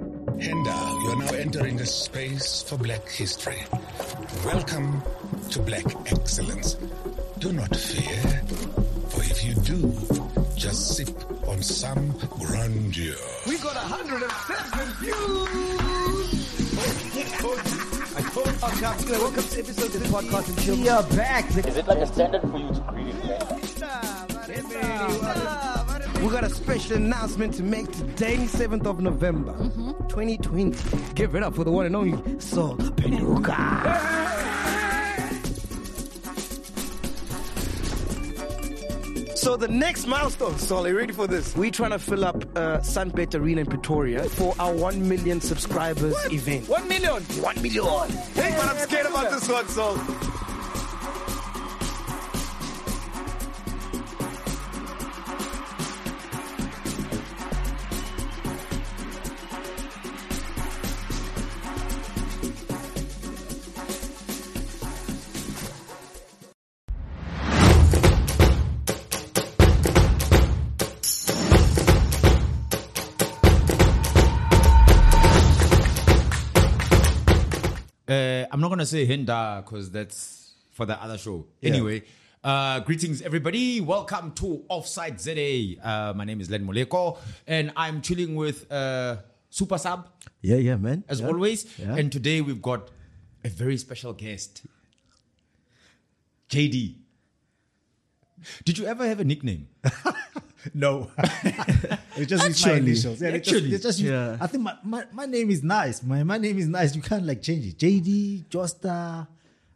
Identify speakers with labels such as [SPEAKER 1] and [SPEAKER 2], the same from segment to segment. [SPEAKER 1] And now you're now entering the space for black history. Welcome to Black Excellence. Do not fear, for if you do, just sip on some grandeur.
[SPEAKER 2] We got 107 views! I told podcast, welcome to episode of the podcast and chill.
[SPEAKER 3] We are back.
[SPEAKER 4] Is it like a standard for you to greet it like?
[SPEAKER 2] We got a special announcement to make today, 7th of November, 2020. Give it up for the one and only Saul Penuka. So the next milestone, Saul, are you ready for this? We're trying to fill up uh, Sunbet Arena in Pretoria for our 1 million subscribers event.
[SPEAKER 3] 1 million.
[SPEAKER 2] One million. Hey, but I'm scared about this one, so.
[SPEAKER 5] Uh, I'm not going to say Hinda because that's for the other show. Anyway, uh, greetings, everybody. Welcome to Offside ZA. Uh, my name is Len Moleko, and I'm chilling with uh, Super Sub,
[SPEAKER 2] Yeah, yeah, man.
[SPEAKER 5] as always.
[SPEAKER 2] Yeah.
[SPEAKER 5] And today we've got a very special guest, JD. Did you ever have a nickname?
[SPEAKER 6] No. it just is my
[SPEAKER 5] Actually.
[SPEAKER 6] initials. Yeah, they just-
[SPEAKER 5] Actually.
[SPEAKER 6] they just-
[SPEAKER 2] Yeah.
[SPEAKER 6] I think my, my, my name is nice. My my name is nice. You can't like change it. JD, Josta.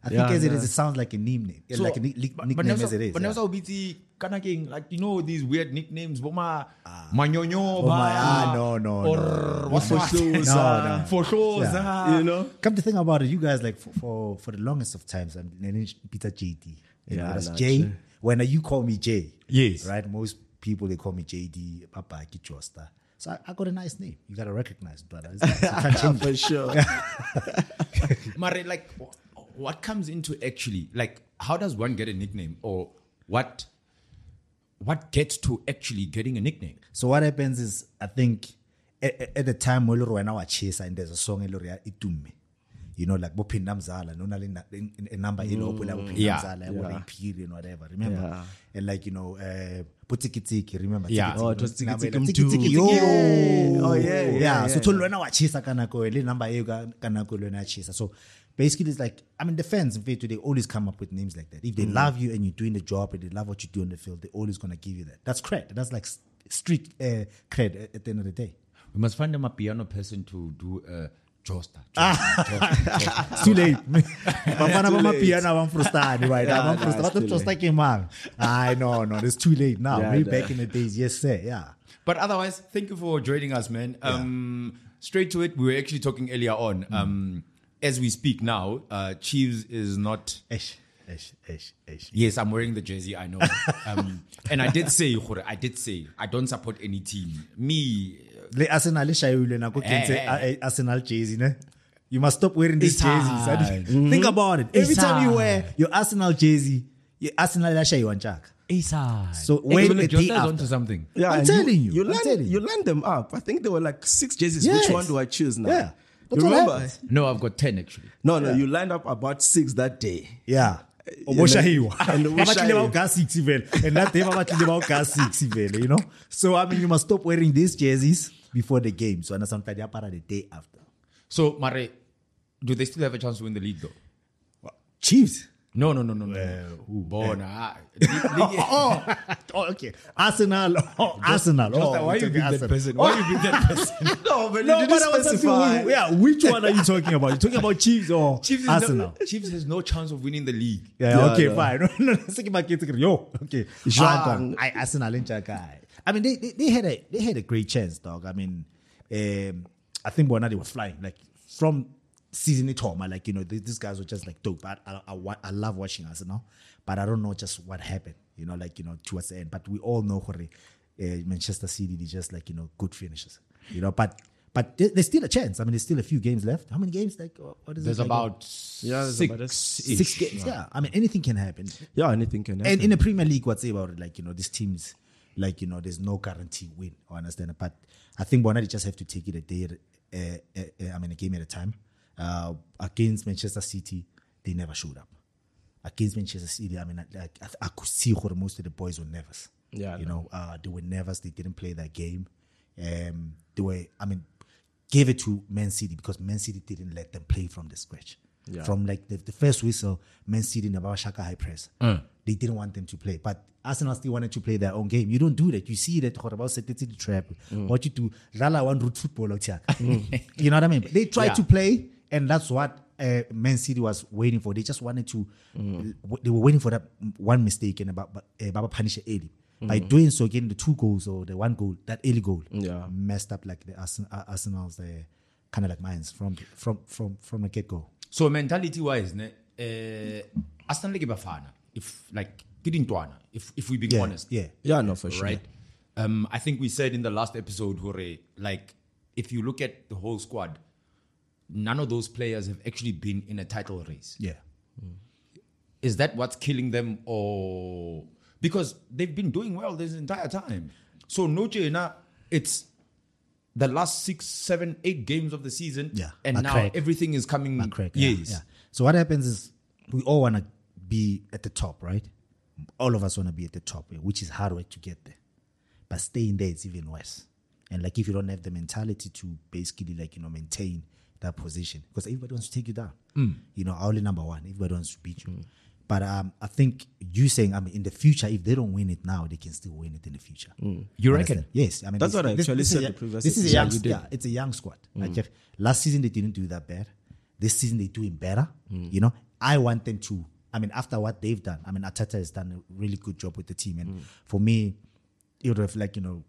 [SPEAKER 6] I think
[SPEAKER 2] Yeah,
[SPEAKER 6] as it
[SPEAKER 2] yeah.
[SPEAKER 6] is, it sounds like a name name. Yeah,
[SPEAKER 5] So,
[SPEAKER 6] like a nick, nick-
[SPEAKER 5] but-
[SPEAKER 6] nickname
[SPEAKER 5] but now
[SPEAKER 6] as it is.
[SPEAKER 5] But
[SPEAKER 6] yeah.
[SPEAKER 5] now so BT kana king, like you know these weird nicknames, Boma Manyonyo,
[SPEAKER 6] Oh my, ah, no, no,
[SPEAKER 5] or uh,
[SPEAKER 6] no.
[SPEAKER 5] what
[SPEAKER 6] For
[SPEAKER 5] what?
[SPEAKER 6] sure, No, sir. no.
[SPEAKER 5] for sure,
[SPEAKER 6] Yeah.
[SPEAKER 5] sir.
[SPEAKER 6] Come to think about it, you guys like for for, for the longest of times, I'm mean, Peter JD. You know,
[SPEAKER 2] Yeah,
[SPEAKER 6] that's
[SPEAKER 2] nah,
[SPEAKER 6] J.
[SPEAKER 2] true.
[SPEAKER 6] When uh, you call me J.
[SPEAKER 5] Yes.
[SPEAKER 6] Right? Most people they call me JD, Papa, Josta. So I, I got a nice name. You gotta recognize, it, brother. It's nice. You can't change it.
[SPEAKER 2] For sure.
[SPEAKER 5] Mare, like wh- what comes into actually like how does one get a nickname or what what gets to actually getting a nickname?
[SPEAKER 6] So what happens is, I think at, at the time when we now chase and there's a song in Loria Itume. You know, like Bopin Namzala, no na- na- in- in- a number in Opula, Bopin
[SPEAKER 5] Mm, Yeah.
[SPEAKER 6] Namzala, yeah. Period, whatever. Remember?
[SPEAKER 2] Yeah.
[SPEAKER 6] And like, you know, uh, Putikitiki, remember?
[SPEAKER 5] Yeah.
[SPEAKER 6] Tiki Tiki,
[SPEAKER 2] Oh, it was Tiki
[SPEAKER 6] number,
[SPEAKER 2] Tiki
[SPEAKER 6] like,
[SPEAKER 2] Mtu.
[SPEAKER 6] Yo.
[SPEAKER 2] Yeah. Oh, yeah, yeah,
[SPEAKER 6] Yeah.
[SPEAKER 2] yeah,
[SPEAKER 6] So Tolu wena wachisa kanako, le number yeo ka- kanako le wena wachisa. So basically, it's like, I mean, the fans, in fact, they always come up with names like that. If
[SPEAKER 2] Mm.
[SPEAKER 6] they love you and you're doing the job and they love what you do in the field, they're always going to give you that. That's cred. That's like s- street uh, cred at, at the end of the day.
[SPEAKER 5] We must find them a piano person to do a josta.
[SPEAKER 6] Ah. It's too late. Bafana bamapiano abamfrustani right now.
[SPEAKER 2] Yeah, no,
[SPEAKER 6] Abamfrusta-
[SPEAKER 2] it's too
[SPEAKER 6] Batomfrusta kemang. I know, no, it's too late now.
[SPEAKER 2] Yeah,
[SPEAKER 6] Way
[SPEAKER 2] no.
[SPEAKER 6] back in the days, yes, sir. Yeah.
[SPEAKER 5] But otherwise, thank you for joining us, man. Um, Straight to it, we were actually talking earlier on. Um, as we speak now, uh, Chiefs is not.
[SPEAKER 6] Ish, ish, ish, ish.
[SPEAKER 5] Yes, I'm wearing the jersey. I know, um, and I did say, Gore, I did say, I don't support any team. Me,
[SPEAKER 6] Le Arsenal shayule nako
[SPEAKER 5] Eh,
[SPEAKER 6] kense
[SPEAKER 5] eh.
[SPEAKER 6] a- a- Arsenal jersey ne. You must stop wearing these
[SPEAKER 5] It's
[SPEAKER 6] jerseys.
[SPEAKER 5] hard. Hmm?
[SPEAKER 6] Mm. Think about it. Every
[SPEAKER 2] It's
[SPEAKER 6] time you
[SPEAKER 2] hard.
[SPEAKER 6] wear your Arsenal jersey, your Arsenal e shayiwanchaka. So wait
[SPEAKER 5] Ekebele
[SPEAKER 6] a
[SPEAKER 5] Josta
[SPEAKER 6] day
[SPEAKER 5] is onto
[SPEAKER 6] after.
[SPEAKER 5] something.
[SPEAKER 2] Yeah,
[SPEAKER 6] I'm
[SPEAKER 2] and
[SPEAKER 6] telling you,
[SPEAKER 2] You
[SPEAKER 6] I'm
[SPEAKER 2] lined,
[SPEAKER 6] telling you.
[SPEAKER 2] you lined them up. I think there were like six jerseys.
[SPEAKER 6] Yes.
[SPEAKER 2] Which one do I choose now?
[SPEAKER 6] Yeah.
[SPEAKER 2] You
[SPEAKER 6] That's what
[SPEAKER 2] remember?
[SPEAKER 6] happens.
[SPEAKER 5] No, I've got ten actually.
[SPEAKER 2] No, no, you lined up about six that day.
[SPEAKER 6] Yeah.
[SPEAKER 2] you know,
[SPEAKER 6] oboshayiwa
[SPEAKER 2] and oboshayiwa.
[SPEAKER 6] abatlile ba o ka six vele and that day ba batlile ba o ka six vele you know so i mean you must stop wearing these jerseys before the game so ana sometimes ya para the day after
[SPEAKER 5] So, Mare, do they still have a chance to win the league though?
[SPEAKER 6] chiefs
[SPEAKER 5] No, no, no, no, no. Bona. ah, league- league-
[SPEAKER 6] oh, oh okay arsenal oh, arsenal
[SPEAKER 5] Josta,
[SPEAKER 6] oh,
[SPEAKER 5] why
[SPEAKER 6] we're
[SPEAKER 5] you
[SPEAKER 6] talking
[SPEAKER 5] be that
[SPEAKER 6] Arsenal.
[SPEAKER 5] person? Why you be that person?
[SPEAKER 2] No, but
[SPEAKER 6] no but i was asking
[SPEAKER 2] specify.
[SPEAKER 6] who, yeah which one are you talking about you talking about chiefs or
[SPEAKER 5] Chiefs is
[SPEAKER 6] arsenal
[SPEAKER 5] No, Chiefs has no chance of winning the league.
[SPEAKER 6] Yeah,
[SPEAKER 2] Yeah,
[SPEAKER 6] okay,
[SPEAKER 2] yeah.
[SPEAKER 6] fine. No, no, no, Seki Makete Kiri. Yo, okay.
[SPEAKER 2] Jean.
[SPEAKER 6] Ah, I Arsenal in Jagai. I mean, they, they they had a they had a great chance, dog. I mean, um, I think Bona they were flying like from season it home. I like you know th- these guys were just like dope. I I, I, wa- I love watching Arsenal, but I don't know just what happened. You know, like you know towards the end. But we all know Jorge, uh, Manchester City. They just like you know good finishes. You know, but. But there- there's still a chance. I mean, there's still a few games left. How many games? Like, what is
[SPEAKER 5] There's
[SPEAKER 6] it? Like,
[SPEAKER 5] about
[SPEAKER 2] Yeah, there's
[SPEAKER 5] six.
[SPEAKER 2] about a-
[SPEAKER 6] six games. yeah, I mean, anything can happen.
[SPEAKER 2] Yeah, anything can happen.
[SPEAKER 6] And in the Premier League, what's about it? Like, you know, these teams, like, you know, there's no guarantee win. I understand. But I think Bona, they just have to take it a day at- uh, uh, uh, I mean, a game at a time. Uh, against Manchester City, they never showed up. Against Manchester City, I mean, I- like, I, I could see where most of the boys were nervous.
[SPEAKER 2] Yeah, I
[SPEAKER 6] you know, uh, they were nervous. They didn't play their game. Um, they were, I mean, gave it to Man City because Man City didn't let them play from the scratch.
[SPEAKER 2] Yeah.
[SPEAKER 6] From like the, the first whistle, Man City never Shaka high press. They didn't want them to play, but Arsenal still wanted to play their own game. You don't do that. You see that what about City City trap? What you do? Lala one root football or You know what I mean? They tried
[SPEAKER 5] Yeah.
[SPEAKER 6] to play, and that's what uh, Man City was waiting for. They just wanted to.
[SPEAKER 5] Mm.
[SPEAKER 6] w- They were waiting for that one mistake and about uh, Baba punish it early. By
[SPEAKER 5] Mm.
[SPEAKER 6] doing so, getting the two goals or the one goal, that early goal,
[SPEAKER 2] Yeah.
[SPEAKER 6] messed up like the Arsenal, Arsenal's uh, kind of like mines from from from from the get go.
[SPEAKER 5] so mentality wise ne eh Arsenal ke bafana if like ke dintwana if if we be
[SPEAKER 6] Yeah,
[SPEAKER 5] honest
[SPEAKER 6] yeah.
[SPEAKER 2] Yeah, no, for sure.
[SPEAKER 5] right um i think we said in the last episode hore like if you look at the whole squad none of those players have actually been in a title race
[SPEAKER 6] Yeah.
[SPEAKER 5] is that what's killing them or because they've been doing well this entire time so no Chena, it's the last six seven eight games of the season
[SPEAKER 6] Yeah,
[SPEAKER 5] and
[SPEAKER 6] a
[SPEAKER 5] now
[SPEAKER 6] crack.
[SPEAKER 5] everything is coming
[SPEAKER 6] Ah, correct. Yeah,
[SPEAKER 5] Mm. yes
[SPEAKER 6] yeah. So what happens is we all want to be at the top, right? All of us want to be at the top, eh, which is hard work to get there. But staying there is even worse. And like if you don't have the mentality to basically like you know maintain that position, because everybody wants to take you down.
[SPEAKER 5] Mm.
[SPEAKER 6] You know, only number one. Everybody wants to beat you. But um, I think you saying, I mean, in the future, if they don't win it now, they can still win it in the future.
[SPEAKER 5] Mm. You reckon?
[SPEAKER 6] Yes, I mean
[SPEAKER 2] That's
[SPEAKER 6] this-
[SPEAKER 2] what I
[SPEAKER 6] this-
[SPEAKER 2] actually
[SPEAKER 6] this is
[SPEAKER 2] said
[SPEAKER 6] a-
[SPEAKER 2] the previous
[SPEAKER 6] This is a
[SPEAKER 2] episode.
[SPEAKER 6] young,
[SPEAKER 2] Yeah, you did. Mm.
[SPEAKER 6] yeah, it's a young squad. I just- last season they didn't do that bad. This season they're doing better.
[SPEAKER 2] Mm.
[SPEAKER 6] You know, I want them to. I mean, after what they've done, I mean, Atata has done a really good job with the team,
[SPEAKER 2] Mm.
[SPEAKER 6] and for me, it would have like you know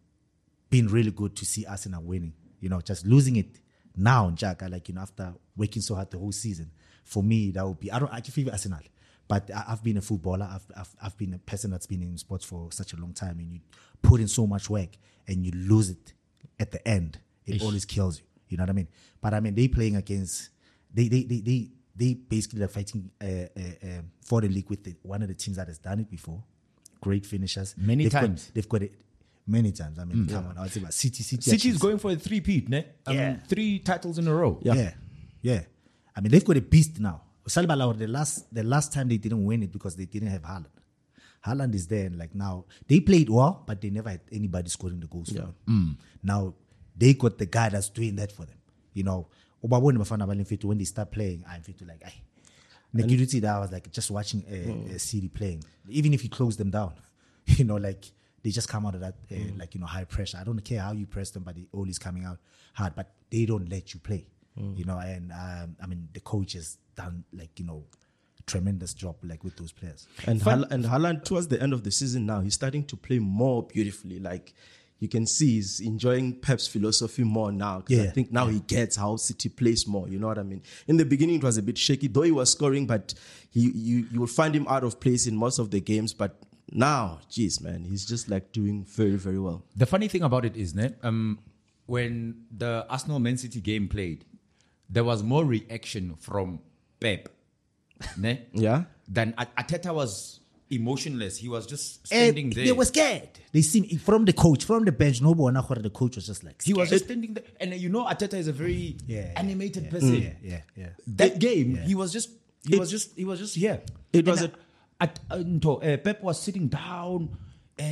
[SPEAKER 6] been really good to see Arsenal winning. You know, just losing it now, Jack. I like you know after working so hard the whole season. For me, that would be I don't I actually feel Arsenal, but I, I've been a footballer. I've, I've I've been a person that's been in sports for such a long time, and you put in so much work and you lose it at the end. It always kills you. You know what I mean? But I mean, they playing against they they they they, they basically are fighting uh, uh, uh, for the league with the, one of the teams that has done it before. Great finishers
[SPEAKER 5] Many
[SPEAKER 6] They've got-
[SPEAKER 5] times.
[SPEAKER 6] they've got it many times. I mean, come on, I'll say about City, City, are
[SPEAKER 5] City is
[SPEAKER 6] chiefs.
[SPEAKER 5] going for a three-peat, ne? Um,
[SPEAKER 6] Yeah.
[SPEAKER 5] Three titles in a row.
[SPEAKER 6] yeah. yeah, I mean, they've got a beast now. Saliba Lao, the last the last time they didn't win it because they didn't have Haaland. Haaland is there, and like now they played well, but they never had anybody scoring the goals for them. Now they got the guy that's doing that for them. You know, Obaboni Bafana Balimfitu, when they start playing, I'm fit to like, I. Nikiriti, that I was like just watching a, a City playing. Even if you close them down, you know, like they just come out of that uh, like you know high pressure. I don't care how you press them, but they always coming out hard. But they don't let you play, you know. And um, I mean, the coach has done like you know tremendous job like with those players.
[SPEAKER 2] And Haaland, and Haaland towards the end of the season now, he's starting to play more beautifully. Like you can see, he's enjoying Pep's philosophy more now. 'cause I
[SPEAKER 6] Yeah.
[SPEAKER 2] think now he gets how City plays more. You know what I mean? In the beginning, it was a bit shaky, though he was scoring, but he you you will find him out of place in most of the games. But now, geez, man, he's just like doing very very well.
[SPEAKER 5] The funny thing about it is, ne? Um, when the Arsenal Man City game played, there was more reaction from Pep, ne?
[SPEAKER 2] Yeah.
[SPEAKER 5] Than At- Ateta was emotionless. He was just
[SPEAKER 6] And
[SPEAKER 5] standing there.
[SPEAKER 6] they were scared. They seem from the coach, from the bench. No one, the coach was just like,
[SPEAKER 5] he was just standing there, and uh, you know Ateta is a very
[SPEAKER 6] Yeah, yeah,
[SPEAKER 5] animated person.
[SPEAKER 6] yeah, yeah, yeah.
[SPEAKER 5] That game, he was just, he was just, he was just here.
[SPEAKER 2] It was
[SPEAKER 5] And I- at, uh, nto, uh, Pep was sitting down, uh,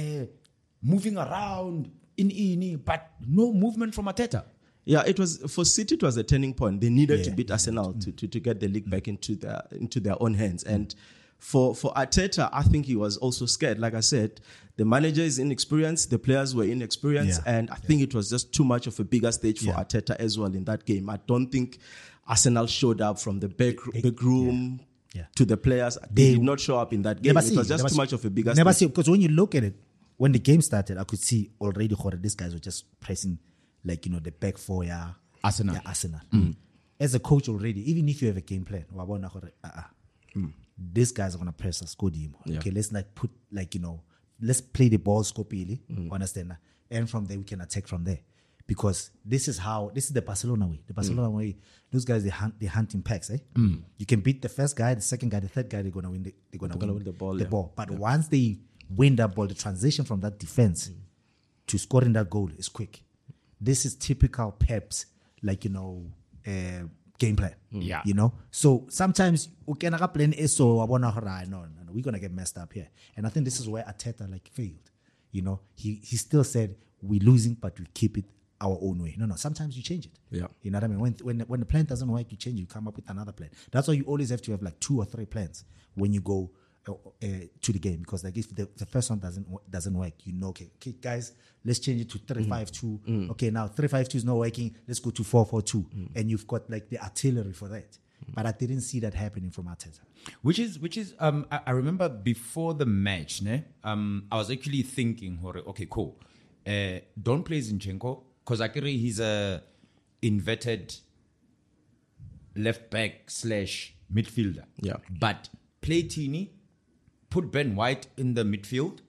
[SPEAKER 5] moving around in ini, but no movement from Ateta.
[SPEAKER 2] Yeah, it was for City. It was a turning point. They needed to
[SPEAKER 6] Yeah,
[SPEAKER 2] beat Arsenal to, to, to get the league back into their into their own hands.
[SPEAKER 6] Mm.
[SPEAKER 2] And for for Arteta, I think he was also scared. Like I said, the manager is inexperienced, the players were inexperienced,
[SPEAKER 6] Yeah.
[SPEAKER 2] and I think it was just too much of a bigger stage for
[SPEAKER 6] Yeah.
[SPEAKER 2] Arteta as well in that game. I don't think Arsenal showed up from the back back room.
[SPEAKER 6] yeah. Yeah.
[SPEAKER 2] To the players, they,
[SPEAKER 6] They-
[SPEAKER 2] did not show up in that game.
[SPEAKER 6] Never
[SPEAKER 2] It
[SPEAKER 6] see,
[SPEAKER 2] was just
[SPEAKER 6] never
[SPEAKER 2] too
[SPEAKER 6] see.
[SPEAKER 2] much of a bigger
[SPEAKER 6] Never
[SPEAKER 2] stage.
[SPEAKER 6] see because when you look at it, when the game started, I could see already how these guys were just pressing, like you know, the back four, yeah,
[SPEAKER 5] Arsenal.
[SPEAKER 6] yeah, Arsenal.
[SPEAKER 2] Mm.
[SPEAKER 6] As a coach already, even if you have a game plan, wabona gore, ah, ah, these guys are gonna press us, score him. Okay, let's like put like you know, let's play the ball scopily,
[SPEAKER 2] Mm.
[SPEAKER 6] understand? that? And from there we can attack from there. Because this is how this is the Barcelona way. The
[SPEAKER 2] Mm.
[SPEAKER 6] Barcelona way, those guys they hunt they hunt in packs, eh? You can beat the first guy, the second guy, the third guy, they're gonna win the, they're gonna,
[SPEAKER 2] They're gonna win the ball, yeah.
[SPEAKER 6] but once they win that ball, the transition from
[SPEAKER 2] Mm.
[SPEAKER 6] that defense to scoring that goal is quick. This is typical Pep's like you know uh, game plan.
[SPEAKER 5] Yeah.
[SPEAKER 6] you know. So sometimes okay, I plan A, so I wanna hurry. No, no, no, we're gonna get messed up here. And I think this is where Ateta like failed. You know, he he still said we're losing, but we keep it our own way. No, no. Sometimes you change it.
[SPEAKER 2] Yeah.
[SPEAKER 6] You know what I mean? When when when the plan doesn't work, you change. You come up with another plan. That's why you always have to have like two or three plans when you go uh, uh, to the game because like if the, the first one doesn't wo- doesn't work, you know, okay, okay, guys, let's change it to three five two.
[SPEAKER 5] Mm.
[SPEAKER 6] Okay, now three five two is not working. Let's go to four four two, and you've got like the artillery for that.
[SPEAKER 5] Mm.
[SPEAKER 6] But I didn't see that happening from Arteta.
[SPEAKER 5] Which is which is um I, I remember before the match, ne, um I was actually thinking, hore, okay, cool. Uh, don't play Zinchenko because Akiri he's a inverted left back slash midfielder.
[SPEAKER 2] Yeah.
[SPEAKER 5] But play Tini, put Ben White in the midfield.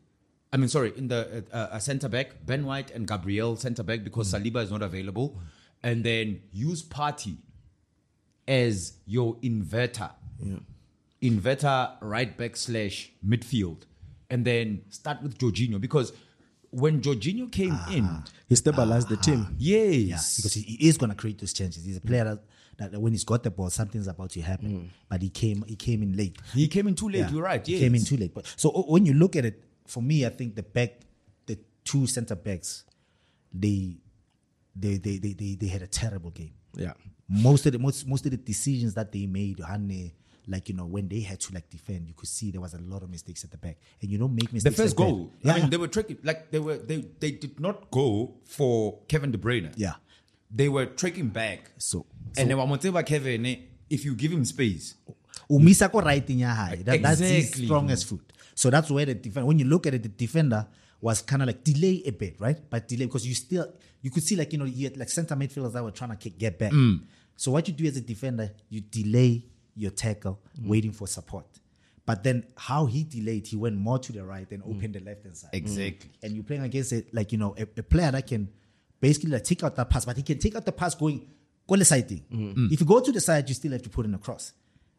[SPEAKER 5] I mean, sorry, in the uh, uh, centre back, Ben White and Gabriel centre back because Saliba is not available, and then use Party as your inverter, inverter right back slash midfield, and then start with Jorginho because when Jorginho came in,
[SPEAKER 2] He stabilized the team.
[SPEAKER 5] yes,
[SPEAKER 6] Ah, Yeah, because he, he is going to create those changes. He's a player that, that when he's got the ball, something's about to happen. But he came, he came in late.
[SPEAKER 5] Mm. he came in too late.
[SPEAKER 6] Yeah,
[SPEAKER 5] You're right.
[SPEAKER 6] he
[SPEAKER 5] Yes.
[SPEAKER 6] Came in too late. But so o- when you look at it, for me, I think the back, the two centre backs, they, they, they, they, they, they had a terrible game.
[SPEAKER 2] Yeah.
[SPEAKER 6] Most of the most most of the decisions that they made, Hane, like you know, when they had to like defend, you could see there was a lot of mistakes at the back, and you don't make
[SPEAKER 5] The
[SPEAKER 6] mistakes.
[SPEAKER 5] first
[SPEAKER 6] like that.
[SPEAKER 5] goal,
[SPEAKER 6] yeah,
[SPEAKER 5] I mean,
[SPEAKER 6] yeah.
[SPEAKER 5] they were tricky. Like they were, they they did not go for Kevin De Bruyne.
[SPEAKER 6] Yeah.
[SPEAKER 5] they were tracking back.
[SPEAKER 6] So- Mm.
[SPEAKER 5] and then Wamoteba Kevin, eh, if you give him space,
[SPEAKER 6] umisa ko right in your high. That, That's his
[SPEAKER 5] Exactly.
[SPEAKER 6] strongest foot. So that's where the defender. When you look at it, the defender was kind of like delay a bit, right? But delay because you still you could see like you know you had like center midfielders that were trying to kick, get back.
[SPEAKER 5] Mm.
[SPEAKER 6] So what you do as a defender, you delay your tackle, waiting for support. But then how he delayed, he went more to the right and opened the left hand side.
[SPEAKER 5] Exactly.
[SPEAKER 6] And you're playing against it like you know a, a player that can basically like take out that pass, but he can take out the pass going go the side thing. If you go to the side, you still have to put in a cross.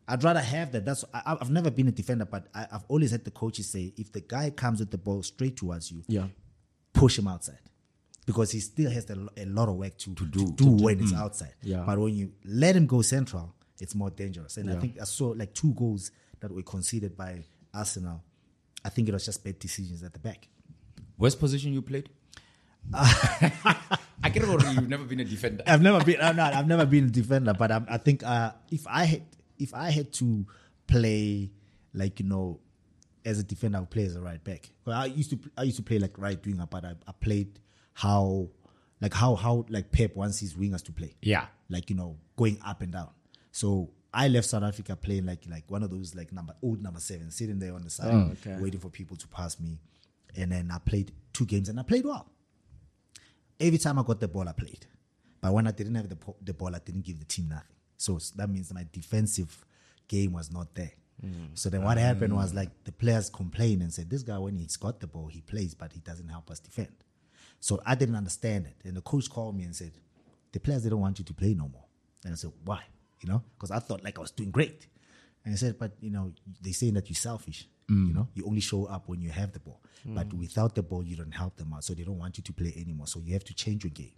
[SPEAKER 6] I'd rather have that. That's I, I've never been a defender, but I, I've always had the coaches say if the guy comes with the ball straight towards you,
[SPEAKER 2] Yeah.
[SPEAKER 6] push him outside because he still has a, lo- a lot of work to, to do, Mm. when it's outside.
[SPEAKER 2] Yeah.
[SPEAKER 6] But when you let him go central, it's more dangerous. And I think I saw like two goals that were conceded by Arsenal. I think it was just bad decisions at the back.
[SPEAKER 5] worst position you played. I get it. You've never been a defender.
[SPEAKER 6] I've never been. I'm not. I've never been a defender, but i I think uh, if I had if I had to play like you know as a defender, I would play as a right back. Well, I used to I used to play like right winger, but I, I played how like how how like Pep wants his wingers to play.
[SPEAKER 5] Yeah.
[SPEAKER 6] like you know going up and down. So I left South Africa playing like like one of those like number old number seven, sitting there on the side, waiting for people to pass me. And then I played two games, and I played well every time I got the ball, I played. But when I didn't have the, po- the ball, I didn't give the team nothing. So s- that means my defensive game was not there. So then what happened was like the players complained and said, This guy, when he's got the ball, he plays, but he doesn't help us defend. So I didn't understand it. And the coach called me and said, The players, they don't want you to play no more. And I said, Why? You know, because I thought like I was doing great. And I said, But you know, they saying that you're selfish. You know, you only show up when you have the ball. But
[SPEAKER 2] Mm.
[SPEAKER 6] without the ball, you don't help them out. So they don't want you to play anymore. So you have to change your game.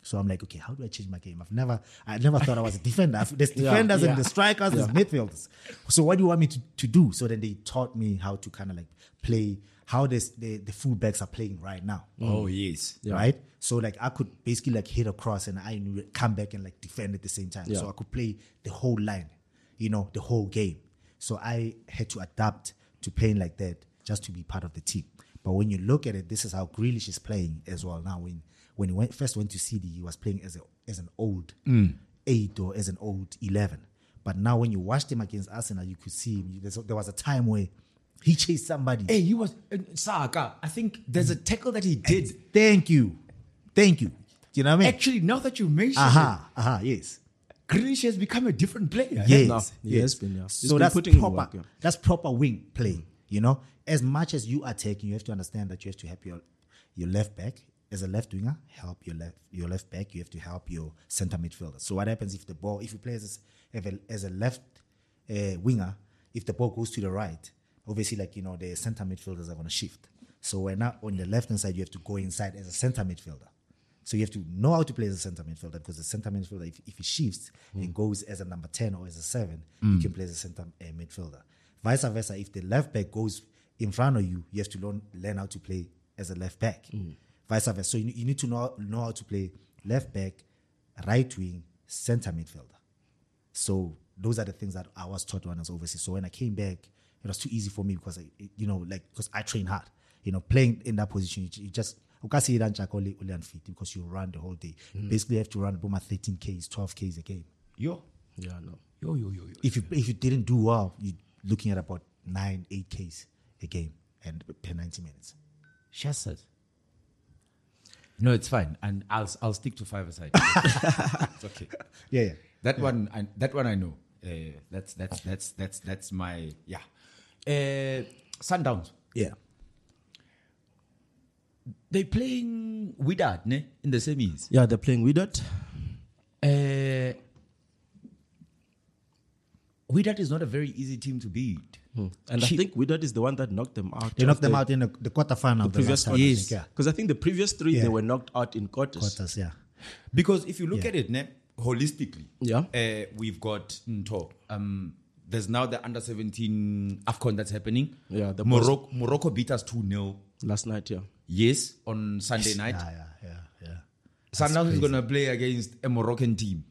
[SPEAKER 6] So I'm like, okay, how do I change my game? I've never, I never thought I was a defender. I've- There's defenders and
[SPEAKER 2] yeah.
[SPEAKER 6] the strikers, there's midfielders. So what do you want me to, to do? So then they taught me how to kind of like play how this, the the fullbacks are playing right now,
[SPEAKER 5] Oh yes.
[SPEAKER 6] right? So like I could basically like hit a cross and I knew come back and like defend at the same time. So I could play the whole line, you know, the whole game. So I had to adapt to playing like that just to be part of the team. But when you look at it, this is how Grealish is playing as well now. When when he went, first went to CD, he was playing as a as an old
[SPEAKER 5] Mm.
[SPEAKER 6] eight or as an old eleven. But now when you watched him against Arsenal, you could see him. There's- There was a time where he chased somebody.
[SPEAKER 5] Hey, he was uh, Saka. I think there's a tackle that he did.
[SPEAKER 6] Thank you, thank you. Do you know what I mean?
[SPEAKER 5] Actually, now that you mention
[SPEAKER 6] Hmm. Aha, aha, yes.
[SPEAKER 5] it, Grealish has become a different player. eh?
[SPEAKER 6] Yes.
[SPEAKER 2] No, he
[SPEAKER 6] yes.
[SPEAKER 2] has been, yeah. He's
[SPEAKER 6] So
[SPEAKER 2] been
[SPEAKER 6] that's
[SPEAKER 2] putting in
[SPEAKER 6] proper.
[SPEAKER 2] work, yeah. Mm.
[SPEAKER 6] That's proper wing play. You know, as much as you are taking, you have to understand that you have to help your your left back as a left winger. Help your left your left back. You have to help your center midfielder. So what happens if the ball, if you play as a, as a- as a left uh, winger, if the ball goes to the right, obviously, like you know, the center midfielders are going to shift. So when now on the left hand side, you have to go inside as a center midfielder So you have to know how to play as a centre midfielder because the centre midfielder, if, if he shifts and goes as a number 10 or as a 7, you can play as a centre uh, midfielder. Vice versa, if the left back goes in front of you, you have to learn, learn how to play as a left back. Vice versa. So you, you need to know, know how to play left back, right wing, centre midfielder. So those are the things that I was taught when I was overseas. So when I came back, it was too easy for me because I, it- you know, like because I train hard. You know, playing in that position, you, ju- you just ukasi iranchaka ole ole unfit because you run the whole day. You basically have to run about 13 k's, 12 k's a game.
[SPEAKER 5] Yo.
[SPEAKER 2] Yeah, no.
[SPEAKER 5] Yo, yo, yo, yo.
[SPEAKER 6] If you if you didn't do well, you are looking at about nine, eight k's a game and per 90 minutes.
[SPEAKER 5] Shasad. No, it's fine. And I'll I'll stick to five aside. it's okay.
[SPEAKER 6] Yeah, yeah.
[SPEAKER 5] That one I, that one I know. Uh, that's that's that's that's that's my yeah. Uh, Sundowns.
[SPEAKER 6] Yeah.
[SPEAKER 5] They playing Widad ne in the semis.
[SPEAKER 2] Yeah, they're playing Widot.
[SPEAKER 5] Uh, Widad is not a very easy team to beat.
[SPEAKER 6] Hmm.
[SPEAKER 2] And I think Widot is the one that knocked them out.
[SPEAKER 6] They
[SPEAKER 2] of
[SPEAKER 6] knocked them
[SPEAKER 2] the
[SPEAKER 6] out in the, the quarterfinal. The
[SPEAKER 2] Previous
[SPEAKER 6] last time, I
[SPEAKER 2] yes.
[SPEAKER 6] think, yeah.
[SPEAKER 2] Because I think the previous three,
[SPEAKER 6] Yeah.
[SPEAKER 2] they were knocked out in quarters.
[SPEAKER 6] Quarters, yeah.
[SPEAKER 5] Because if you look
[SPEAKER 6] Yeah.
[SPEAKER 5] at it ne, holistically,
[SPEAKER 2] Yeah.
[SPEAKER 5] uh, we've got Nto. Um, there's now the under 17 AFCON that's happening.
[SPEAKER 2] Yeah, the
[SPEAKER 5] Morocco, Morocco beat us 2 0.
[SPEAKER 2] Last night, yeah.
[SPEAKER 5] Yes, on Sunday night.
[SPEAKER 6] Yeah, yeah, yeah, yeah.
[SPEAKER 5] Sundowns is going to play against a Moroccan team.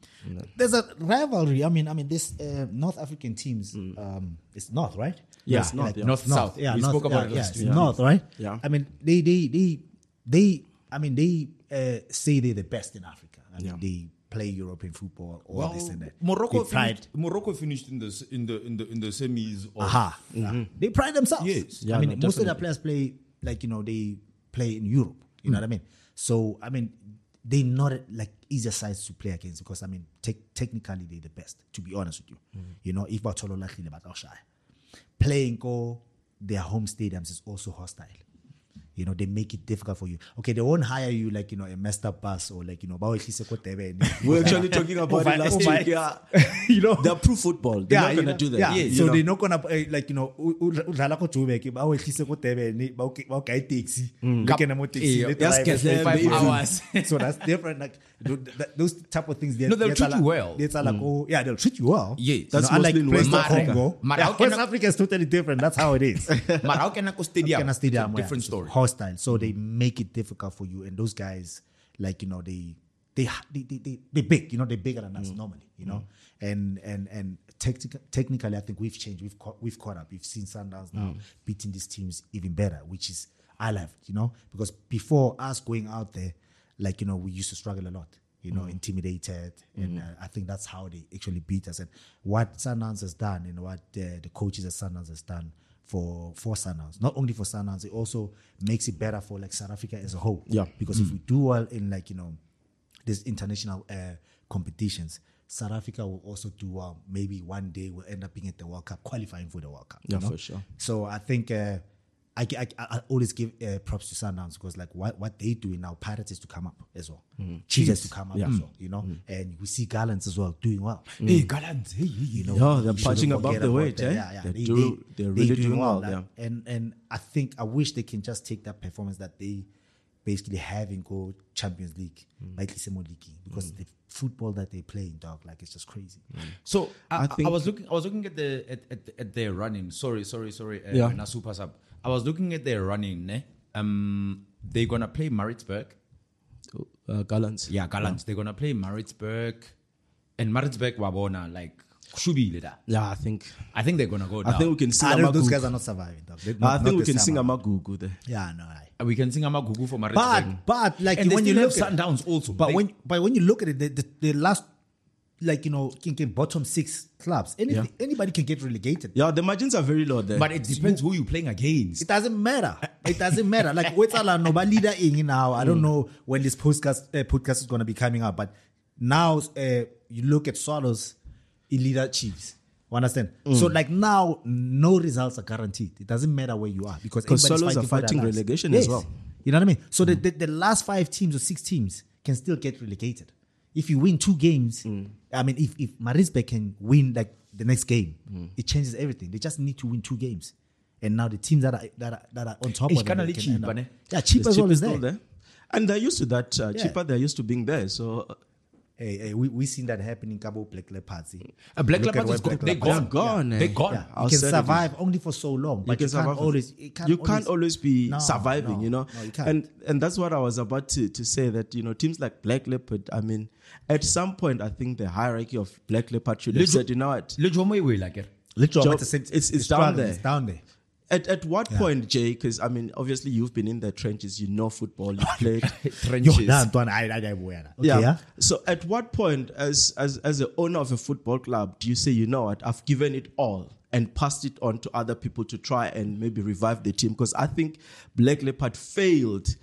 [SPEAKER 6] there's a rivalry. I mean, I mean, this uh, North African teams. Um, it's North, right?
[SPEAKER 2] Yeah, Mm. it's North, yeah.
[SPEAKER 5] North, South.
[SPEAKER 6] Yeah,
[SPEAKER 5] we
[SPEAKER 6] North,
[SPEAKER 5] spoke about
[SPEAKER 6] yeah,
[SPEAKER 5] it last
[SPEAKER 6] yeah,
[SPEAKER 5] week.
[SPEAKER 6] it's North, right?
[SPEAKER 2] Yeah.
[SPEAKER 6] I mean, they, they, they, they. I mean, they uh, say they're the best in Africa. I mean,
[SPEAKER 2] Yeah.
[SPEAKER 6] they play European football, all
[SPEAKER 5] Well,
[SPEAKER 6] this and that.
[SPEAKER 5] Morocco
[SPEAKER 6] they pride.
[SPEAKER 5] finished, eh, Morocco finished in the s- in the in the in the semis. Of,
[SPEAKER 6] Aha. They pride themselves.
[SPEAKER 5] Yes.
[SPEAKER 2] Mm-hmm. Yeah,
[SPEAKER 6] I mean,
[SPEAKER 2] no,
[SPEAKER 6] most of
[SPEAKER 2] definitely. Hmm.
[SPEAKER 6] their players play like you know they play in Europe. You know what I mean? So I mean, they not like easier sides to play against because I mean, tech technically they're the best. To be honest with you,
[SPEAKER 2] Hmm.
[SPEAKER 6] you know, if Bartolo likely about Oshai, playing go their home stadiums is also hostile. You know, they make it difficult for you. Okay, they won't hire you like, you know, a messed up bus or like, you know, bawo ehlise ko Durban.
[SPEAKER 2] We We're actually talking about it
[SPEAKER 6] Over-
[SPEAKER 2] last
[SPEAKER 6] over-
[SPEAKER 2] week. Yeah.
[SPEAKER 6] you know,
[SPEAKER 2] They're pro football. They're not
[SPEAKER 6] you
[SPEAKER 2] going to
[SPEAKER 6] know,
[SPEAKER 2] do that.
[SPEAKER 6] Oh Yeah.
[SPEAKER 2] You
[SPEAKER 6] so
[SPEAKER 2] know?
[SPEAKER 6] they're not gonna uh, like you know u- u- udlala ko Joburg ba wehlise ko Durban ba uke- ba ukaya i-taxi ba kena mo
[SPEAKER 5] Yeah,
[SPEAKER 6] taxi, le
[SPEAKER 2] yes,
[SPEAKER 6] drive
[SPEAKER 2] yes,
[SPEAKER 6] for
[SPEAKER 2] yeah,
[SPEAKER 6] five
[SPEAKER 2] maybe.
[SPEAKER 6] hours. so that's different like tho- tha- those type of things they,
[SPEAKER 5] No, they'll treat you well.
[SPEAKER 6] they like oh yeah they'll treat you well
[SPEAKER 5] Yes.
[SPEAKER 6] that's
[SPEAKER 2] That's
[SPEAKER 6] you know, unlike
[SPEAKER 2] mostly in
[SPEAKER 6] places
[SPEAKER 5] West
[SPEAKER 6] like
[SPEAKER 5] Africa.
[SPEAKER 6] Congo
[SPEAKER 5] Mara-
[SPEAKER 6] yeah,
[SPEAKER 5] how
[SPEAKER 6] West
[SPEAKER 5] can I-
[SPEAKER 6] Africa is totally different that's how it is
[SPEAKER 5] Maracanã Stadium.
[SPEAKER 6] African Stadium, yeah.
[SPEAKER 5] Different story. Mm-hmm.
[SPEAKER 6] Hostile, so they make it difficult for you. And those guys, like you know, they they they they, they, they big, you know, they're bigger than us
[SPEAKER 5] Mm-hmm.
[SPEAKER 6] normally, you know. And and and technic- technically, I think we've changed. We've caught, we've caught up. We've seen Sundowns now
[SPEAKER 5] Mm-hmm.
[SPEAKER 6] beating these teams even better, which is I loved, you know, because before us going out there, like you know, we used to struggle a lot. You know, intimidated, and uh, I think that's how they actually beat us. And what Sundowns has done, and what uh, the coaches at Sundowns has done for for Sundowns. Not only for Sundowns, it also makes it better for like South Africa as a whole.
[SPEAKER 2] Yeah.
[SPEAKER 6] Because if we do well in like you know these international uh, competitions, South Africa will also do well. Maybe one day we'll end up being at the World Cup, qualifying for the World Cup. you
[SPEAKER 2] Yeah,
[SPEAKER 6] know?
[SPEAKER 2] for sure.
[SPEAKER 6] So I think. Uh, I, I, I always give uh, props to Sundowns because like what, what they doing now, Pirates is to come up as well,
[SPEAKER 2] Mm-hmm.
[SPEAKER 6] Chiefs is to come up
[SPEAKER 2] Mm.
[SPEAKER 6] as well, you know, and we see Gallants as well doing well
[SPEAKER 5] Hey, Gallant. Hey, hey, hey.
[SPEAKER 6] you know,
[SPEAKER 2] Yeah, they're
[SPEAKER 6] you
[SPEAKER 2] punching
[SPEAKER 6] shouldn't
[SPEAKER 2] above
[SPEAKER 6] forget
[SPEAKER 2] their
[SPEAKER 6] about
[SPEAKER 2] weight,
[SPEAKER 6] that.
[SPEAKER 2] eh?
[SPEAKER 6] Yeah, yeah.
[SPEAKER 2] They
[SPEAKER 6] They,
[SPEAKER 2] do-
[SPEAKER 6] they,
[SPEAKER 2] they're
[SPEAKER 6] they
[SPEAKER 2] really
[SPEAKER 6] doing
[SPEAKER 2] doing
[SPEAKER 6] well.
[SPEAKER 2] well,
[SPEAKER 6] like, And and I think I wish they can just take that performance that they basically have in go Champions League,
[SPEAKER 2] Mm.
[SPEAKER 6] like Lisemo League, because the football that they play in dog, like it's just crazy.
[SPEAKER 2] Mm.
[SPEAKER 5] So I, I
[SPEAKER 2] I think-
[SPEAKER 5] was looking. I was looking at the at, at, at their running. Sorry, sorry, sorry. Uh,
[SPEAKER 2] Yeah.
[SPEAKER 5] Nasu pass up. I was looking at their running. Ne? Um, they're gonna play Maritzburg.
[SPEAKER 2] uh, Gallants.
[SPEAKER 5] Yeah, Gallant. They're gonna play Maritzburg, and Maritzburg Wabona like Shubi leader.
[SPEAKER 2] Yeah, I think.
[SPEAKER 5] I think they're gonna go down.
[SPEAKER 2] I think we can sing
[SPEAKER 6] I know those guys
[SPEAKER 2] Amagugu.
[SPEAKER 6] are not surviving, dog. They-
[SPEAKER 2] I
[SPEAKER 6] not-
[SPEAKER 2] think
[SPEAKER 6] not
[SPEAKER 2] we
[SPEAKER 6] this
[SPEAKER 2] can sing
[SPEAKER 6] time.
[SPEAKER 2] Amagugu there.
[SPEAKER 6] Yeah, no. I,
[SPEAKER 5] Uh, we can sing Amagugu for Maritzburg.
[SPEAKER 6] but but like
[SPEAKER 5] and
[SPEAKER 6] when you look at
[SPEAKER 5] Sundowns also.
[SPEAKER 6] But
[SPEAKER 5] They-
[SPEAKER 6] when but when you look at it, the, the, the last like you know, can, can bottom six clubs, any,
[SPEAKER 2] Yeah.
[SPEAKER 6] anybody can get relegated.
[SPEAKER 2] Yeah, the margins are very low there.
[SPEAKER 5] but it depends who you're playing against.
[SPEAKER 6] It doesn't matter. It doesn't matter. Like what's our Noba leader in now? I
[SPEAKER 2] Mm.
[SPEAKER 6] don't know when this podcast uh, podcast is gonna be coming out, but now uh, you look at Swallows, it leader Chiefs. You understand?
[SPEAKER 2] Mm.
[SPEAKER 6] So like now, no results are guaranteed. It doesn't matter where you are because
[SPEAKER 2] Because
[SPEAKER 6] everybody's
[SPEAKER 2] Swallows are
[SPEAKER 6] for their
[SPEAKER 2] fighting
[SPEAKER 6] lives.
[SPEAKER 2] relegation as well.
[SPEAKER 6] You know what I mean? So
[SPEAKER 2] Mm.
[SPEAKER 6] the, the, the last five teams or six teams can still get relegated. If you win two games,
[SPEAKER 2] Mm.
[SPEAKER 6] I mean, if, if Marisbe can win like the next game,
[SPEAKER 2] Mm.
[SPEAKER 6] it changes everything. They just need to win two games. And now the teams that are that are, that are on top
[SPEAKER 5] It's
[SPEAKER 6] of them,
[SPEAKER 5] kinda
[SPEAKER 6] they can
[SPEAKER 5] cheap,
[SPEAKER 2] eh?
[SPEAKER 6] end up-
[SPEAKER 5] innit?
[SPEAKER 6] Yeah, cheap
[SPEAKER 2] It's
[SPEAKER 6] as well
[SPEAKER 2] cheap
[SPEAKER 6] as
[SPEAKER 2] still
[SPEAKER 6] that.
[SPEAKER 2] And they're used to that. Uh,
[SPEAKER 6] Yeah.
[SPEAKER 2] Cheaper, they're used to being there. So uh,
[SPEAKER 6] Hey, hey, we we seen that happening. Kabo Black Leopards. eh?
[SPEAKER 5] Uh, Black
[SPEAKER 6] Look at
[SPEAKER 5] Leopards
[SPEAKER 6] where
[SPEAKER 5] is go-
[SPEAKER 6] Black
[SPEAKER 5] they
[SPEAKER 6] Leopards-
[SPEAKER 5] gone.
[SPEAKER 2] They're gone,
[SPEAKER 5] Yeah.
[SPEAKER 2] eh?
[SPEAKER 5] They gone.
[SPEAKER 6] Yeah,
[SPEAKER 2] I'll
[SPEAKER 6] you can
[SPEAKER 2] sell it.
[SPEAKER 6] survive only for so long, but you,
[SPEAKER 2] can
[SPEAKER 6] can't
[SPEAKER 2] survive.
[SPEAKER 6] always. You can't,
[SPEAKER 2] you can't always be
[SPEAKER 6] No,
[SPEAKER 2] surviving,
[SPEAKER 6] no,
[SPEAKER 2] you know.
[SPEAKER 6] no, you can't.
[SPEAKER 2] And and that's what I was about to to say that you know teams like Black Leopard. I mean, at some point, I think the hierarchy of Black Leopard should have
[SPEAKER 5] Little-
[SPEAKER 2] said, you know what?
[SPEAKER 5] Le Jomo Iwe, like it.
[SPEAKER 6] Literally,
[SPEAKER 2] Job-
[SPEAKER 6] I'm at the same-
[SPEAKER 2] it's- it's
[SPEAKER 6] struggle,
[SPEAKER 2] down there.
[SPEAKER 6] It's down there.
[SPEAKER 2] At at what point, Jay? Because I mean, obviously, you've been in the trenches. You know football. You played.
[SPEAKER 6] Yo,
[SPEAKER 5] Trenches.
[SPEAKER 6] nah, Antoine, I, I, I, okay,
[SPEAKER 2] yeah.
[SPEAKER 6] yeah.
[SPEAKER 2] So at what point, as as as the owner of a football club, do you say, you know what, I've given it all and passed it on to other people to try and maybe revive the team? Because I think Black Leopard failed.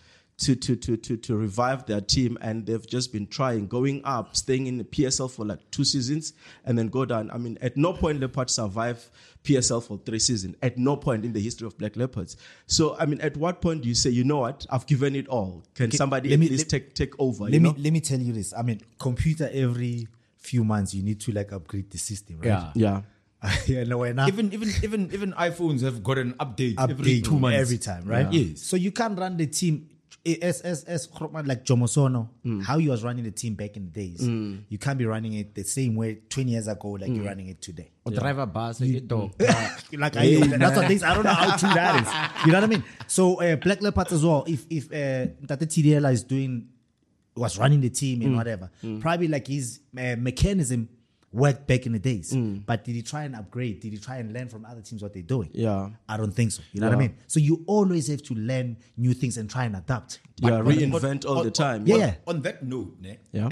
[SPEAKER 2] To, to, to, to, to revive their team and they've just been trying going up staying in the PSL for like two seasons and then go down I mean at no point Leopard survive PSL for three seasons at no point in the history of Black Leopards so I mean at what point do you say you know what I've given it all can somebody
[SPEAKER 6] let
[SPEAKER 2] at
[SPEAKER 6] me-
[SPEAKER 2] least take take over you
[SPEAKER 6] Let me
[SPEAKER 2] know?
[SPEAKER 6] let me tell you this. I mean, computer every few months you need to like upgrade the system, right?
[SPEAKER 5] Yeah.
[SPEAKER 2] yeah
[SPEAKER 6] yeah, no, we're not
[SPEAKER 5] Even even even even iPhones have got an update,
[SPEAKER 6] update
[SPEAKER 5] every two months.
[SPEAKER 6] every time, right?
[SPEAKER 5] Yeah. Yes.
[SPEAKER 6] So you can't run the team. As as as Kropman, like Jomosono,
[SPEAKER 5] Mm.
[SPEAKER 6] how you was running the team back in the days, you can't be running it the same way twenty years ago like
[SPEAKER 5] Mm.
[SPEAKER 6] you're running it today.
[SPEAKER 5] Driver bus, you, dog.
[SPEAKER 6] like I, that's what things I don't know how true that is. You know what I mean? So uh, Black Leopards as well. If if uh, Tate Tidela is doing was running the team
[SPEAKER 5] Mm.
[SPEAKER 6] and whatever, probably like his uh, mechanism worked back in the days.
[SPEAKER 5] Mm.
[SPEAKER 6] But did he try and upgrade? Did he try and learn from other teams what they're doing?
[SPEAKER 2] Yeah.
[SPEAKER 6] I don't think so. You know what I
[SPEAKER 2] Yeah.
[SPEAKER 6] mean? So you always have to learn new things and try and adapt.
[SPEAKER 2] yeah, reinvent all the time.
[SPEAKER 6] yeah.
[SPEAKER 5] On that note, ne,
[SPEAKER 2] Yeah.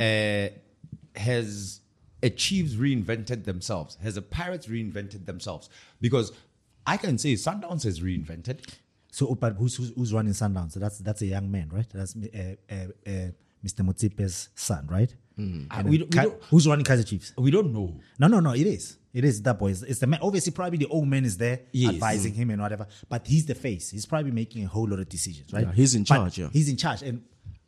[SPEAKER 5] uh, has a Chiefs reinvented themselves? Has a Pirates reinvented themselves? Because I can say Sundowns has reinvented.
[SPEAKER 6] So, oh, but who's, who's, who's running Sundowns? So that's that's a young man, right? That's uh, uh, uh, Mr. Motsipe's son, right?
[SPEAKER 2] Mm-hmm.
[SPEAKER 5] Uh, we, don't, we,
[SPEAKER 6] Ki-
[SPEAKER 5] don't,
[SPEAKER 6] who's running Kaiser Chiefs?
[SPEAKER 5] we don't know.
[SPEAKER 6] No, no, no. It is. It is that boy. It's, it's the man. Obviously, probably the old man is there
[SPEAKER 5] Yes.
[SPEAKER 6] advising
[SPEAKER 2] Mm-hmm.
[SPEAKER 6] him and whatever. But he's the face. He's probably making a whole lot of decisions, right?
[SPEAKER 2] Yeah, he's in
[SPEAKER 6] But
[SPEAKER 2] charge, yeah.
[SPEAKER 6] he's in charge. And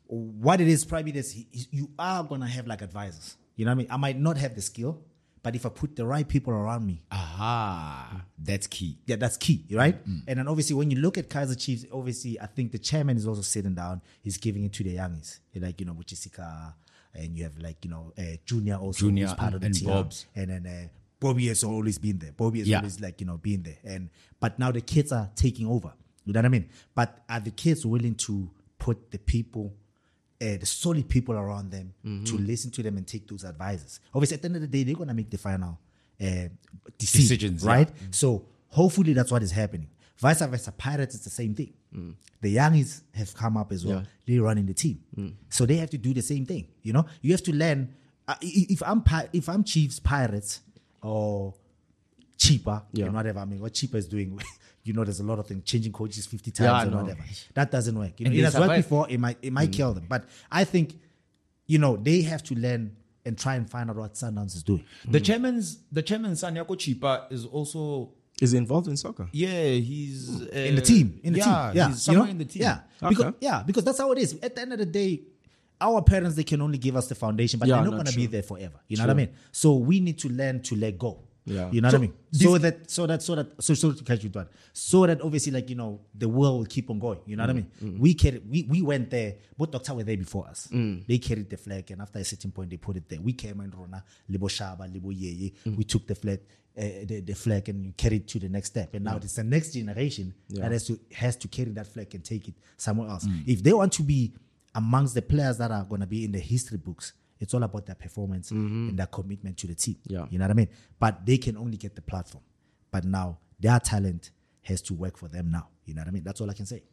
[SPEAKER 6] what it is probably this: he, he- you are gonna have like advisors. You know what I mean? I might not have the skill, but if I put the right people around me,
[SPEAKER 5] Aha, that's key.
[SPEAKER 6] yeah, that's key, right?
[SPEAKER 5] Mm,
[SPEAKER 6] And then obviously, when you look at Kaiser Chiefs, obviously, I think the chairman is also sitting down. He's giving it to the youngies, like you know, Muchisika, and you have like you know, uh, Junior also
[SPEAKER 5] Junior
[SPEAKER 6] who's part of the
[SPEAKER 5] and
[SPEAKER 6] team,
[SPEAKER 5] Bobs.
[SPEAKER 6] and then uh, Bobby has always been there. Bobby has
[SPEAKER 5] Yeah.
[SPEAKER 6] always like you know been there, and but now the kids are taking over. You know what I mean? But are the kids willing to put the people? Uh, the solid people around them to
[SPEAKER 5] Mm-hmm.
[SPEAKER 6] listen to them and take those advices. Obviously, at the end of the day, they're gonna make the final uh, decision,
[SPEAKER 5] Decisions, yeah. Mm.
[SPEAKER 6] right? So hopefully that's what is happening. Vice versa, Pirates is the same thing.
[SPEAKER 5] Mm.
[SPEAKER 6] The youngies have come up as well. They're running the team,
[SPEAKER 5] Mm.
[SPEAKER 6] so they have to do the same thing. You know, you have to learn. Uh, i- i- if I'm Pi- if I'm Chiefs, Pirates, or cheaper
[SPEAKER 2] Yeah.
[SPEAKER 6] and whatever. I mean, what cheaper is doing, you know, there's a lot of things changing coaches fifty times
[SPEAKER 5] Yeah, I
[SPEAKER 6] and
[SPEAKER 5] know.
[SPEAKER 6] whatever. That doesn't work. You know,
[SPEAKER 5] And
[SPEAKER 6] it
[SPEAKER 5] they
[SPEAKER 6] has worked
[SPEAKER 5] survive. Mm.
[SPEAKER 6] before. It might it might kill them, but I think, you know, they have to learn and try and find out what Sundowns is doing.
[SPEAKER 5] The chairman's the chairman Sanyako Chipa is also
[SPEAKER 2] is involved in soccer.
[SPEAKER 5] yeah he's uh,
[SPEAKER 6] in the team, in the
[SPEAKER 5] yeah,
[SPEAKER 6] team, yeah,
[SPEAKER 5] he's
[SPEAKER 6] you know?
[SPEAKER 5] somewhere in the team.
[SPEAKER 6] yeah,
[SPEAKER 2] Okay.
[SPEAKER 6] because yeah, because that's how it is. At the end of the day, our parents they can only give us the foundation, but
[SPEAKER 2] Yeah,
[SPEAKER 6] they're not
[SPEAKER 2] no,
[SPEAKER 6] gonna
[SPEAKER 2] true.
[SPEAKER 6] be there forever. You know what I mean? So we need to learn to let go.
[SPEAKER 2] Yeah.
[SPEAKER 6] you know
[SPEAKER 5] So
[SPEAKER 6] what I mean.
[SPEAKER 5] this-
[SPEAKER 6] So that, so that, so that, so so to catch you down, so that obviously, like you know, the world will keep on going. You know what I mean? We carried, we we went there. Both doctor were there before us. They carried the flag, and after a certain point, they put it there. We came and Rona, Libo Shaba, Libo Yeye. We took the flag, uh, the, the flag, and carried it to the next step. And now it's the next generation that has to has to carry that flag and take it somewhere else. If they want to be amongst the players that are going to be in the history books, it's all about their performance
[SPEAKER 5] Mm-hmm.
[SPEAKER 6] and their commitment to the team.
[SPEAKER 2] Yeah.
[SPEAKER 6] You know what I mean? But they can only get the platform. But now their talent has to work for them now. You know what I mean? That's all I can say.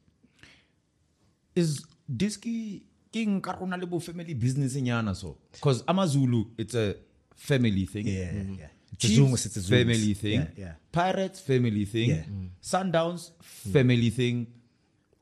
[SPEAKER 5] is Diski King Karunalibo family business in Yana so because Amazulu it's a family thing.
[SPEAKER 6] Yeah, yeah. It's a
[SPEAKER 5] Mm-hmm. Chiefs,
[SPEAKER 6] Zungus, it's a Zungus.
[SPEAKER 5] family thing.
[SPEAKER 6] Yeah, yeah.
[SPEAKER 5] Pirates family thing. Mm.
[SPEAKER 6] Yeah.
[SPEAKER 5] Sundowns family thing.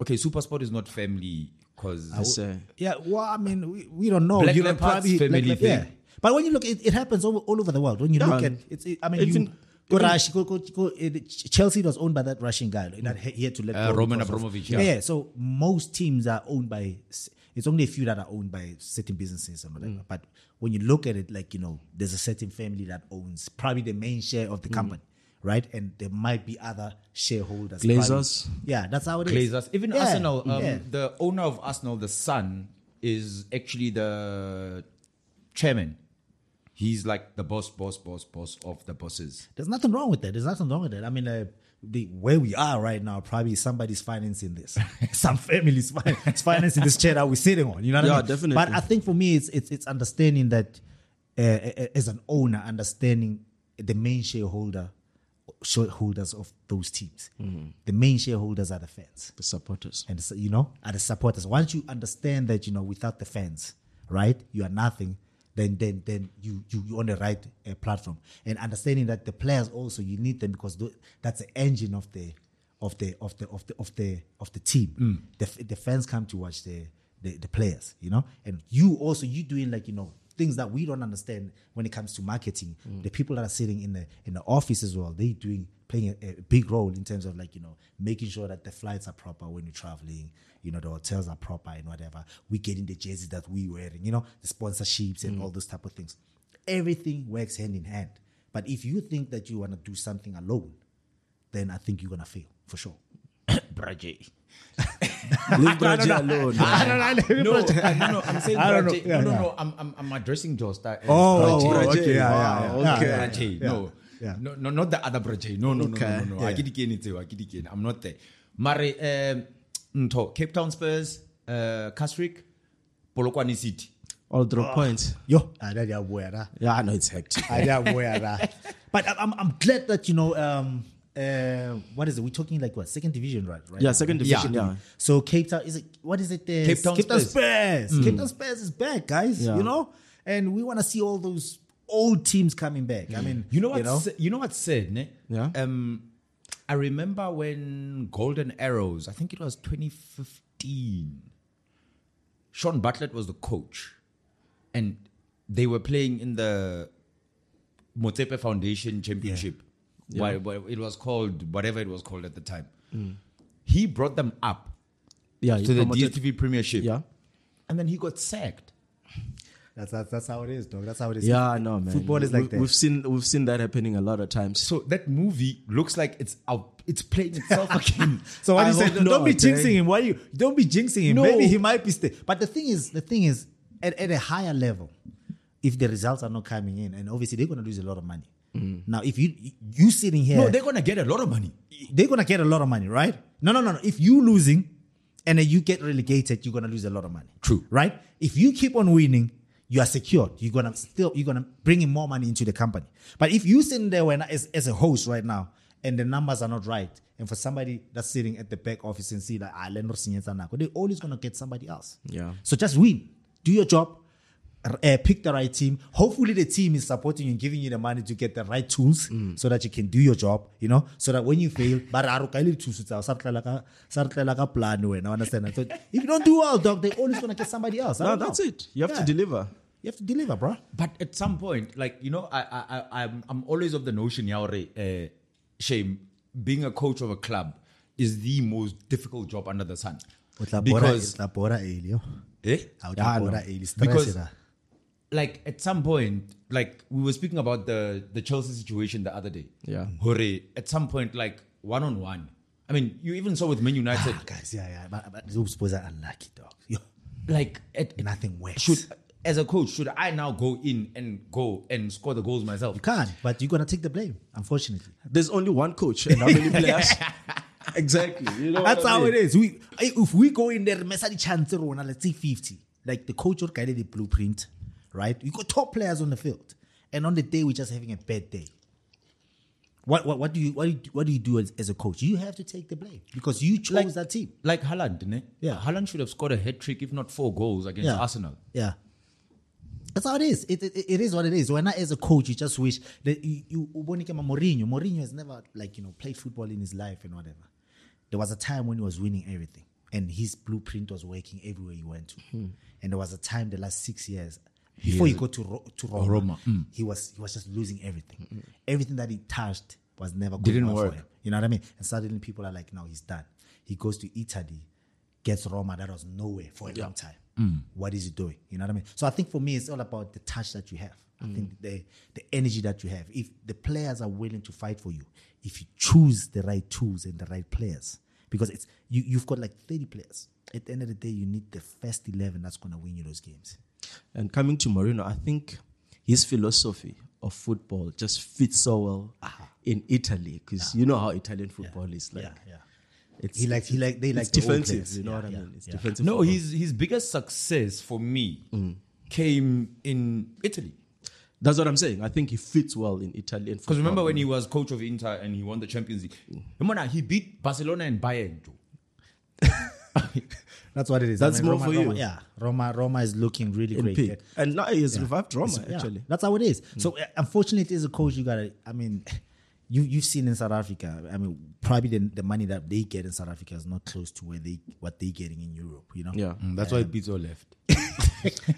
[SPEAKER 5] Okay, Supersport is not family because
[SPEAKER 2] I say.
[SPEAKER 6] Yeah, well, I mean, we, we don't know.
[SPEAKER 5] Black
[SPEAKER 6] you know,
[SPEAKER 5] Leopards family
[SPEAKER 6] Yeah.
[SPEAKER 5] thing.
[SPEAKER 6] But when you look, it, it happens all, all over the world. When you
[SPEAKER 2] Yeah.
[SPEAKER 6] look at it's, it, I mean,
[SPEAKER 2] Even-
[SPEAKER 6] you, go Rush, go, go, go, eh, the Ch- Chelsea was owned by that Russian guy. That he he had to let
[SPEAKER 5] Uh,
[SPEAKER 6] go
[SPEAKER 5] Roman
[SPEAKER 6] because of-
[SPEAKER 5] Abramovich,
[SPEAKER 6] Yeah.
[SPEAKER 5] yeah.
[SPEAKER 6] So most teams are owned by. s- It's only a few that are owned by certain businesses and
[SPEAKER 5] Mm.
[SPEAKER 6] whatever. But
[SPEAKER 5] Mm.
[SPEAKER 6] when you look at it, like you know, there's a certain family that owns probably the main share of the company, right? And there might be other shareholders.
[SPEAKER 2] Glazers?
[SPEAKER 6] parties. Yeah, that's how it is.
[SPEAKER 5] Glazers. Even
[SPEAKER 6] Yeah,
[SPEAKER 5] Arsenal, um,
[SPEAKER 6] yeah.
[SPEAKER 5] the owner of Arsenal, the son, is actually the chairman. He's like the boss, boss, boss, boss of the bosses.
[SPEAKER 6] There's nothing wrong with that. There's nothing wrong with that. I mean, uh, the, where we are right now, probably somebody's financing this. Some family's fin- is financing this chair that we're sitting on. You know what I
[SPEAKER 2] Yeah,
[SPEAKER 6] mean?
[SPEAKER 2] definitely.
[SPEAKER 6] But I think for me, it's it's, it's understanding that uh, a- a- as an owner, understanding the main shareholder, shareholders of those teams.
[SPEAKER 2] Mm-hmm.
[SPEAKER 6] The main shareholders are the fans
[SPEAKER 2] The supporters.
[SPEAKER 6] and so, you know are the supporters. Once you understand that you know without the fans, right, you are nothing. Then then then you you you on the right uh, platform and understanding that the players also you need them because tho- that's the engine of the of the of the of the of the of the team. The f- the fans come to watch the, the the players, you know, and you also you doing like you know. Things that we don't understand when it comes to marketing, the people that are sitting in the in the office as well, they doing playing a, a big role in terms of like you know making sure that the flights are proper when you're traveling you know the hotels are proper and whatever we getting the jerseys that we wearing you know the sponsorships and all those type of things everything works hand in hand but if you think that you want to do something alone then i think you're gonna fail for sure
[SPEAKER 5] Braje.
[SPEAKER 2] Leave Braja alone. man.
[SPEAKER 5] No, no, no, I'm saying
[SPEAKER 6] I don't know.
[SPEAKER 5] Braje.
[SPEAKER 6] Yeah,
[SPEAKER 5] no, no,
[SPEAKER 6] yeah.
[SPEAKER 5] no. I'm, I'm, I'm addressing Josta. as
[SPEAKER 6] Oh,
[SPEAKER 5] Braje.
[SPEAKER 6] oh, okay, yeah,
[SPEAKER 2] Wow,
[SPEAKER 6] yeah, yeah.
[SPEAKER 2] okay.
[SPEAKER 6] Yeah,
[SPEAKER 5] Braje.
[SPEAKER 6] yeah.
[SPEAKER 5] No.
[SPEAKER 6] Yeah.
[SPEAKER 5] no, no, not the other Braje. No, no, no,
[SPEAKER 2] Okay.
[SPEAKER 5] no, no, no. I
[SPEAKER 6] Yeah.
[SPEAKER 5] get it. I get it. I'm not there. Mare, um, Nto, Cape Town Spurs, uh, Kasrik, Polokwane City.
[SPEAKER 2] All drop points.
[SPEAKER 6] yo ah, that yeah, boy, ah.
[SPEAKER 2] Yeah, I know it's hectic.
[SPEAKER 6] I don't wear that. But I- I'm, I'm glad that you know um uh what is it? We're talking like what second division, right? right
[SPEAKER 2] Yeah,
[SPEAKER 6] now?
[SPEAKER 2] second division. Yeah.
[SPEAKER 6] So Cape Town is it? What is it? There?
[SPEAKER 5] Cape Town
[SPEAKER 6] Cape Town
[SPEAKER 5] Spurs.
[SPEAKER 6] Spurs. Mm. Cape Town Spurs is back, guys.
[SPEAKER 2] Yeah.
[SPEAKER 6] You know, and we want to see all those old teams coming back. I mean,
[SPEAKER 5] You know what?
[SPEAKER 6] You
[SPEAKER 5] You
[SPEAKER 6] know,
[SPEAKER 5] know, what's said, ne?
[SPEAKER 2] Yeah.
[SPEAKER 5] Um, I remember when Golden Arrows. I think it was 2015. Sean Bartlett was the coach, and they were playing in the Motepe Foundation Championship. Why, why- it was called whatever it was called at the time.
[SPEAKER 6] Mm.
[SPEAKER 5] He brought them up
[SPEAKER 2] Yeah.
[SPEAKER 5] to
[SPEAKER 2] you
[SPEAKER 5] the
[SPEAKER 2] promoted-
[SPEAKER 5] DSTV Premiership,
[SPEAKER 2] Yeah.
[SPEAKER 5] and then he got sacked.
[SPEAKER 6] that's, that's that's how it is, dog. That's how it is.
[SPEAKER 2] Yeah, I know, man.
[SPEAKER 6] Football is
[SPEAKER 2] We-
[SPEAKER 6] like that.
[SPEAKER 2] We've seen we've seen that happening a lot of times.
[SPEAKER 5] So that movie looks like it's out, it's playing itself again.
[SPEAKER 6] So what
[SPEAKER 2] I
[SPEAKER 6] you say?
[SPEAKER 2] hope
[SPEAKER 6] Don't, don't be
[SPEAKER 2] not,
[SPEAKER 6] jinxing
[SPEAKER 2] eh?
[SPEAKER 6] him. Why you? Don't be jinxing him.
[SPEAKER 5] No.
[SPEAKER 6] Maybe he might be stay. But the thing is, the thing is, at, at a higher level, if the results are not coming in, and obviously they're gonna lose a lot of money. Now, if you you sitting here,
[SPEAKER 5] Mm. No, they're gonna get a lot of money.
[SPEAKER 6] they're gonna get a lot of money, right? No, no, no, no. If you losing and then you get relegated, you're gonna lose a lot of money.
[SPEAKER 5] True.
[SPEAKER 6] Right? If you keep on winning, you are secured. You're gonna still you're gonna bring in more money into the company. But if you sitting there when as, as a host right now and the numbers are not right, and for somebody that's sitting at the back office and see like ah, Leno Sinyetsa Nako," they're always gonna get somebody else.
[SPEAKER 2] Yeah.
[SPEAKER 6] So just win. Do your job. r- Uh, pick the right team. Hopefully, the team is supporting you and giving you the money to get the right tools
[SPEAKER 2] Mm.
[SPEAKER 6] so that you can do your job, you know, so that when you fail, but I don't care if you choose it, I'll start like a- start like a plan, you know, understand? So if you don't do well, dog, they're always going to get somebody else. I
[SPEAKER 2] No,
[SPEAKER 6] don't know.
[SPEAKER 2] that's it. You have
[SPEAKER 6] Yeah.
[SPEAKER 2] to deliver.
[SPEAKER 6] You have to deliver, bro.
[SPEAKER 5] But at some point, like you know, I I, I I'm I'm always of the notion, Yaore, uh, shame being a coach of a club is the most difficult job under the sun. Because eh?
[SPEAKER 2] Yeah, no.
[SPEAKER 5] Because- like at some point, like we were speaking about the the Chelsea situation the other day.
[SPEAKER 2] Yeah.
[SPEAKER 5] Hore, at some point, like one on one. I mean, you even saw with Man United,
[SPEAKER 6] Ah, Guys, yeah, yeah. But, but those boys are unlucky, dog. Yo,
[SPEAKER 5] like at,
[SPEAKER 6] nothing works.
[SPEAKER 5] should as a coach, should I now go in and go and score the goals myself?
[SPEAKER 6] You can't, but you're going to take the blame, unfortunately.
[SPEAKER 2] There's only one coach and how many players? exactly. You know
[SPEAKER 6] That's
[SPEAKER 2] what I
[SPEAKER 6] how
[SPEAKER 2] mean?
[SPEAKER 6] it is. We eh, if we go in there, mess the chance rona, let's say 50. Like the coach or guided the blueprint, right? You got top players on the field. And on the day we're just having a bad day. What what, what do you what do you, what do you do as, as a coach? You have to take the blame because you chose
[SPEAKER 5] Like-
[SPEAKER 6] that team.
[SPEAKER 5] Like Haaland, ne?
[SPEAKER 6] Yeah.
[SPEAKER 5] Haaland should have scored a hat trick, if not four goals against
[SPEAKER 6] Yeah.
[SPEAKER 5] Arsenal.
[SPEAKER 6] Yeah. That's how it is. It, it, it is what it is. When I, as a coach, you just wish that you, you Ubonikema Mourinho. Mourinho has never, like, you know, played football in his life and whatever. There was a time when he was winning everything and his blueprint was working everywhere he went to. And there was a time the last six years before he, got to, Ro- to Roma,
[SPEAKER 5] Roma, mm.
[SPEAKER 6] he was he was just losing everything. Everything that he touched was never good
[SPEAKER 5] Didn't
[SPEAKER 6] enough
[SPEAKER 5] work.
[SPEAKER 6] for him. You know what I mean? And suddenly people are like, now he's done. He goes to Italy, gets Roma that was
[SPEAKER 5] Mm.
[SPEAKER 6] nowhere for a long time. What is he doing? You know what I mean? So I think for me, it's all about the touch that you have. I
[SPEAKER 5] Mm.
[SPEAKER 6] think the the energy that you have, if the players are willing to fight for you, if you choose the right tools and the right players, because it's you you've got like thirty players. At the end of the day, you need the first eleven that's going to win you those games.
[SPEAKER 2] And coming to Marino, I think his philosophy of football just fits so well in Italy because you know how Italian football is like.
[SPEAKER 6] yeah.
[SPEAKER 2] It's,
[SPEAKER 6] He likes he like they like
[SPEAKER 2] it's
[SPEAKER 6] the old
[SPEAKER 2] defensive,
[SPEAKER 6] players.
[SPEAKER 2] you know
[SPEAKER 6] Yeah,
[SPEAKER 2] what I
[SPEAKER 6] yeah,
[SPEAKER 2] mean? It's
[SPEAKER 6] yeah.
[SPEAKER 2] defensive.
[SPEAKER 5] No,
[SPEAKER 2] football.
[SPEAKER 5] his his biggest success for me came in Italy.
[SPEAKER 2] That's what I'm saying. I think he fits well in Italian football.
[SPEAKER 5] Because remember when he was coach of Inter and he won the Champions League? Remember now, he beat Barcelona and Bayern. Joe.
[SPEAKER 6] That's what it is.
[SPEAKER 2] That's more
[SPEAKER 6] Roma,
[SPEAKER 2] for
[SPEAKER 6] Roma-
[SPEAKER 2] you.
[SPEAKER 6] Yeah, Roma Roma is looking really
[SPEAKER 2] in
[SPEAKER 6] great.
[SPEAKER 2] peak. And now he has revived Roma,
[SPEAKER 6] It's- yeah,
[SPEAKER 2] actually. Hmm.
[SPEAKER 6] that's how it is. So uh, unfortunately, as a coach, you gotta. I mean, you you've seen in South Africa. I mean, probably the, the money that they get in South Africa is not close to where they what they getting in Europe. You know.
[SPEAKER 2] Yeah.
[SPEAKER 5] that's why Bizzo left.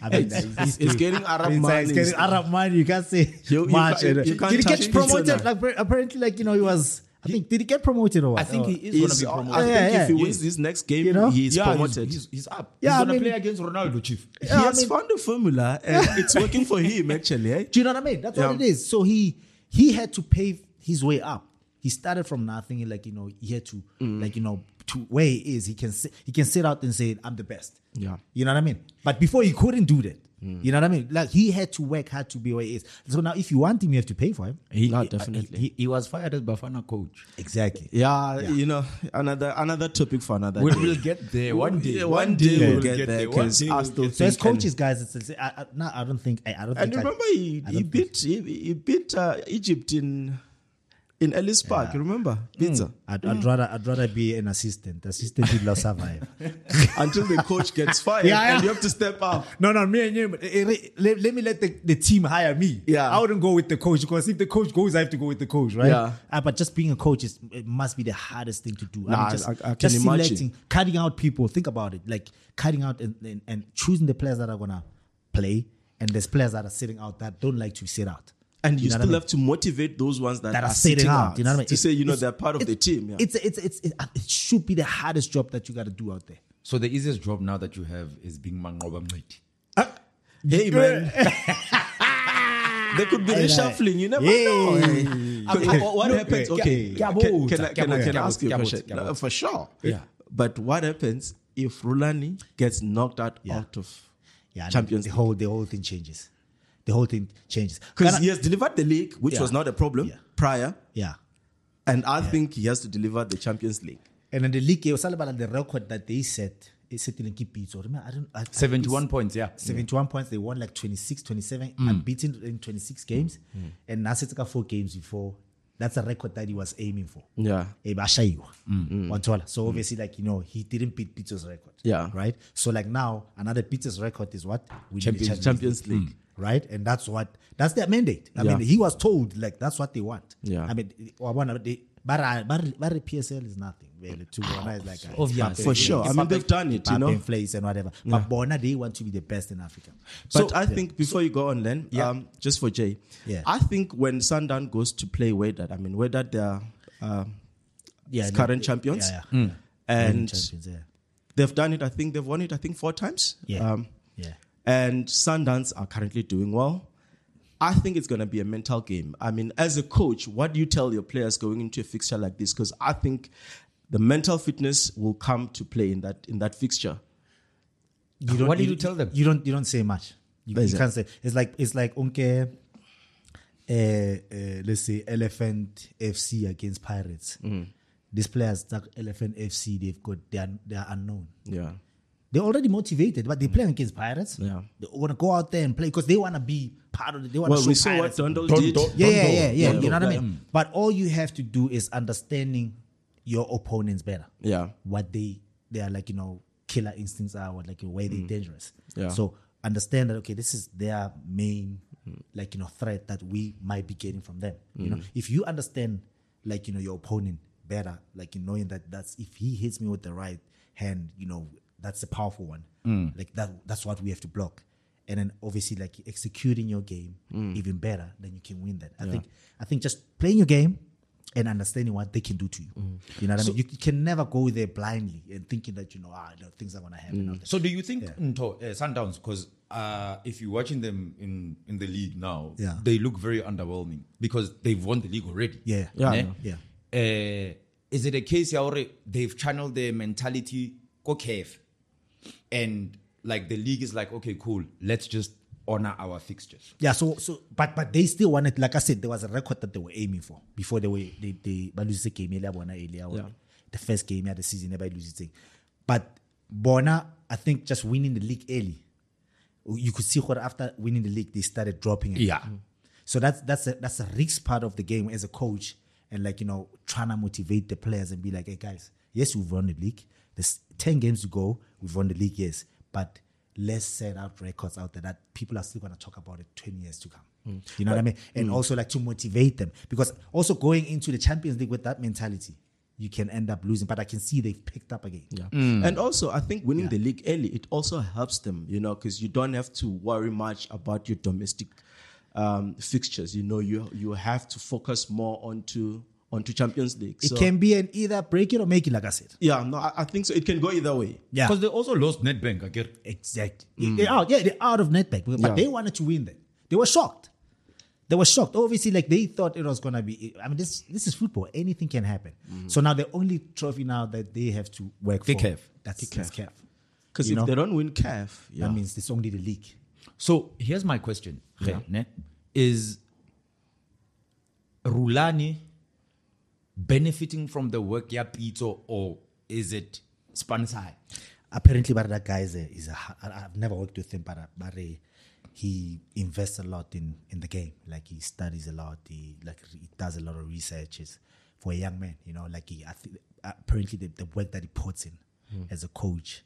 [SPEAKER 6] I mean, that is-
[SPEAKER 2] He's, he's getting Arab
[SPEAKER 6] it's,
[SPEAKER 2] money.
[SPEAKER 6] like, it's getting Arab money. You can't say
[SPEAKER 2] You- you
[SPEAKER 6] much. and,
[SPEAKER 2] can't-
[SPEAKER 6] uh,
[SPEAKER 2] you can't
[SPEAKER 6] did he
[SPEAKER 2] touch
[SPEAKER 6] get
[SPEAKER 2] it.
[SPEAKER 6] promoted?
[SPEAKER 2] It's
[SPEAKER 6] Like, apparently, like you know, he was. I think did he get promoted or what?
[SPEAKER 5] I think
[SPEAKER 6] Or-
[SPEAKER 5] he is uh, going to be
[SPEAKER 2] He's- uh, I
[SPEAKER 5] promoted.
[SPEAKER 2] think
[SPEAKER 6] Yeah, yeah.
[SPEAKER 2] if he wins this next game,
[SPEAKER 6] You know?
[SPEAKER 2] he's
[SPEAKER 5] Yeah,
[SPEAKER 2] promoted.
[SPEAKER 5] He's, he's up.
[SPEAKER 6] Yeah,
[SPEAKER 5] he's
[SPEAKER 6] I
[SPEAKER 5] going
[SPEAKER 6] mean-
[SPEAKER 5] to play against Ronaldo, Chief.
[SPEAKER 6] Yeah,
[SPEAKER 2] he
[SPEAKER 6] I
[SPEAKER 2] has
[SPEAKER 6] mean-
[SPEAKER 2] found a formula and it's working for him, actually. eh?
[SPEAKER 6] Do you know what I mean? That's
[SPEAKER 2] Yeah.
[SPEAKER 6] what it is. So he he had to pave his way up. He started from nothing. Like you know, he had to
[SPEAKER 2] Mm.
[SPEAKER 6] like you know to where he is. He can sit, he can sit out and say, "I'm the best."
[SPEAKER 2] Yeah. Mm.
[SPEAKER 6] you know what I mean. But before he couldn't do that. You know what I mean? Like he had to work hard to be where he is. So now, if you want him, you have to pay for him.
[SPEAKER 2] No, definitely.
[SPEAKER 5] He, was fired as Bafana coach.
[SPEAKER 6] Exactly.
[SPEAKER 2] yeah, you know, another another topic for another
[SPEAKER 5] We
[SPEAKER 2] day.
[SPEAKER 5] will get there one day.
[SPEAKER 2] Yeah, one day
[SPEAKER 5] we
[SPEAKER 2] we'll
[SPEAKER 5] will
[SPEAKER 2] get there,
[SPEAKER 5] One
[SPEAKER 2] 'cause
[SPEAKER 5] day
[SPEAKER 2] I
[SPEAKER 5] we'll
[SPEAKER 2] still
[SPEAKER 5] get
[SPEAKER 6] So as
[SPEAKER 2] think and-
[SPEAKER 6] coaches, guys, it's, it's I, I, no, I don't think I, I don't. think
[SPEAKER 2] And
[SPEAKER 6] I-
[SPEAKER 2] remember, he,
[SPEAKER 6] I
[SPEAKER 2] he
[SPEAKER 6] don't think-
[SPEAKER 2] beat he, he beat uh, Egypt in in Ellis Park. You remember, pizza
[SPEAKER 5] Mm.
[SPEAKER 6] I'd,
[SPEAKER 2] Mm.
[SPEAKER 6] I'd rather I'd rather be an assistant. Assistant will survive.
[SPEAKER 2] until the coach gets fired
[SPEAKER 6] Yeah, yeah.
[SPEAKER 2] and you have to step up.
[SPEAKER 6] No, no, me and you. eh, eh, Let, let me let the, the team hire me.
[SPEAKER 2] Yeah.
[SPEAKER 6] I wouldn't go with the coach because if the coach goes, I have to go with the coach, right?
[SPEAKER 2] Yeah.
[SPEAKER 6] Ah, but just being a coach is it must be the hardest thing to do. I
[SPEAKER 2] Nah,
[SPEAKER 6] mean, just,
[SPEAKER 2] I- I can
[SPEAKER 6] just
[SPEAKER 2] imagine.
[SPEAKER 6] selecting, cutting out people. Think about it, like cutting out and, and, and choosing the players that are gonna play, and there's players that are sitting out that don't like to sit out.
[SPEAKER 2] And you,
[SPEAKER 6] know
[SPEAKER 2] still
[SPEAKER 6] what I mean?
[SPEAKER 2] have to motivate those ones that,
[SPEAKER 6] that are
[SPEAKER 2] sitting out.
[SPEAKER 6] You know what I mean?
[SPEAKER 2] To say you know
[SPEAKER 6] It's-
[SPEAKER 2] they're part of the
[SPEAKER 6] it's-
[SPEAKER 2] team. Yeah.
[SPEAKER 6] It's it's it's it, it should be the hardest job that you got to do out there.
[SPEAKER 5] So the easiest job now that you have is being Mangoba Mniti.
[SPEAKER 2] hey man, there could be reshuffling. You never know. eh? Okay, what happens? Okay,
[SPEAKER 5] Yeah.
[SPEAKER 2] can, can I, can I,
[SPEAKER 5] Yeah.
[SPEAKER 2] can I ask you a
[SPEAKER 5] Yeah.
[SPEAKER 2] question?
[SPEAKER 5] Yeah.
[SPEAKER 2] No, for sure.
[SPEAKER 5] Yeah.
[SPEAKER 2] But what happens if Rulani gets knocked out
[SPEAKER 6] Yeah.
[SPEAKER 2] out of
[SPEAKER 6] Yeah, and
[SPEAKER 2] Champions
[SPEAKER 6] The
[SPEAKER 2] League.
[SPEAKER 6] whole the whole thing changes. The whole thing changes
[SPEAKER 2] Because
[SPEAKER 6] Ghana-
[SPEAKER 2] he has delivered the league, which
[SPEAKER 6] Yeah.
[SPEAKER 2] was not a problem
[SPEAKER 6] Yeah.
[SPEAKER 2] prior,
[SPEAKER 6] yeah.
[SPEAKER 2] and I think he has to deliver the Champions League.
[SPEAKER 6] And then the league, it was all about the record that they set. e It set in keep beats. Or remember, I don't. I, I think it's
[SPEAKER 5] 71 points, yeah.
[SPEAKER 6] 71 points. They won like 26, 27, unbeaten in 26 games. And now it's like four games before. That's a record that he was aiming for.
[SPEAKER 2] Yeah.
[SPEAKER 6] Eh, bashayiwa.
[SPEAKER 2] Mm.
[SPEAKER 6] Wanthola. So obviously, like you know, he didn't beat Peter's record.
[SPEAKER 2] Yeah.
[SPEAKER 6] Right. So like now, another Peter's record is what we
[SPEAKER 2] Champions, Champions League.
[SPEAKER 6] Mm. right? And that's what that's their mandate. I
[SPEAKER 2] Yeah.
[SPEAKER 6] mean, he was told like that's what they want.
[SPEAKER 2] Yeah.
[SPEAKER 6] I mean, but but uh, but PSL is nothing really to be honest. Like uh,
[SPEAKER 5] Obvious.
[SPEAKER 6] Mbappe-
[SPEAKER 2] For sure. I mean, they've done it, you
[SPEAKER 6] Mbappe
[SPEAKER 2] know.
[SPEAKER 6] and Fleis and whatever. But Bona, they want to be the best in Africa.
[SPEAKER 2] But I think before you go on, then, um, just for Jay,
[SPEAKER 6] Yeah.
[SPEAKER 2] I think when Sundown goes to play Wydad, I mean, Wydad, they're um,
[SPEAKER 6] yeah,
[SPEAKER 2] current
[SPEAKER 6] yeah,
[SPEAKER 2] champions.
[SPEAKER 6] Yeah, yeah. Current
[SPEAKER 2] and
[SPEAKER 6] champions. Yeah,
[SPEAKER 2] they've done it. I think they've won it, I think, four times.
[SPEAKER 6] yeah,
[SPEAKER 2] Um,
[SPEAKER 6] yeah.
[SPEAKER 2] and Sundance are currently doing well. I think it's going to be a mental game. I mean, as a coach, what do you tell your players going into a fixture like this? Because I think the mental fitness will come to play in that in that fixture.
[SPEAKER 6] you don't-
[SPEAKER 5] What did you tell them?
[SPEAKER 6] You don't. You don't say much. You, you
[SPEAKER 2] Listen.
[SPEAKER 6] can't say. It's like it's like unke. Uh, uh, let's say Elephant FC against Pirates.
[SPEAKER 5] Mm-hmm.
[SPEAKER 6] These players like Elephant FC. They've got they are they are unknown.
[SPEAKER 2] Yeah,
[SPEAKER 6] They're already motivated, but they're playing against Pirates.
[SPEAKER 2] Yeah.
[SPEAKER 6] They want to go out there and play because they want to be part of the. They want
[SPEAKER 2] Well,
[SPEAKER 6] to
[SPEAKER 2] we saw what Dundle did.
[SPEAKER 6] yeah, yeah, yeah, yeah,
[SPEAKER 2] Don't
[SPEAKER 6] You know
[SPEAKER 2] go.
[SPEAKER 6] what I mean. But all you have to do is understanding your opponents better
[SPEAKER 2] Yeah,
[SPEAKER 6] what they they are like you know killer instincts are or like where
[SPEAKER 5] Mm.
[SPEAKER 6] they're dangerous
[SPEAKER 2] Yeah.
[SPEAKER 6] so understand that okay this is their main like you know threat that we might be getting from them you know if you understand like you know your opponent better like you knowing that that's if he hits me with the right hand you know that's a powerful one like that that's what we have to block and then obviously like executing your game even better then you can win that i think i think just playing your game and understanding what they can do to you you know what i mean you, you can never go there blindly and thinking that you know ah no, things are going to happen out there.
[SPEAKER 5] So do you think Nto, uh, Sundowns, because uh, if you're watching them in, in the league now,
[SPEAKER 6] Yeah.
[SPEAKER 5] they look very underwhelming because they've won the league already.
[SPEAKER 6] Yeah.
[SPEAKER 2] Yeah,
[SPEAKER 5] Ne?
[SPEAKER 2] I know.
[SPEAKER 6] Yeah.
[SPEAKER 5] Uh, is it a case ya hore they've channeled their mentality go KF, and like the league is like okay cool let's just honor our fixtures
[SPEAKER 6] Yeah, so so but but they still wanted like I said, there was a record that they were aiming for before they were they they but lose the game earlier, bona e earlier, or
[SPEAKER 2] Yeah.
[SPEAKER 6] the first game yeah, the season e never lose thing. But Bona, I think just winning the league early. You could see what after winning the league they started dropping it.
[SPEAKER 5] Yeah. Mhm.
[SPEAKER 6] So that's that's a that's a risk part of the game as a coach and like you know, trying to motivate the players and be like, hey guys, yes, we've won the league. There's ten games to go, we've won the league, yes. But let's set out records out there that people are still going to talk about it 20 years to come. You know what I mean? And also like to motivate them because also going into the Champions League with that mentality, you can end up losing. But I can see they've picked up again.
[SPEAKER 2] Yeah. And also, I think winning the league early, it also helps them, you know, because you don't have to worry much about your domestic um, fixtures. You know, you you have to focus more onto onto Champions League.
[SPEAKER 6] It
[SPEAKER 2] So,
[SPEAKER 6] can be an either break it or make it, like I said.
[SPEAKER 2] yeah, no, I, I think so. It can go either way.
[SPEAKER 6] Yeah.
[SPEAKER 5] because they also lost netbank i get
[SPEAKER 6] Exactly. They're out. Yeah, they're out of netback. But
[SPEAKER 2] Mm. Yeah.
[SPEAKER 6] they wanted to win that. They were shocked. They were shocked. Obviously, like they thought it was gonna be. I mean, this this is football. Anything can happen.
[SPEAKER 2] Mm.
[SPEAKER 6] So now the only trophy now that they have to work
[SPEAKER 5] They
[SPEAKER 6] for
[SPEAKER 5] care.
[SPEAKER 6] that's that's CAF.
[SPEAKER 2] Because
[SPEAKER 6] You
[SPEAKER 2] if
[SPEAKER 6] know?
[SPEAKER 2] they don't win CAF, yeah.
[SPEAKER 6] That means it's only the league.
[SPEAKER 5] so here's my question yeah. is rulani benefiting from the work ya pito or is it sponsor
[SPEAKER 6] Apparently, but that guy is a, is a. ha- I- I've never worked with him, but uh, but uh, he invests a lot in in the game. Like he studies a lot. He like he does a lot of researches for a young man. You know, like he I think apparently the, the work that he puts in as a coach,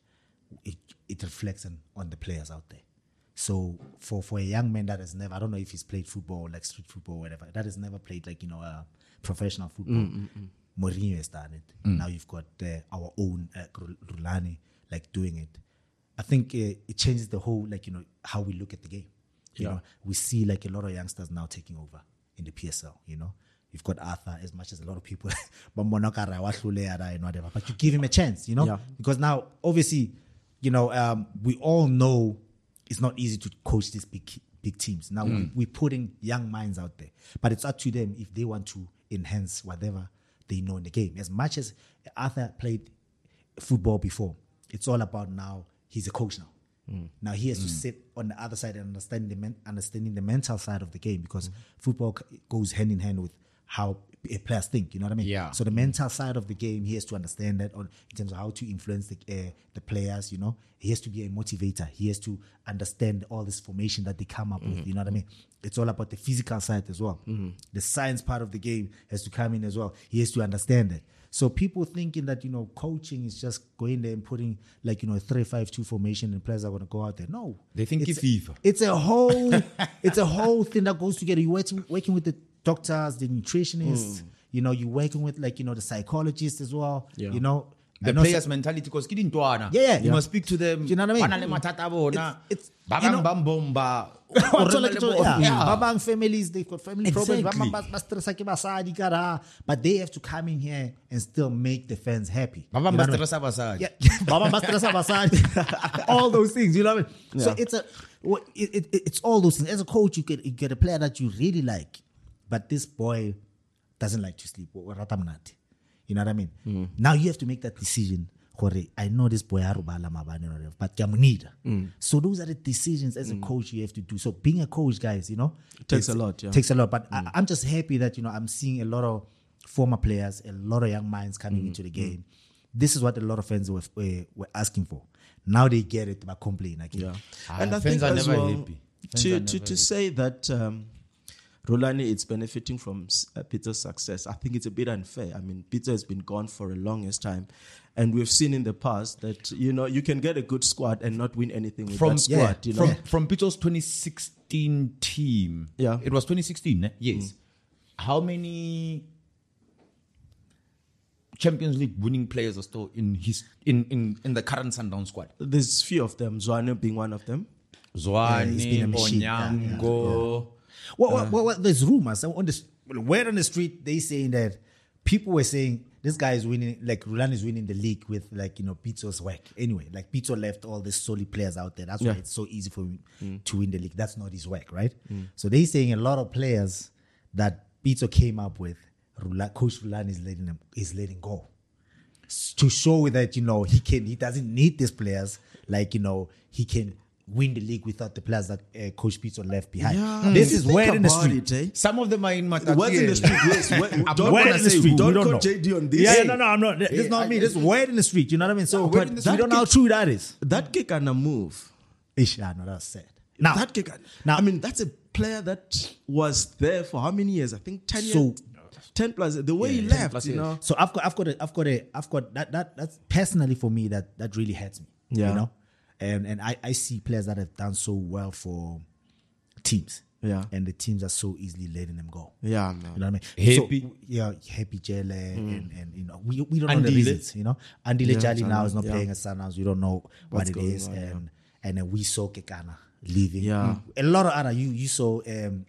[SPEAKER 6] it it reflects on, on the players out there. So for for a young man that has never, I don't know if he's played football, like street football, or whatever, that has never played like you know uh, professional football. Mourinho has done it. Now you've got uh, our own uh, Ru- Rulani like doing it. I think uh, it changes the whole like you know how we look at the game. You know, we see like a lot of youngsters now taking over in the PSL. You know, you've got Arthur as much as a lot of people, Bambona Kara, Wahlulea, and whatever. But you give him a chance. You know,
[SPEAKER 2] Yeah.
[SPEAKER 6] because now obviously, you know, um, we all know it's not easy to coach these big big teams. Now we, we're putting young minds out there, but it's up to them if they want to enhance whatever they know in the game. As much as Arthur played football before, it's all about now. He's a coach now. Now he has to sit on the other side and understand the men- understanding the mental side of the game because football c- goes hand in hand with how p- players think. You know what I mean?
[SPEAKER 5] Yeah.
[SPEAKER 6] So the mental side of the game, he has to understand that on in terms of how to influence the uh, the players. You know, he has to be a motivator. He has to understand all this formation that they come up with. You know what I mean? It's all about the physical side as well.
[SPEAKER 5] Mm-hmm.
[SPEAKER 6] The science part of the game has to come in as well. He has to understand it. So people thinking that you know coaching is just going there and putting like you know a three-five-two formation and players are going to go out there. No,
[SPEAKER 5] They think
[SPEAKER 6] it's
[SPEAKER 5] it's FIFA.
[SPEAKER 6] It's a whole, it's a whole thing that goes together. You're working, working with the doctors, the
[SPEAKER 5] Hmm.
[SPEAKER 6] nutritionists. You know, you're working with like you know the psychologists as well.
[SPEAKER 2] Yeah.
[SPEAKER 6] You know,
[SPEAKER 5] the
[SPEAKER 6] I know
[SPEAKER 5] players'
[SPEAKER 6] some-
[SPEAKER 5] mentality because ke dintwana
[SPEAKER 6] Yeah, yeah.
[SPEAKER 5] you must speak to them
[SPEAKER 6] You know what I mean?
[SPEAKER 5] ba na le mathata a bona
[SPEAKER 6] It's- it's-
[SPEAKER 5] ba
[SPEAKER 6] you
[SPEAKER 5] bang
[SPEAKER 6] know-
[SPEAKER 5] ba mbomba
[SPEAKER 6] Wa
[SPEAKER 5] o rema
[SPEAKER 6] thola ke
[SPEAKER 5] le
[SPEAKER 6] thola-
[SPEAKER 5] bo-
[SPEAKER 6] yeah.
[SPEAKER 5] Yeah.
[SPEAKER 6] Ba bang families they've got family problems. Ba
[SPEAKER 5] Exactly.
[SPEAKER 6] bang ba- ba stress-a ke basadi ka raha. But they have to come in here and still make the fans happy.
[SPEAKER 5] Ba bang
[SPEAKER 6] You know
[SPEAKER 5] ba
[SPEAKER 6] what I mean?
[SPEAKER 5] stress-a basadi.
[SPEAKER 6] Yeah, Baba Masterasa Basadi, all those things. You know what I mean? So it's a, what- it, it, it's all those things. As a coach, you get you get a player that you really like, but this boy doesn't like to sleep. or rather mnati. You know what I mean?
[SPEAKER 2] Hmm.
[SPEAKER 6] Now you have to make that decision. Gore, I know this boy arubala mabane or whatever, but kiamunida.
[SPEAKER 2] Hmm.
[SPEAKER 6] So those are the decisions as a coach you have to do. So being a coach, guys, you know, it
[SPEAKER 2] takes a lot, yeah.
[SPEAKER 6] Takes a lot, but I, I'm just happy that you know I'm seeing a lot of former players, a lot of young minds coming into the game. This is what a lot of fans were were, were asking for. Now they get it, but complain again.
[SPEAKER 5] Ah,
[SPEAKER 2] and I
[SPEAKER 5] fans
[SPEAKER 2] think
[SPEAKER 5] are
[SPEAKER 2] as
[SPEAKER 5] never
[SPEAKER 2] well,
[SPEAKER 5] happy. Fans are
[SPEAKER 2] to,
[SPEAKER 5] never
[SPEAKER 2] to, to say that um, Rolani is benefiting from S- uh, Peter's success, I think it's a bit unfair. I mean, Peter has been gone for a longest time, and we've seen in the past that you know you can get a good squad and not win anything with
[SPEAKER 5] from
[SPEAKER 2] that squad. you know,
[SPEAKER 5] from from Pito's 2016 team
[SPEAKER 2] Yeah.
[SPEAKER 5] it was 2016 ne? yes how many Champions League winning players are still in his in in, in the current Sundown squad
[SPEAKER 2] there's few of them. Zwane being one of them.
[SPEAKER 6] he's been
[SPEAKER 5] Zwane
[SPEAKER 6] a machine. Yeah, yeah,
[SPEAKER 5] Onyango
[SPEAKER 6] Well, well, well, well, there's rumors on the s- well, word on the street. They saying that people were saying this guy is winning, like Rulan is winning the league with like you know Pizzo's work. Anyway, like Pizzo left all these solid players out there. That's
[SPEAKER 2] Yeah.
[SPEAKER 6] why it's so easy for him to win the league. That's not his work, right? So they saying a lot of players that Pizzo came up with, Rulan, Coach Rulan is letting them is letting go s- to show that you know he can he doesn't need these players like you know he can win the league without the players that uh, coach Pizzo left behind. Hmm. This
[SPEAKER 2] You
[SPEAKER 6] is
[SPEAKER 2] think
[SPEAKER 6] word in the
[SPEAKER 2] about
[SPEAKER 6] street.
[SPEAKER 2] it, eh?
[SPEAKER 5] Some of them are in Matatiele.
[SPEAKER 2] Words in the street, yes. Word-
[SPEAKER 5] I'm
[SPEAKER 2] don't
[SPEAKER 5] not
[SPEAKER 6] Word
[SPEAKER 2] gonna
[SPEAKER 6] in the
[SPEAKER 2] say
[SPEAKER 6] street.
[SPEAKER 2] we
[SPEAKER 6] we
[SPEAKER 2] don't
[SPEAKER 6] don't
[SPEAKER 2] call
[SPEAKER 6] know.
[SPEAKER 2] JD on this.
[SPEAKER 6] Yeah, yeah,
[SPEAKER 2] Hey,
[SPEAKER 6] no, no, I'm not. This is
[SPEAKER 5] Yeah,
[SPEAKER 6] not
[SPEAKER 5] I-
[SPEAKER 6] me. This is word in the street. You know what I mean? So,
[SPEAKER 2] No, word
[SPEAKER 6] but
[SPEAKER 2] in the
[SPEAKER 6] we
[SPEAKER 2] street.
[SPEAKER 6] don't know how true that is.
[SPEAKER 2] That Kekana move.
[SPEAKER 6] Ish, I know that's sad. Now,
[SPEAKER 2] that Kekana.
[SPEAKER 6] now-
[SPEAKER 2] I mean, that's a player that was there for how many years? I think 10 years.
[SPEAKER 6] So-
[SPEAKER 2] 10 plus. The way he
[SPEAKER 5] 10
[SPEAKER 2] left,
[SPEAKER 5] plus
[SPEAKER 2] you
[SPEAKER 5] years.
[SPEAKER 2] know.
[SPEAKER 6] So I've got, I've got, a, I've got, a, I've got that, that, that's personally for me that that really hurts me.
[SPEAKER 2] Yeah.
[SPEAKER 6] you know, and and I, I see players that have done so well for teams.
[SPEAKER 2] Yeah.
[SPEAKER 6] and the teams are so easily letting them go.
[SPEAKER 2] Yeah,
[SPEAKER 6] You know
[SPEAKER 2] man.
[SPEAKER 6] what I mean?
[SPEAKER 5] Happy.
[SPEAKER 6] So, yeah, happy Jele and, and you know we, we don't know
[SPEAKER 5] Andile.
[SPEAKER 6] the reasons. You know, Andy
[SPEAKER 2] Mm. Yeah,
[SPEAKER 6] Jali now
[SPEAKER 2] Jali,
[SPEAKER 6] is not
[SPEAKER 2] yeah.
[SPEAKER 6] playing at Sundowns. We don't know what
[SPEAKER 2] What's
[SPEAKER 6] it
[SPEAKER 2] going
[SPEAKER 6] is,
[SPEAKER 2] on, yeah.
[SPEAKER 6] and and then we saw Kekana leaving. Mm.
[SPEAKER 2] Yeah.
[SPEAKER 6] a lot of other you you saw um,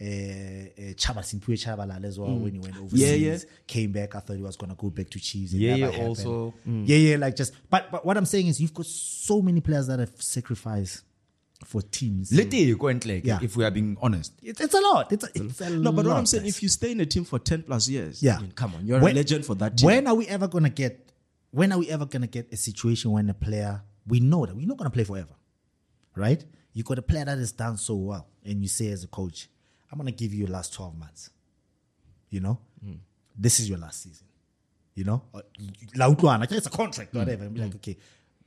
[SPEAKER 6] uh, uh, Chaba Simpue Chabalala as well when he went overseas.
[SPEAKER 2] Mm. Yeah, yeah.
[SPEAKER 6] Came back. I thought he was gonna go back to Chiefs. It
[SPEAKER 5] Yeah,
[SPEAKER 6] never
[SPEAKER 5] yeah,
[SPEAKER 6] happened.
[SPEAKER 5] also.
[SPEAKER 2] Mm.
[SPEAKER 6] Yeah, yeah, like just. But but what I'm saying is you've got so many players that have sacrificed for teams.
[SPEAKER 5] Lete Kwentleke,
[SPEAKER 6] Yeah.
[SPEAKER 5] if we are being honest.
[SPEAKER 6] it's, it's a lot. It's a, it's a
[SPEAKER 2] No, but what
[SPEAKER 6] lot,
[SPEAKER 2] I'm saying,
[SPEAKER 6] guys.
[SPEAKER 2] if you stay in a team for 10 plus years,
[SPEAKER 6] Yeah.
[SPEAKER 2] I mean, come on, you're
[SPEAKER 6] When-
[SPEAKER 2] a legend for that team.
[SPEAKER 6] When are we ever gonna get? When are we ever gonna get a situation when a player we know that we're not gonna play forever, right? You got a player that has done so well, and you say as a coach, "I'm gonna give you your last twelve months." You know, this is your last season. You know, Or you- you- la utlwana, it's a contract, whatever. And be like, okay,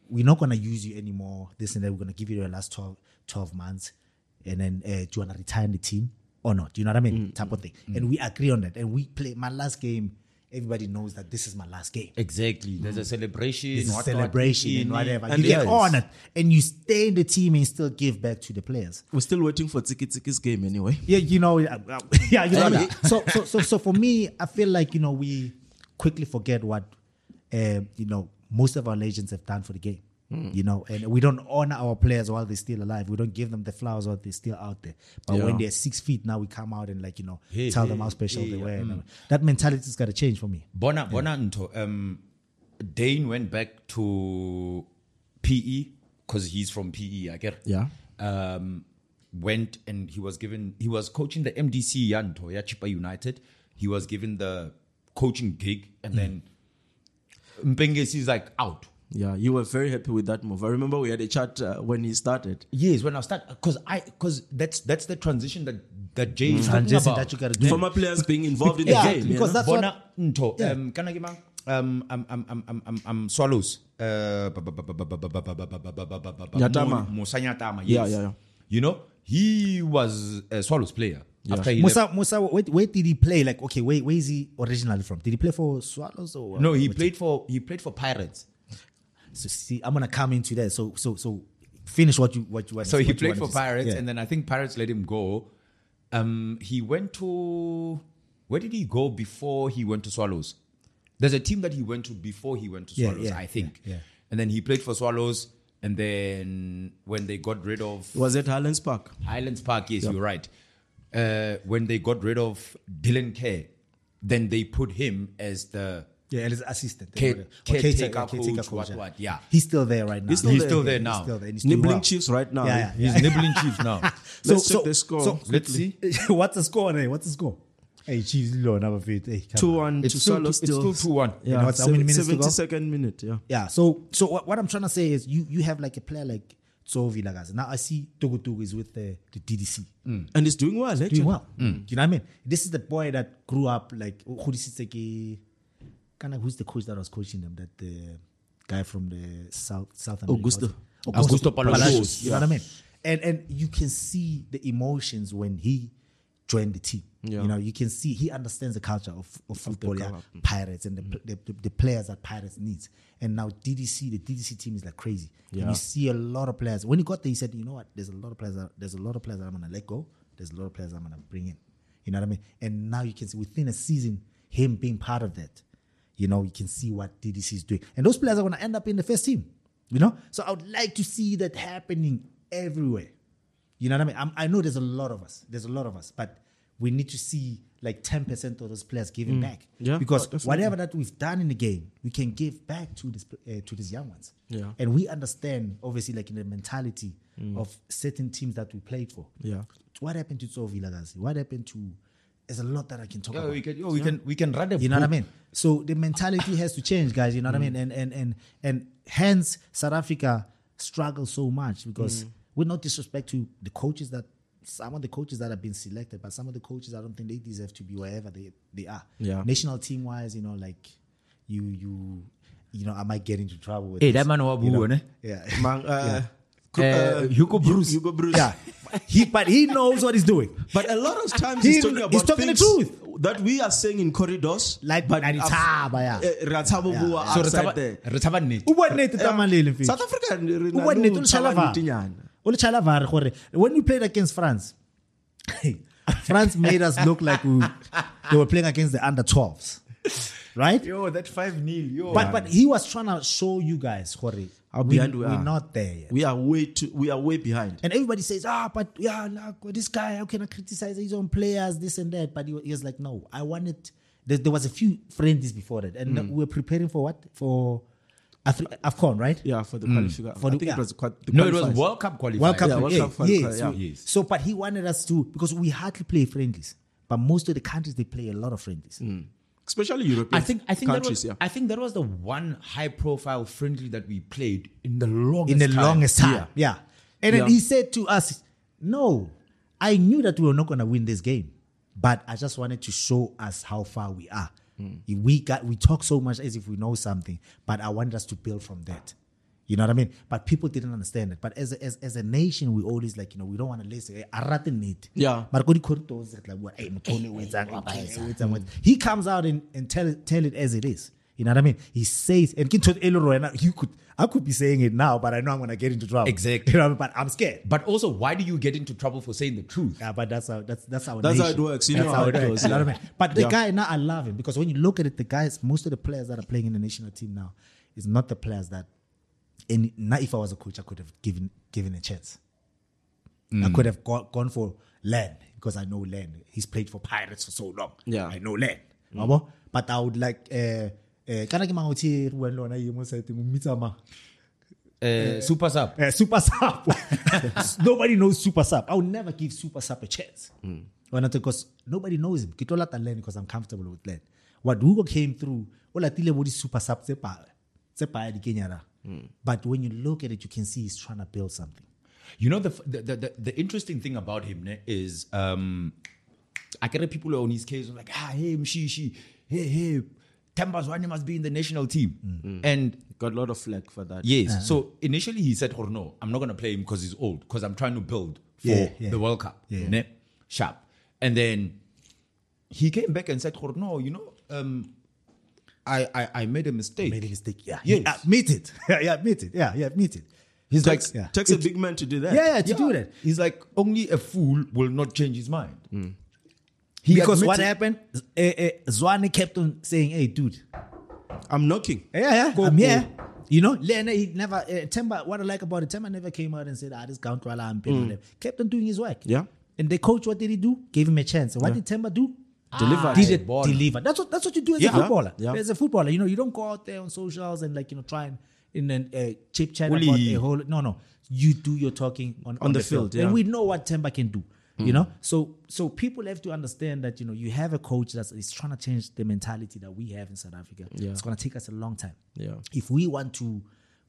[SPEAKER 6] we're not gonna use you anymore. This and that. We're gonna give you your last 12, 12 months, and then uh, do you wanna retire in the team or not? You know what I mean? Type of thing. And we agree on that. And we play my last game. Everybody knows that this is my last game.
[SPEAKER 5] Exactly. There's a celebration.
[SPEAKER 6] It's a
[SPEAKER 5] what- what-
[SPEAKER 6] celebration
[SPEAKER 5] ini.
[SPEAKER 6] and whatever.
[SPEAKER 2] And
[SPEAKER 6] you get
[SPEAKER 2] yes.
[SPEAKER 6] honored, and you stay in the team and still give back to the players.
[SPEAKER 2] We're still waiting for Tiki Tiki's game anyway.
[SPEAKER 6] Yeah, you know, uh, uh, yeah, you know. what I mean? so, so, so, so for me, I feel like you know we quickly forget what um, you know most of our legends have done for the game. You know, and we don't honor our players while they're still alive. We don't give them the flowers while they're still out there. But when
[SPEAKER 2] Yeah.
[SPEAKER 6] they're six feet now, we come out and like you know
[SPEAKER 5] Hey,
[SPEAKER 6] tell
[SPEAKER 5] hey,
[SPEAKER 6] them how special they
[SPEAKER 5] hey, hmm.
[SPEAKER 6] were. and, uh, that mentality's got to change for me.
[SPEAKER 5] Bona, bona Nto, um, Dane went back to PE because he's from PE, I get it.
[SPEAKER 2] Yeah.
[SPEAKER 5] Um, went and he was given, he was coaching the MDC Yanto, Yachipa United. He was given the coaching gig and
[SPEAKER 6] Mm.
[SPEAKER 5] then Mpengesi is like out.
[SPEAKER 2] Yeah, you were very happy with that move. I remember we had a chat uh, when he started.
[SPEAKER 5] Yes, when I start, because I, because that's that's the transition that that Jay is talking
[SPEAKER 6] And just
[SPEAKER 5] about.
[SPEAKER 6] Mm, that you got to do.
[SPEAKER 2] Former players being involved in
[SPEAKER 6] Yeah,
[SPEAKER 2] the game.
[SPEAKER 6] because
[SPEAKER 2] you know?
[SPEAKER 6] that's
[SPEAKER 5] Bona Nto.
[SPEAKER 6] Yeah.
[SPEAKER 5] Um, can I give my um um um um um um, um swallows? Uh, ba- ba- ba- ba- ba- ba- ba- ba- ba- ba- ba- ba- ba- ba-
[SPEAKER 2] Nyatama.
[SPEAKER 5] Mo- Musa Nyatama. Yes.
[SPEAKER 2] Yeah, yeah, yeah.
[SPEAKER 5] You know, he was a swallows player after he left.
[SPEAKER 6] Musa, Musa, where, where did he play? Like, okay, where, where is he originally from? Did he play for Swallows or
[SPEAKER 5] No, he
[SPEAKER 6] what-
[SPEAKER 5] played for he played for Pirates.
[SPEAKER 6] So see, I'm gonna come into that. So so so finish what you what you.
[SPEAKER 5] So he played for Pirates, and then I think Pirates let him go. Um, he went to where did he go before he went to Swallows? There's a team that he went to before he went to
[SPEAKER 6] Yeah,
[SPEAKER 5] Swallows,
[SPEAKER 6] yeah,
[SPEAKER 5] I think.
[SPEAKER 6] yeah, yeah.
[SPEAKER 5] And then he played for Swallows, and then when they got rid of
[SPEAKER 2] was at Highlands Park.
[SPEAKER 5] Highlands Park, yes, you're right. Uh, when they got rid of Dylan Kerr, then they put him as the
[SPEAKER 6] yeah, and his assistant,
[SPEAKER 5] Care-
[SPEAKER 6] Or caretaker,
[SPEAKER 5] caretaker
[SPEAKER 6] caretaker
[SPEAKER 5] coach,
[SPEAKER 6] coach,
[SPEAKER 5] what,
[SPEAKER 6] yeah.
[SPEAKER 5] what, yeah.
[SPEAKER 6] he's still there right now.
[SPEAKER 2] He's still He's there.
[SPEAKER 5] still there now.
[SPEAKER 6] still there. and he's doing
[SPEAKER 2] Nibbling
[SPEAKER 6] well.
[SPEAKER 2] Chiefs right now.
[SPEAKER 6] Yeah, yeah.
[SPEAKER 5] he's nibbling chief now.
[SPEAKER 2] Let's check the score
[SPEAKER 5] Let's see.
[SPEAKER 6] what's the score, eh? What's the score? Hey, Chiefs, Lilo, another fit. Hey, come
[SPEAKER 2] Two
[SPEAKER 6] on.
[SPEAKER 2] one
[SPEAKER 5] It's
[SPEAKER 2] to
[SPEAKER 5] still
[SPEAKER 2] Swallow
[SPEAKER 5] two- it's
[SPEAKER 2] still.
[SPEAKER 5] still 2-1.
[SPEAKER 2] Yeah,
[SPEAKER 6] You know what's- how many minutes to go?
[SPEAKER 2] seventy second minute. Yeah,
[SPEAKER 6] Yeah. So so what, what I'm trying to say is you you have like a player like Tsovi Lagaza. Now I see Togo Togo is with the, the DDC.
[SPEAKER 2] and he's doing well. eh, Actually. mm.
[SPEAKER 6] doing well. Do you know what I mean? This is the boy that grew up like who this is like a kind of who's the coach that was coaching them? That the guy from the South South America.
[SPEAKER 2] Augusto.
[SPEAKER 5] Augusto Palacios.
[SPEAKER 6] You know what I mean? And and you can see the emotions when he joined the team.
[SPEAKER 2] Yeah.
[SPEAKER 6] You know, you can see he understands the culture of, of football, yeah,
[SPEAKER 2] club.
[SPEAKER 6] pirates and the, pl- the, the, the players that pirates needs. And now DDC, the DDC team is like crazy. And
[SPEAKER 2] Yeah.
[SPEAKER 6] you see a lot of players. When he got there, he said, you know what? There's a lot of players. That, there's a lot of players that I'm gonna let go. There's a lot of players I'm gonna bring in. You know what I mean? And now you can see within a season, him being part of that. You know, you can see what DDC is doing, and those players are gonna end up in the first team. You know, so I would like to see that happening everywhere. You know what I mean? I'm, I know there's a lot of us. There's a lot of us, but we need to see like 10% of those players giving back.
[SPEAKER 2] Yeah,
[SPEAKER 6] Because
[SPEAKER 2] oh, definitely.
[SPEAKER 6] whatever that we've done in the game, we can give back to this uh, to these young ones.
[SPEAKER 2] Yeah. Mm.
[SPEAKER 6] And we understand obviously like in the mentality of certain teams that we played for.
[SPEAKER 2] Yeah.
[SPEAKER 6] What happened to Tsovi Lagazi? What happened to there's a lot that I can talk
[SPEAKER 5] Yeah,
[SPEAKER 6] about.
[SPEAKER 5] we can, yo, we can, we can run a
[SPEAKER 6] You know what I
[SPEAKER 5] book.
[SPEAKER 6] mean? So the mentality has to change, guys. You know what I mean? And and and and hence South Africa struggles so much
[SPEAKER 5] Mm.
[SPEAKER 6] because with no disrespect to the coaches that some of the coaches that have been selected, but some of the coaches I don't think they deserve to be wherever they, they are.
[SPEAKER 2] Yeah.
[SPEAKER 6] National team wise, you know, like you you you know, I might get into trouble with
[SPEAKER 5] Hey,
[SPEAKER 6] this,
[SPEAKER 5] that man
[SPEAKER 6] you know?
[SPEAKER 5] Wabu, ne?
[SPEAKER 6] Yeah.
[SPEAKER 2] Man, uh,
[SPEAKER 5] Uh,
[SPEAKER 2] Ku- uh,
[SPEAKER 5] Hugo Bruce.
[SPEAKER 2] Hugo Bruce.
[SPEAKER 6] yeah. He but he knows what he's doing.
[SPEAKER 2] But a lot of times
[SPEAKER 6] He-
[SPEAKER 2] he's talking about
[SPEAKER 6] he's talking the
[SPEAKER 2] things
[SPEAKER 6] truth.
[SPEAKER 2] that we are saying in corridors.
[SPEAKER 6] Like
[SPEAKER 2] but
[SPEAKER 6] Nani
[SPEAKER 2] af-
[SPEAKER 6] Taba, yeah.
[SPEAKER 2] eh, Ratabo
[SPEAKER 6] Yeah,
[SPEAKER 2] Bua
[SPEAKER 6] yeah.
[SPEAKER 5] So
[SPEAKER 2] outside
[SPEAKER 5] Retaba-
[SPEAKER 2] there.
[SPEAKER 5] Retaba Nnete.
[SPEAKER 6] Ubonete
[SPEAKER 2] Yeah.
[SPEAKER 6] Tamalele, Fitch.
[SPEAKER 2] South Africa re-
[SPEAKER 6] o
[SPEAKER 2] na
[SPEAKER 6] bone
[SPEAKER 2] nou
[SPEAKER 6] tlo
[SPEAKER 2] tshaba
[SPEAKER 6] tshalavar
[SPEAKER 2] nntinyana.
[SPEAKER 6] o le tshalavar gore when we played against france france made us look like we, they were playing against the under 12s right
[SPEAKER 5] Yo, that 5 nil. Yo.
[SPEAKER 6] but but he was trying to show you guys gore
[SPEAKER 2] How
[SPEAKER 6] we,
[SPEAKER 2] behind we
[SPEAKER 6] are
[SPEAKER 2] are.
[SPEAKER 6] not there yet
[SPEAKER 2] ah. We are way too, we are way behind.
[SPEAKER 6] and everybody says, ah, but yeah, look, this guy, how can I criticize his own players, this and that? But he, wa- he was like, no, I wanted. There, there was a few friendlies before that, and
[SPEAKER 2] Hmm.
[SPEAKER 6] we were preparing for what for Afri- Afcon, right?
[SPEAKER 2] Yeah, for the
[SPEAKER 6] For
[SPEAKER 2] qualifier. Hmm. For
[SPEAKER 6] the-
[SPEAKER 2] I think
[SPEAKER 6] yeah.
[SPEAKER 2] it was quite, the
[SPEAKER 5] no, it was
[SPEAKER 2] qualifiers.
[SPEAKER 5] World Cup qualifier.
[SPEAKER 6] World Cup,
[SPEAKER 2] Yeah, World
[SPEAKER 6] yeah,
[SPEAKER 2] Cup qualifier,
[SPEAKER 6] yes,
[SPEAKER 2] yeah.
[SPEAKER 6] we-
[SPEAKER 5] Yes.
[SPEAKER 6] So, but he wanted us to because we hardly play friendlies, but most of the countries they play a lot of friendlies.
[SPEAKER 2] especially European.
[SPEAKER 5] I think I think
[SPEAKER 2] countries.
[SPEAKER 5] that was,
[SPEAKER 2] yeah.
[SPEAKER 5] I think that was the one high profile friendly that we played in the longest
[SPEAKER 6] in the
[SPEAKER 5] time.
[SPEAKER 6] longest time. Yeah. And then
[SPEAKER 2] Yeah.
[SPEAKER 6] he said to us, No, I knew that we were not gonna win this game, but I just wanted to show us how far we are.
[SPEAKER 2] Hmm.
[SPEAKER 6] We got we talk so much as if we know something, but I wanted us to build from that. You know what I mean? But people didn't understand it. But as a, as, as a nation, we always like, you know, we don't want to listen. Eh, I rather need.
[SPEAKER 2] Yeah.
[SPEAKER 6] But go to corridors, it's like, what, eh, Mkhonto wins, eh, Mkhonto wins, eh, wins. He comes out and, and tell, it- tell it as it is. You know what I mean? He says, and e Kinto Eloro, and I- you could, I could be saying it now, but I know I'm gonna get into trouble.
[SPEAKER 5] Exactly.
[SPEAKER 6] You know what I mean? But I'm scared.
[SPEAKER 5] But also, why do you get into trouble for saying the truth?
[SPEAKER 6] Yeah, but that's how that's that's how
[SPEAKER 2] That's how it works. You know how it goes,
[SPEAKER 6] You know what I
[SPEAKER 2] yeah.
[SPEAKER 6] mean? But the
[SPEAKER 2] Yeah.
[SPEAKER 6] guy now I love him because when you look at it, the guys, most of the players that are playing in the national team now is not the players that any not if I was a coach, I could have given given a chance. I could have gone, gone for Len because I know Len. He's played for Pirates for so long.
[SPEAKER 2] Yeah.
[SPEAKER 6] I know Len. Yabo? But I would like uh uh can I give my OT when Lona you must say Mitsama?
[SPEAKER 5] Uh, super sub.
[SPEAKER 6] Uh, super sub. nobody knows super sub. I will never give super sub a chance. Because nobody knows him. Ke tlo lata Len because I'm comfortable with Len. What Hugo came through, all latile body super sub tse pa- tse paya di kenya ra. But when you look at it, you can see he's trying to build something.
[SPEAKER 5] You know the f- the, the, the, the interesting thing about him ne, is um, I get people who are on his case like ah hey she she hey hey Tembas Wani must be in the national team and
[SPEAKER 2] got a lot of flack for that.
[SPEAKER 5] Yes.
[SPEAKER 6] Uh-huh.
[SPEAKER 5] So initially he said, "Oh no, I'm not going to play him because he's old. Because I'm trying to build for
[SPEAKER 6] Yeah, yeah.
[SPEAKER 5] the World Cup."
[SPEAKER 6] Yeah.
[SPEAKER 5] Ne? Sharp. And then he came back and said, "Oh no, you know, um, I, I I made a mistake."
[SPEAKER 6] Made a mistake. Yeah.
[SPEAKER 5] Yes.
[SPEAKER 6] He admit it. yeah, yeah, admit it. Yeah, yeah, admit it.
[SPEAKER 5] he's
[SPEAKER 2] Takes,
[SPEAKER 5] like,
[SPEAKER 6] Yeah.
[SPEAKER 2] takes a big man to do that.
[SPEAKER 6] Yeah, yeah, to do that. Mm.
[SPEAKER 5] He's like, only a fool will not change his mind. He
[SPEAKER 6] because what
[SPEAKER 5] admitted-
[SPEAKER 6] happened? Uh, uh, Zwane kept on saying, hey, dude,
[SPEAKER 2] I'm knocking.
[SPEAKER 6] Yeah, yeah.
[SPEAKER 5] Go,
[SPEAKER 6] I'm
[SPEAKER 5] go.
[SPEAKER 6] here. You know, Lena, he never, uh, Temba, what I like about it, Temba never came out and said, ah, this count while I'm mm. Kept on doing his work.
[SPEAKER 2] Yeah.
[SPEAKER 6] And the coach, what did he do? Gave him a chance. And what did Temba do?
[SPEAKER 2] Delivered.
[SPEAKER 6] Did it
[SPEAKER 5] Ball.
[SPEAKER 6] deliver? That's what that's what you do as
[SPEAKER 2] Ah, Yeah.
[SPEAKER 6] a footballer.
[SPEAKER 2] Yeah.
[SPEAKER 6] As a footballer, you know, you don't go out there on socials and like you know try and in an uh, chip chat
[SPEAKER 5] Bully.
[SPEAKER 6] about a whole. No, no, you do your talking on, on,
[SPEAKER 2] the field, yeah.
[SPEAKER 6] and we know what Temba can do. You know, so so people have to understand that you know you have a coach that's is trying to change the mentality that we have in South Africa.
[SPEAKER 2] Yeah.
[SPEAKER 6] It's going to take us a long time.
[SPEAKER 2] Yeah.
[SPEAKER 6] If we want to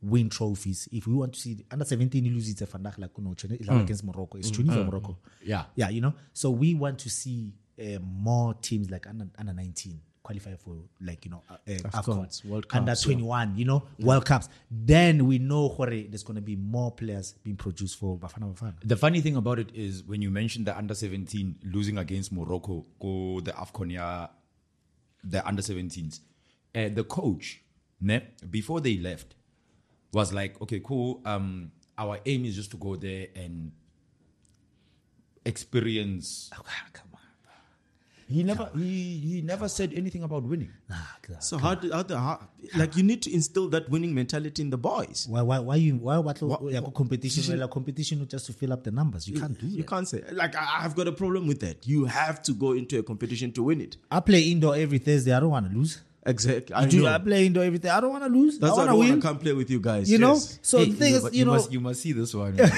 [SPEAKER 6] win trophies, if we want to see the under 17 lose it's a fandak like no,
[SPEAKER 2] Mm.
[SPEAKER 6] against Morocco, it's Tunisia Morocco.
[SPEAKER 5] Yeah.
[SPEAKER 6] Yeah, you know. So we want to see uh, more teams like under, under 19 qualify for like you know uh, uh,
[SPEAKER 2] course,
[SPEAKER 6] AFCON,
[SPEAKER 2] World
[SPEAKER 6] under
[SPEAKER 2] Cups, yeah.
[SPEAKER 6] 21, you know, World Cups. Then we know Hore, there's going to be more players being produced for Bafana Bafana.
[SPEAKER 5] The funny thing about it is when you mentioned the under 17 losing against Morocco, go the AFCON, yeah, the under 17s, uh, the coach, ne, before they left, was like, okay, cool. Um, our aim is just to go there and experience
[SPEAKER 6] Oh, come on.
[SPEAKER 5] He never he, he never said anything about winning.
[SPEAKER 2] So how do how, do, how like you need to instill that winning mentality in the boys?
[SPEAKER 6] Why, why, why you why battle
[SPEAKER 2] Wha-
[SPEAKER 6] yeah,
[SPEAKER 2] wha-
[SPEAKER 6] competition? Well, competition just to fill up the numbers. You can't do
[SPEAKER 2] You
[SPEAKER 6] it.
[SPEAKER 2] can't say like I, I've got a problem with that. You have to go into a competition to win it.
[SPEAKER 6] I play indoor every Thursday. I don't want to lose.
[SPEAKER 2] Exactly. I
[SPEAKER 6] Dude,
[SPEAKER 2] know.
[SPEAKER 6] I play indoor every Thursday. I don't want to lose.
[SPEAKER 2] That's
[SPEAKER 6] I
[SPEAKER 2] why I
[SPEAKER 6] want to
[SPEAKER 2] don't
[SPEAKER 6] win.
[SPEAKER 2] want to come play with you guys.
[SPEAKER 6] you know.
[SPEAKER 2] Yes.
[SPEAKER 6] So the thing is, you know,
[SPEAKER 5] must, you must see this one.
[SPEAKER 6] yeah,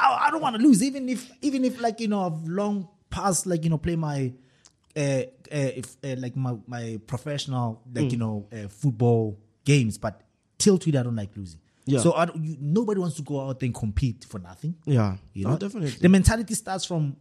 [SPEAKER 6] I, I don't want to lose. Even if, even if, like you know, I've long past, like you know, play my, uh, uh, if, uh like my my professional, like
[SPEAKER 2] Mm.
[SPEAKER 6] you know, uh, football games. But till today, I don't like losing.
[SPEAKER 2] Yeah.
[SPEAKER 6] So I don't, you, nobody wants to go out and compete for nothing.
[SPEAKER 2] Yeah.
[SPEAKER 6] You
[SPEAKER 2] No,
[SPEAKER 6] know,
[SPEAKER 2] definitely.
[SPEAKER 6] The mentality starts from,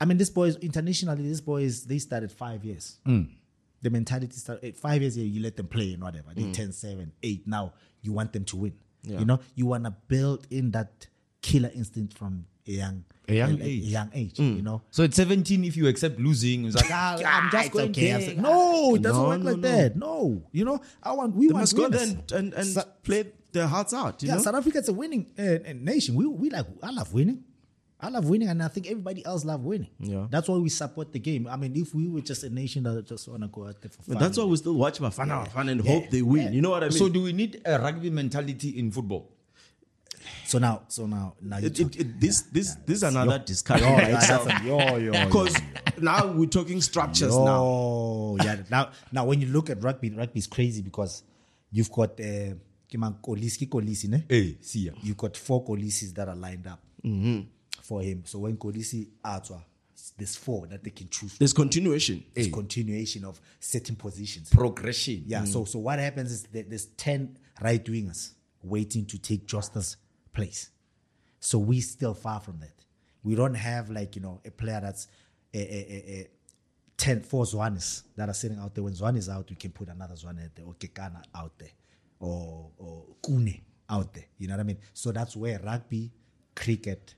[SPEAKER 6] I mean, this boys internationally, this boys they started five years.
[SPEAKER 2] Mm.
[SPEAKER 6] The mentality started five years. You let them play and whatever. They 10, 7, 8. Now you want them to win.
[SPEAKER 2] Mm. Yeah.
[SPEAKER 6] You know, you want to build in that killer instinct from a young,
[SPEAKER 5] A young
[SPEAKER 6] a,
[SPEAKER 5] age.
[SPEAKER 6] young age.
[SPEAKER 2] Mm.
[SPEAKER 6] You know,
[SPEAKER 5] So at 17, if you accept losing, it's like ah, I'm
[SPEAKER 6] Ah,
[SPEAKER 5] just
[SPEAKER 6] it's
[SPEAKER 5] going
[SPEAKER 6] okay. I'm
[SPEAKER 5] there.
[SPEAKER 6] so- no, it doesn't
[SPEAKER 2] No,
[SPEAKER 6] work
[SPEAKER 2] no,
[SPEAKER 6] like
[SPEAKER 2] no.
[SPEAKER 6] that. No, you know, I want we
[SPEAKER 2] They
[SPEAKER 6] want
[SPEAKER 2] must go there
[SPEAKER 6] winners.
[SPEAKER 2] and, and, and
[SPEAKER 6] Sa-
[SPEAKER 2] play their hearts out. You
[SPEAKER 6] yeah,
[SPEAKER 2] know?
[SPEAKER 6] South Africa's a winning uh, uh, nation. We, we like I love winning. I love winning, and I think everybody else love winning.
[SPEAKER 2] Yeah.
[SPEAKER 6] that's why we support the game. I mean, if we were just a nation that just want to go out there for fun,
[SPEAKER 2] But that's why we still watch Bafana Bafana and hope they win. You know what I mean?
[SPEAKER 5] So do we need a rugby mentality in football?
[SPEAKER 6] So now, so now, now you
[SPEAKER 2] it, it, it, this this this is another discussion
[SPEAKER 6] yo,
[SPEAKER 2] by itself.
[SPEAKER 6] yo, yo, yo,
[SPEAKER 2] Because now we're talking structures now.
[SPEAKER 6] yo, Oh, yeah. Now, now when you look at rugby, rugby is crazy because you've got uh, Kolisi, Kolisi, ne?
[SPEAKER 2] Eh.
[SPEAKER 5] Hey, see ya.
[SPEAKER 6] you've got four Kolisis that are lined up
[SPEAKER 2] Mm-hmm.
[SPEAKER 6] for him. So when Kolisi Atwa, there's four that they can choose. from.
[SPEAKER 2] There's continuation.
[SPEAKER 6] It's continuation of certain positions.
[SPEAKER 5] Progression.
[SPEAKER 6] Yeah. So so what happens is that there's ten right wingers waiting to take Justin's place. So we still far from that. We don't have like you know a player that's a, a, a, a ten four Zwanis that are sitting out there. When Zwan is out, we can put another Zwan out there or Kekana out there or or Kune out there. You know what I mean? So that's where rugby, cricket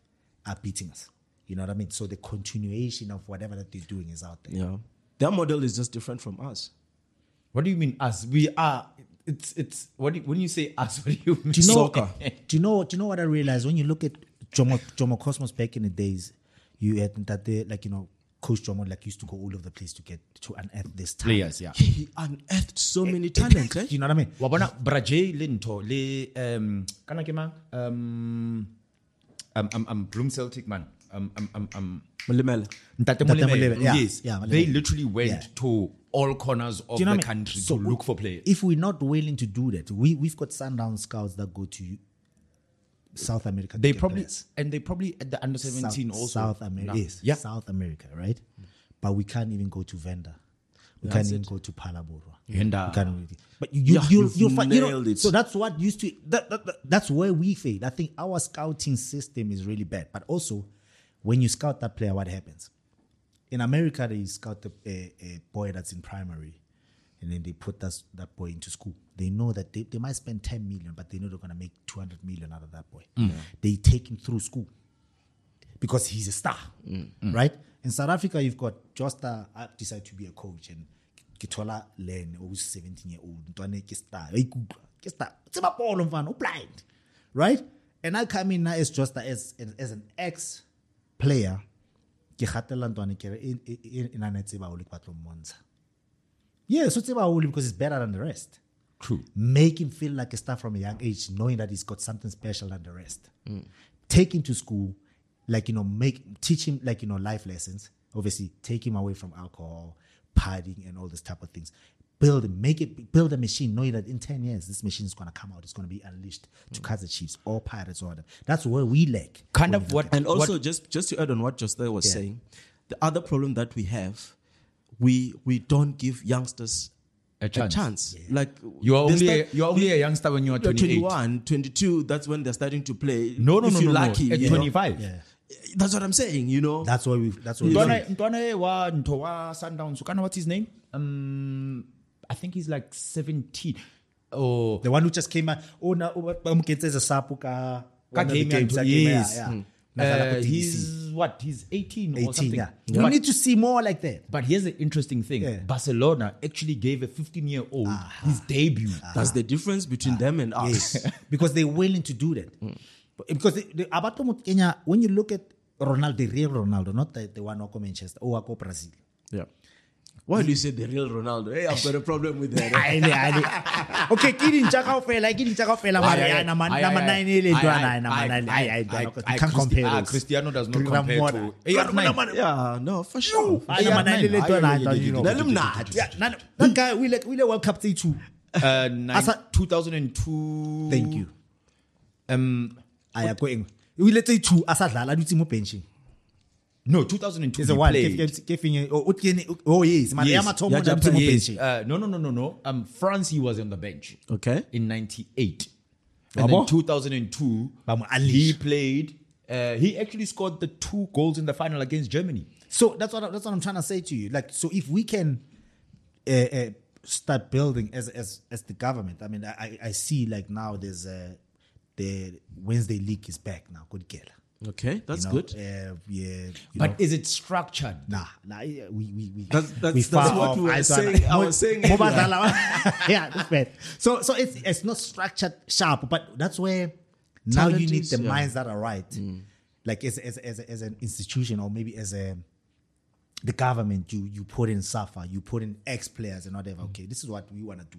[SPEAKER 6] are beating us. You know what I mean? So the continuation of whatever that they're doing is out there.
[SPEAKER 2] Yeah. Their model is just different from us.
[SPEAKER 5] What do you mean us? We are. It's it's. What do you, when you say us? What do you mean?
[SPEAKER 6] do you know,
[SPEAKER 2] Soccer.
[SPEAKER 6] Do you know? Do you know what I realized when you look at Jomo, Jomo Cosmos back in the days? You had that they like you know Coach Jomo like used to go all over the place to get to unearth this talent. eh?
[SPEAKER 5] Players, yeah.
[SPEAKER 2] He unearthed so many talents.
[SPEAKER 6] Do you know what I mean?
[SPEAKER 5] wabona braje le ntho le um kana ke mang um um um, um Bloem Celtic man um um um, um
[SPEAKER 2] Malimela.
[SPEAKER 5] Ntate
[SPEAKER 6] Ntate
[SPEAKER 5] Molebele,
[SPEAKER 6] Molebele, yeah,
[SPEAKER 5] yes
[SPEAKER 6] yeah, Molebele.
[SPEAKER 5] they literally went
[SPEAKER 6] Yeah.
[SPEAKER 5] to all corners of
[SPEAKER 6] Do you know
[SPEAKER 5] the
[SPEAKER 6] what I mean?
[SPEAKER 5] country
[SPEAKER 6] So
[SPEAKER 5] to
[SPEAKER 6] we-
[SPEAKER 5] look for players
[SPEAKER 6] If we're not willing to do that, we we've got sundown scouts that go to South America. to
[SPEAKER 5] they
[SPEAKER 6] get
[SPEAKER 5] probably
[SPEAKER 6] players.
[SPEAKER 5] and they probably at the under 17
[SPEAKER 6] South,
[SPEAKER 5] also
[SPEAKER 6] South America,
[SPEAKER 5] now.
[SPEAKER 6] yes,
[SPEAKER 5] yeah
[SPEAKER 6] South America, right? But we can't even go to Venda. We can't even go to Palaborwa.
[SPEAKER 5] Venda.
[SPEAKER 6] We can't even- But you, you,
[SPEAKER 2] Yeah,
[SPEAKER 6] you,
[SPEAKER 2] you've
[SPEAKER 6] you'll find, you know,
[SPEAKER 2] nailed it.
[SPEAKER 6] so that's what used to that, that, that- that's where we failed. I think our scouting system is really bad. But also, when you scout that player, what happens? In America, they scout a, a, a boy that's in primary, and then they put that that boy into school. They know that they, they might spend ten million, but they know they're gonna make two hundred million out of that boy. They take him through school because he's a star, right? In South Africa, you've got Josta uh, decide to be a coach and Kitola Len, who's 17 year old, Ntwane ke star, hey, Kugla, ke star, tseba bolo mfana, o blind, right? And I come in now as Josta as as, as an ex player, ke gatelela Ntwane ke re, "E- e- e- e nane tseba haholo ke batla ho mmontsha." Yeah, so tseba haholo because it's better than the rest.
[SPEAKER 5] true
[SPEAKER 6] Make him feel like a star from a young age, knowing that he's got something special than the rest. Take him to school, like you know, make teach him like you know life lessons. Obviously, take him away from alcohol, partying, and all those type of things. Build, make it, build a machine, knowing that in ten years this machine is gonna come out. It's gonna be unleashed to cut the chiefs or pirates or whatever. That's where we lack.
[SPEAKER 5] kind of what
[SPEAKER 2] And also,
[SPEAKER 5] what,
[SPEAKER 2] just just to add on what Jostel was
[SPEAKER 6] Yeah.
[SPEAKER 2] saying, the other problem that we have, we we don't give youngsters
[SPEAKER 5] A chance.
[SPEAKER 2] Like
[SPEAKER 5] you are
[SPEAKER 2] they
[SPEAKER 5] only a,
[SPEAKER 2] start-
[SPEAKER 5] you are only a youngster when you are
[SPEAKER 2] you're
[SPEAKER 5] 28
[SPEAKER 2] 21, 22, That's when they're starting to play.
[SPEAKER 5] no no
[SPEAKER 2] if
[SPEAKER 5] no
[SPEAKER 2] you're
[SPEAKER 5] no, no.
[SPEAKER 2] lucky,
[SPEAKER 5] at
[SPEAKER 2] you know.
[SPEAKER 5] 25
[SPEAKER 6] Yeah,
[SPEAKER 2] That's what I'm saying. You know,
[SPEAKER 6] that's why we. That's why.
[SPEAKER 2] Yeah.
[SPEAKER 6] we
[SPEAKER 5] Ntwana, Ntwana eh, wa Ntho wa Sundowns. You know what's his name? Um, I think he's like 17. Oh,
[SPEAKER 6] The one who just came out. Oh, now Bamukete is a sapuka.
[SPEAKER 5] Ka game ya Ntho- yes. Mm.
[SPEAKER 6] Yeah,
[SPEAKER 5] uh, he's what? He's 18 or
[SPEAKER 6] 18.
[SPEAKER 5] something.
[SPEAKER 6] Yeah.
[SPEAKER 5] But,
[SPEAKER 6] We need to see more like that.
[SPEAKER 5] but here's the interesting thing.
[SPEAKER 6] Yeah.
[SPEAKER 5] Barcelona actually gave a 15 year old his debut.
[SPEAKER 2] that's the difference between them and us.
[SPEAKER 6] Yes. because they're willing to do that.
[SPEAKER 5] Hmm.
[SPEAKER 6] But- Because the, the Abato Kenya, when you look at Ronaldo, the real Ronaldo, not the, the one who go Manchester or who go Brazil.
[SPEAKER 2] Yeah. Why do you say the real Ronaldo? Hey, I've got a problem with that.
[SPEAKER 6] Aye, aye, aye. okay ke dintlha kaofela ke dintlha kaofela mara aye, nama- nama nine e le ntwana, aye, nama nine, aye, aye, aye, you can't compare those.
[SPEAKER 5] ah, Cristiano does not
[SPEAKER 6] Gram
[SPEAKER 5] compare
[SPEAKER 6] water.
[SPEAKER 5] to
[SPEAKER 6] Gram
[SPEAKER 5] AR9.
[SPEAKER 6] water.
[SPEAKER 2] yeah, no, for sure.
[SPEAKER 6] Aye, nama nine e le ntwana,
[SPEAKER 5] Aye, aye,
[SPEAKER 6] aye,
[SPEAKER 5] aye,
[SPEAKER 6] you know.
[SPEAKER 5] aye, aye, aye.
[SPEAKER 6] Yeah, none- that guy we like we like World Cup day too.
[SPEAKER 5] Uh, nine-
[SPEAKER 6] Asa-
[SPEAKER 5] 2002
[SPEAKER 6] Thank you.
[SPEAKER 5] um
[SPEAKER 6] I go in. We let say two asadlala duthi mo benching.
[SPEAKER 5] no 2002
[SPEAKER 6] Is
[SPEAKER 5] he
[SPEAKER 6] a one
[SPEAKER 5] played.
[SPEAKER 6] kefinye oh uthini oh yes mara
[SPEAKER 5] Yes.
[SPEAKER 6] yamathomo
[SPEAKER 2] Yeah,
[SPEAKER 6] duthi mo
[SPEAKER 2] Japan.
[SPEAKER 5] Yes.
[SPEAKER 6] benching.
[SPEAKER 5] Uh, no, no, no, no, no. Um, France, he was on the bench
[SPEAKER 2] Okay.
[SPEAKER 5] in '98, and
[SPEAKER 6] Yabo?
[SPEAKER 5] in 2002,
[SPEAKER 6] Bamu
[SPEAKER 5] he
[SPEAKER 6] unleash.
[SPEAKER 5] played. Uh, he actually scored the two goals in the final against Germany.
[SPEAKER 6] So that's what I- that's what I'm trying to say to you. Like, so if we can uh, uh, start building as as as the government, I mean, I I- I see like now there's uh, the Wednesday league is back now. Good girl.
[SPEAKER 2] Okay, that's
[SPEAKER 6] You know,
[SPEAKER 2] good.
[SPEAKER 6] Uh, yeah, you
[SPEAKER 5] But
[SPEAKER 6] know,
[SPEAKER 5] is it structured?
[SPEAKER 6] nah, nah, yeah, we we we.
[SPEAKER 2] That's- that's-
[SPEAKER 6] we
[SPEAKER 2] that's
[SPEAKER 6] far
[SPEAKER 2] what
[SPEAKER 6] off.
[SPEAKER 2] we were
[SPEAKER 6] I- so
[SPEAKER 2] saying- I
[SPEAKER 6] mo-
[SPEAKER 2] was saying
[SPEAKER 6] mo-
[SPEAKER 2] earlier.
[SPEAKER 6] bazala- yeah, that's bad. So so it's it's not structured sharp, but that's where now you
[SPEAKER 2] Talent
[SPEAKER 6] need
[SPEAKER 2] is-
[SPEAKER 6] the
[SPEAKER 2] yeah. Mm.
[SPEAKER 6] minds that are right, like as as as as an institution or maybe as a the government, you you put in SAFA, you put in ex players and whatever. Okay, this is what we want to do.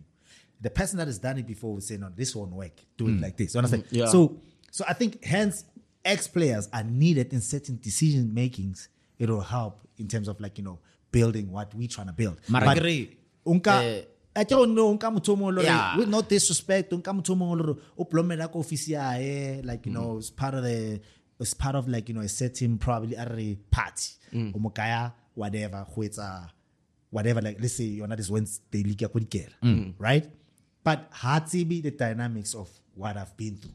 [SPEAKER 6] The person that has done it before will say, no, this won't work. Do it like this. You understand?
[SPEAKER 2] Yeah.
[SPEAKER 6] So, so I think hence ex players are needed in certain decision makings. It will help in terms of like you know building what we're trying to build.
[SPEAKER 5] Mara
[SPEAKER 6] But
[SPEAKER 5] ke re,
[SPEAKER 6] unka,
[SPEAKER 5] eh,
[SPEAKER 6] I don't know. Unka mutomo olore-
[SPEAKER 5] Yeah.
[SPEAKER 6] With no disrespect, unka mutomo olore, uplomela ko ofisi ya hae, Like you
[SPEAKER 5] Mm.
[SPEAKER 6] know, it's part of the. It's part of like you know a certain probably a party.
[SPEAKER 5] Mm.
[SPEAKER 6] Omokaya whatever who it's uh, whatever like let's say you're not this Wednesday league mm. right? But hard to be the dynamics of what I've been through.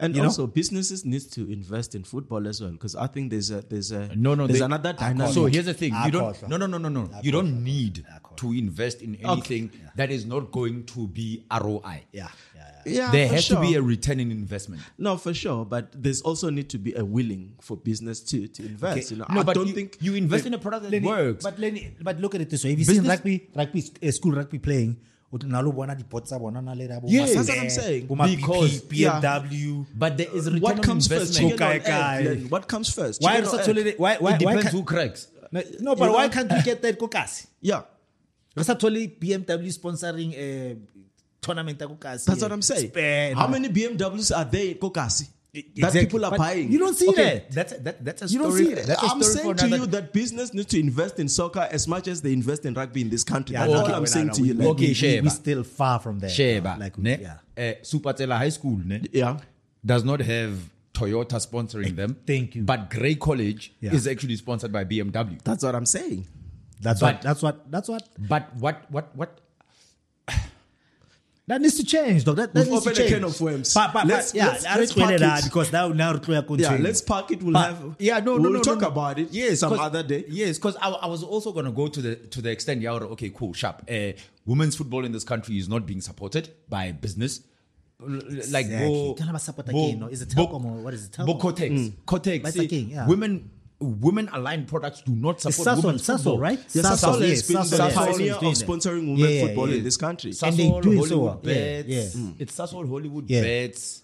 [SPEAKER 2] And
[SPEAKER 6] You know?
[SPEAKER 2] also, businesses need to invest in football as well because I think there's a there's a
[SPEAKER 5] No, no.
[SPEAKER 2] there's
[SPEAKER 5] they-
[SPEAKER 2] another
[SPEAKER 6] I
[SPEAKER 2] dynamic.
[SPEAKER 5] So here's the thing:
[SPEAKER 6] Ah,
[SPEAKER 5] you don't.
[SPEAKER 6] course.
[SPEAKER 5] No, no, no, no, no. You don't need to invest in anything that is not going to be ROI.
[SPEAKER 6] Yeah, yeah, yeah.
[SPEAKER 2] yeah,
[SPEAKER 5] there
[SPEAKER 2] for
[SPEAKER 5] has
[SPEAKER 2] sure.
[SPEAKER 5] to be a return in investment.
[SPEAKER 2] no for sure, but there's also need to be a willing for business to to invest. You know, I
[SPEAKER 5] but
[SPEAKER 2] don't
[SPEAKER 5] you,
[SPEAKER 2] think
[SPEAKER 5] you invest in a product that
[SPEAKER 6] Lenny,
[SPEAKER 5] works.
[SPEAKER 6] But Lenny, but look at it this way: if you
[SPEAKER 5] Business-
[SPEAKER 6] see rugby, rugby uh, school rugby playing, utinalo bona di potsa bona na le rabo.
[SPEAKER 2] Yes, that's what I'm saying.
[SPEAKER 5] Because-
[SPEAKER 6] Because BMW.
[SPEAKER 5] But there is return
[SPEAKER 2] what
[SPEAKER 5] on
[SPEAKER 2] comes first.
[SPEAKER 5] investment.
[SPEAKER 2] Chicken
[SPEAKER 6] Guy,
[SPEAKER 2] or
[SPEAKER 6] guy.
[SPEAKER 2] egg, Lenny? What comes first?
[SPEAKER 6] Why
[SPEAKER 2] chicken or
[SPEAKER 6] not
[SPEAKER 2] egg?
[SPEAKER 6] totally? Why why
[SPEAKER 5] it
[SPEAKER 6] why?
[SPEAKER 5] depends
[SPEAKER 6] can't-
[SPEAKER 5] who cracks.
[SPEAKER 6] No, but
[SPEAKER 2] You
[SPEAKER 6] why
[SPEAKER 2] know?
[SPEAKER 6] can't we get that kokasi?
[SPEAKER 2] Yeah,
[SPEAKER 6] Rasa totally BMW sponsoring
[SPEAKER 5] eh,
[SPEAKER 6] a tournament kokasi.
[SPEAKER 2] that's what I'm saying.
[SPEAKER 6] Spain.
[SPEAKER 2] How many BMWs are there in Kokasi that
[SPEAKER 5] E-,
[SPEAKER 6] Exactly.
[SPEAKER 2] people are
[SPEAKER 6] But
[SPEAKER 2] buying?
[SPEAKER 6] You don't see
[SPEAKER 5] Okay,
[SPEAKER 6] that.
[SPEAKER 5] that's that, that's a
[SPEAKER 6] You don't
[SPEAKER 5] story.
[SPEAKER 6] see that.
[SPEAKER 5] That's a
[SPEAKER 2] I'm
[SPEAKER 5] story for
[SPEAKER 2] saying to
[SPEAKER 5] another
[SPEAKER 2] you that business needs to invest in soccer as much as they invest in rugby in this country.
[SPEAKER 6] Yeah,
[SPEAKER 2] That's
[SPEAKER 6] no,
[SPEAKER 2] all
[SPEAKER 6] no,
[SPEAKER 2] I'm
[SPEAKER 6] no,
[SPEAKER 2] saying
[SPEAKER 6] no,
[SPEAKER 2] to
[SPEAKER 6] we-
[SPEAKER 2] you.
[SPEAKER 6] we-
[SPEAKER 2] Lenny.
[SPEAKER 5] Okay,
[SPEAKER 6] we-
[SPEAKER 5] Sheba.
[SPEAKER 6] We still far from there.
[SPEAKER 5] Sheba,
[SPEAKER 6] Like
[SPEAKER 5] ne?
[SPEAKER 6] yeah.
[SPEAKER 5] Eh, Supatela High School ne,
[SPEAKER 2] Yeah.
[SPEAKER 5] does not have Toyota sponsoring them.
[SPEAKER 6] Eh, thank you.
[SPEAKER 5] But Grey College
[SPEAKER 6] Yeah.
[SPEAKER 5] is actually sponsored by BMW.
[SPEAKER 2] That's what I'm saying.
[SPEAKER 6] That's
[SPEAKER 5] But-
[SPEAKER 6] what. That's what. That's what.
[SPEAKER 5] But what what what?
[SPEAKER 6] That needs to change, though. That, that needs
[SPEAKER 2] We've
[SPEAKER 6] to
[SPEAKER 2] opened a
[SPEAKER 6] change.
[SPEAKER 2] can of worms.
[SPEAKER 6] But, but,
[SPEAKER 2] Let's-
[SPEAKER 6] but, yeah,
[SPEAKER 2] let's-
[SPEAKER 6] I
[SPEAKER 2] let's
[SPEAKER 6] explain
[SPEAKER 2] pack
[SPEAKER 6] that
[SPEAKER 2] it.
[SPEAKER 6] because that will now require
[SPEAKER 2] Yeah,
[SPEAKER 6] control.
[SPEAKER 2] let's park it. We'll
[SPEAKER 6] But-
[SPEAKER 2] have.
[SPEAKER 5] Yeah, no, no,
[SPEAKER 2] we'll
[SPEAKER 5] no, no,
[SPEAKER 2] talk
[SPEAKER 5] no.
[SPEAKER 2] about it.
[SPEAKER 5] Yes,
[SPEAKER 2] some
[SPEAKER 5] 'cause-
[SPEAKER 2] other day.
[SPEAKER 5] Yes, because I, I was also going to go to the to the extent. Yeah, okay, cool, sharp. Uh, women's football in this country is not being supported by business. L- l- Like
[SPEAKER 6] Exactly.
[SPEAKER 5] Bo-
[SPEAKER 6] Don't have a support
[SPEAKER 5] Bo-
[SPEAKER 6] again, no? Is it
[SPEAKER 5] Bo-
[SPEAKER 6] Telkom or what is it,
[SPEAKER 5] Bo
[SPEAKER 6] Telkom? Mm.
[SPEAKER 5] Cortex, Cortex.
[SPEAKER 6] But it's
[SPEAKER 5] see,
[SPEAKER 6] again, yeah.
[SPEAKER 5] Women, women aligned products do not support
[SPEAKER 6] Sasol,
[SPEAKER 5] women's
[SPEAKER 6] Sasol,
[SPEAKER 5] football,
[SPEAKER 6] right?
[SPEAKER 2] Yeah,
[SPEAKER 6] Sasol,
[SPEAKER 2] Sasol
[SPEAKER 6] yes,
[SPEAKER 2] has been the
[SPEAKER 6] Sasol, yes.
[SPEAKER 2] pioneer
[SPEAKER 6] Sasol is
[SPEAKER 2] of
[SPEAKER 6] doing that.
[SPEAKER 2] sponsoring women
[SPEAKER 6] Yeah, yeah,
[SPEAKER 2] football
[SPEAKER 6] yeah.
[SPEAKER 2] in this country.
[SPEAKER 5] Sasol,
[SPEAKER 6] And they do it so
[SPEAKER 5] Hollywood
[SPEAKER 6] well. Yeah,
[SPEAKER 5] Bets.
[SPEAKER 6] yeah.
[SPEAKER 5] It's Sasol Hollywood
[SPEAKER 6] Yeah.
[SPEAKER 5] Bets.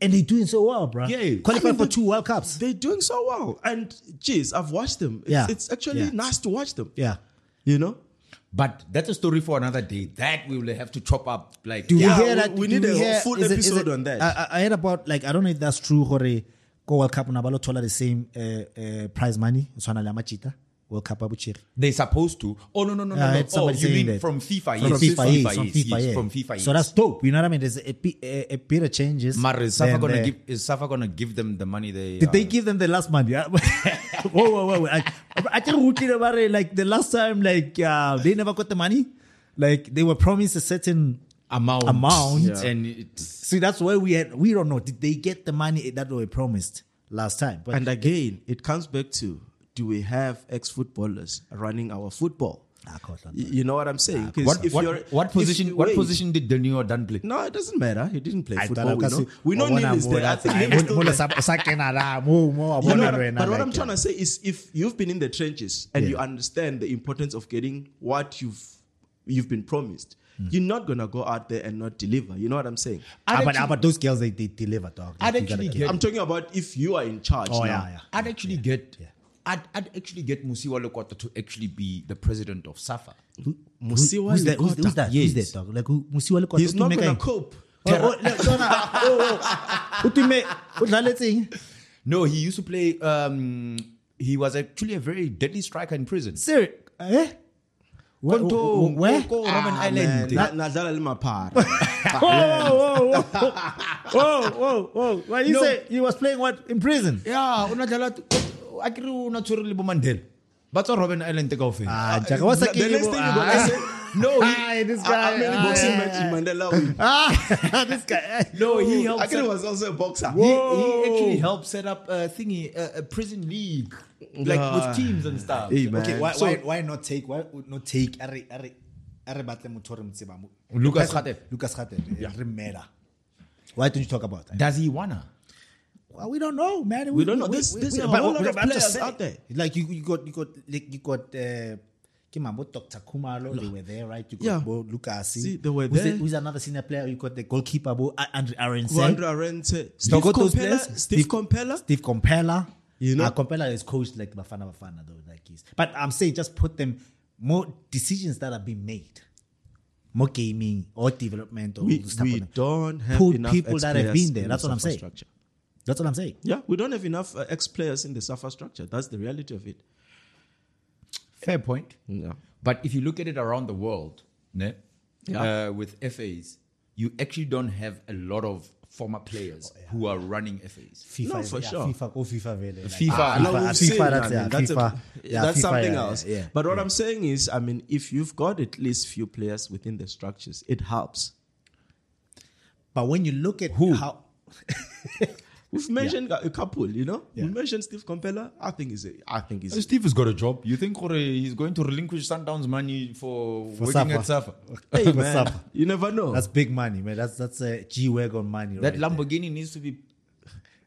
[SPEAKER 6] and they're doing so well, bro.
[SPEAKER 5] Yeah.
[SPEAKER 6] Qualified
[SPEAKER 2] I mean,
[SPEAKER 6] for
[SPEAKER 2] the-
[SPEAKER 6] two World Cups.
[SPEAKER 2] They're doing so well. And geez, I've watched them. It's,
[SPEAKER 6] Yeah.
[SPEAKER 2] it's actually
[SPEAKER 6] Yeah.
[SPEAKER 2] nice to watch them.
[SPEAKER 6] yeah.
[SPEAKER 2] You know?
[SPEAKER 5] But that's a story for another day. That we will have to chop up. Like,
[SPEAKER 6] Do
[SPEAKER 2] Yeah,
[SPEAKER 6] we hear
[SPEAKER 2] we-
[SPEAKER 6] that?
[SPEAKER 2] we
[SPEAKER 6] do
[SPEAKER 2] need a
[SPEAKER 6] hear-
[SPEAKER 2] full
[SPEAKER 6] is it- is
[SPEAKER 2] episode
[SPEAKER 6] it-
[SPEAKER 2] on that.
[SPEAKER 6] I, I- I heard about, like, I don't know if that's true, Hore. Go World Cup, Nabalo Tola, the same uh, uh, prize money. Swana Lamachita. World Cup, Abuchir.
[SPEAKER 5] They're supposed to. Oh no no no no!
[SPEAKER 6] Yeah,
[SPEAKER 5] no.
[SPEAKER 6] Ah, it's
[SPEAKER 5] Oh,
[SPEAKER 6] somebody
[SPEAKER 5] you
[SPEAKER 6] saying
[SPEAKER 5] mean
[SPEAKER 6] that.
[SPEAKER 5] from FIFA?
[SPEAKER 6] From
[SPEAKER 5] yes,
[SPEAKER 6] FIFA, yes,
[SPEAKER 5] yes,
[SPEAKER 6] from FIFA,
[SPEAKER 5] yes,
[SPEAKER 6] yeah.
[SPEAKER 5] from FIFA.
[SPEAKER 6] So that's dope. You know what I mean? There's a, bi- a, a bit of changes.
[SPEAKER 5] Mar, is
[SPEAKER 6] Then,
[SPEAKER 5] Safa gonna
[SPEAKER 6] uh,
[SPEAKER 5] give? Is Safa gonna give them the money they?
[SPEAKER 6] Did
[SPEAKER 5] uh,
[SPEAKER 6] they give them the last money? Yeah. whoa, whoa, whoa, whoa. I, I think Ruti Nabare, like the last time, like uh, they never got the money. Like they were promised a certain.
[SPEAKER 5] amount?
[SPEAKER 6] Amount.
[SPEAKER 5] Yeah. and it's,
[SPEAKER 6] See, that's where we had. We don't know. Did they get the money that they were promised last time? But
[SPEAKER 2] And again, it comes back to do we have ex footballers running our football?
[SPEAKER 6] Ah, God,
[SPEAKER 2] Y- You know what I'm saying? 'Cause
[SPEAKER 5] what,
[SPEAKER 2] if you're-
[SPEAKER 5] what, what
[SPEAKER 2] if-
[SPEAKER 5] position? what
[SPEAKER 2] wait.
[SPEAKER 5] position did Daniel Dunn play?
[SPEAKER 2] No, it doesn't matter. He didn't play
[SPEAKER 6] I thought
[SPEAKER 2] football.
[SPEAKER 6] I
[SPEAKER 2] We
[SPEAKER 6] can
[SPEAKER 2] know,
[SPEAKER 6] see-
[SPEAKER 2] we know
[SPEAKER 6] I wanna
[SPEAKER 2] Neil is
[SPEAKER 6] more
[SPEAKER 2] there. I
[SPEAKER 6] that
[SPEAKER 2] think
[SPEAKER 6] time.
[SPEAKER 2] Neil is
[SPEAKER 6] Mo-
[SPEAKER 2] still
[SPEAKER 6] mo-
[SPEAKER 2] there.
[SPEAKER 6] sa- sa kena la, mo- mo- I
[SPEAKER 2] You know
[SPEAKER 6] wanna
[SPEAKER 2] what-
[SPEAKER 6] wena,
[SPEAKER 2] but what
[SPEAKER 6] like,
[SPEAKER 2] I'm trying to say is, if you've been in the trenches and you understand the importance of getting what you've you've been promised, you're not gonna go out there and not deliver. You know what I'm saying?
[SPEAKER 6] Ah,
[SPEAKER 5] I'd
[SPEAKER 6] but, ah,
[SPEAKER 5] actually-
[SPEAKER 6] but those girls, they, they deliver, dog.
[SPEAKER 5] I'd
[SPEAKER 6] Like, you gotta
[SPEAKER 5] actually
[SPEAKER 6] give-
[SPEAKER 5] get-
[SPEAKER 2] I'm talking about if you are in charge.
[SPEAKER 6] Oh
[SPEAKER 2] now.
[SPEAKER 6] yeah, yeah.
[SPEAKER 5] I'd actually get I'd, I'd actually get Musiwa Lokota to actually be the president of SAFA.
[SPEAKER 7] Who-
[SPEAKER 2] Musiwa
[SPEAKER 7] who's that? Who's,
[SPEAKER 2] Lekota.
[SPEAKER 7] who's that? Who's
[SPEAKER 5] Yes.
[SPEAKER 7] that dog? Like who? Musiwa Lekota.
[SPEAKER 2] He's
[SPEAKER 7] Uthi
[SPEAKER 2] not
[SPEAKER 7] Meka
[SPEAKER 2] gonna
[SPEAKER 7] yini?
[SPEAKER 2] cope.
[SPEAKER 7] Oh, oh, no, no, no. Oh, oh. Uthi Me- udlaletseng?
[SPEAKER 5] No, he used to play. Um, he was actually a very deadly striker in prison.
[SPEAKER 7] Sir, eh? Where?
[SPEAKER 5] Konto,
[SPEAKER 7] where?
[SPEAKER 5] Koko, Robben
[SPEAKER 6] Ah,
[SPEAKER 5] Island.
[SPEAKER 2] Na- Nadala lima para.
[SPEAKER 7] Whoa, whoa, whoa, whoa, whoa, whoa! Why you
[SPEAKER 5] No.
[SPEAKER 7] say he was playing what in prison?
[SPEAKER 5] Yeah, una dlala akere una tshwere le bo Mandela. Ba tswa Robben Island kaofela.
[SPEAKER 7] Ah, Jack,
[SPEAKER 6] eh,
[SPEAKER 7] what's
[SPEAKER 2] The
[SPEAKER 7] that?
[SPEAKER 2] next thing you
[SPEAKER 6] Ah.
[SPEAKER 2] gonna say,
[SPEAKER 5] No,
[SPEAKER 7] Ah. Hi,
[SPEAKER 5] he,
[SPEAKER 7] this guy.
[SPEAKER 2] how many
[SPEAKER 7] ah,
[SPEAKER 2] boxing
[SPEAKER 7] yeah,
[SPEAKER 2] match in Mandela? win?
[SPEAKER 7] Ah, this guy.
[SPEAKER 5] no, he
[SPEAKER 2] I
[SPEAKER 5] helped.
[SPEAKER 2] think he
[SPEAKER 5] Set,
[SPEAKER 2] was also a boxer.
[SPEAKER 5] he,
[SPEAKER 2] He-
[SPEAKER 5] he actually helped set up a thingy, a, a prison league, like with teams and stuff.
[SPEAKER 2] Hey, man.
[SPEAKER 6] Okay, why,
[SPEAKER 2] So-
[SPEAKER 6] why, why not take? Why would not take? Are, are, are batle motho o re mo tsebang.
[SPEAKER 5] Lucas Gatep.
[SPEAKER 6] Lucas Gatep. Yeah. Re mmela.
[SPEAKER 7] Why don't you talk about that?
[SPEAKER 5] Does he wanna?
[SPEAKER 7] Well, we don't know, man.
[SPEAKER 2] We don't know. There's- there's a
[SPEAKER 7] but-
[SPEAKER 2] whole lot
[SPEAKER 7] but
[SPEAKER 2] of
[SPEAKER 7] I'm just
[SPEAKER 2] players
[SPEAKER 7] saying,
[SPEAKER 2] out there.
[SPEAKER 6] Like you, you got, you got, like you got. Uh, Kimambo, Dr. Kumalo, they were there, right? You got
[SPEAKER 2] Yeah.
[SPEAKER 6] Bo Lucas.
[SPEAKER 2] See, they were
[SPEAKER 6] who's
[SPEAKER 2] there.
[SPEAKER 6] The, who's another senior player? You got the goalkeeper, Bo A- Andre Aronson.
[SPEAKER 2] Andre Arente, Steve
[SPEAKER 6] You got those
[SPEAKER 2] Compella,
[SPEAKER 6] players?
[SPEAKER 2] Steve Compella.
[SPEAKER 6] Steve Compella.
[SPEAKER 2] You know-
[SPEAKER 6] uh, Compella is coached like Bafana Bafana though, like he's. But I'm saying just put them more decisions that have been made, more gaming or development or
[SPEAKER 2] We,
[SPEAKER 6] stuff.
[SPEAKER 2] we
[SPEAKER 6] on them.
[SPEAKER 2] don't have
[SPEAKER 6] Put
[SPEAKER 2] enough
[SPEAKER 6] people that have
[SPEAKER 2] ex-players
[SPEAKER 6] been there.
[SPEAKER 2] in
[SPEAKER 6] That's
[SPEAKER 2] the
[SPEAKER 6] what I'm saying.
[SPEAKER 2] infrastructure.
[SPEAKER 6] That's what I'm saying.
[SPEAKER 2] Yeah, we don't have enough uh, ex players in the SAFA structure. That's the reality of it.
[SPEAKER 5] Fair point.
[SPEAKER 2] Yeah.
[SPEAKER 5] But if you look at it around the world, ne,
[SPEAKER 2] Yeah.
[SPEAKER 5] uh, with FAs, you actually don't have a lot of former players who are running FAs.
[SPEAKER 6] FIFA,
[SPEAKER 2] No,
[SPEAKER 6] is-
[SPEAKER 2] for
[SPEAKER 6] yeah,
[SPEAKER 2] sure.
[SPEAKER 6] FIFA, oh FIFA, really. Like,
[SPEAKER 5] FIFA,
[SPEAKER 6] ah,
[SPEAKER 2] Now
[SPEAKER 6] FIFA,
[SPEAKER 2] we've
[SPEAKER 6] FIFA,
[SPEAKER 2] seen,
[SPEAKER 6] that's,
[SPEAKER 2] I
[SPEAKER 6] yeah,
[SPEAKER 2] mean, that's a-
[SPEAKER 6] FIFA, yeah,
[SPEAKER 2] that's
[SPEAKER 6] FIFA,
[SPEAKER 2] something
[SPEAKER 6] yeah,
[SPEAKER 2] else.
[SPEAKER 6] Yeah, yeah.
[SPEAKER 2] But what I'm saying is, I mean, if you've got at least few players within the structures, it helps.
[SPEAKER 6] But when you look at how
[SPEAKER 2] We've mentioned a couple, you know. We mentioned Steve Compella. I think he's. A, I think he's.
[SPEAKER 5] Uh, Steve has got a job. You think he's going to relinquish Sundown's money for, working
[SPEAKER 6] working
[SPEAKER 5] at
[SPEAKER 6] at
[SPEAKER 5] Safa?
[SPEAKER 2] Hey
[SPEAKER 6] What's
[SPEAKER 2] man,
[SPEAKER 6] up?
[SPEAKER 2] you never know.
[SPEAKER 6] that's big money, man. That's that's a G wagon money.
[SPEAKER 5] That
[SPEAKER 6] right
[SPEAKER 5] Lamborghini needs to be.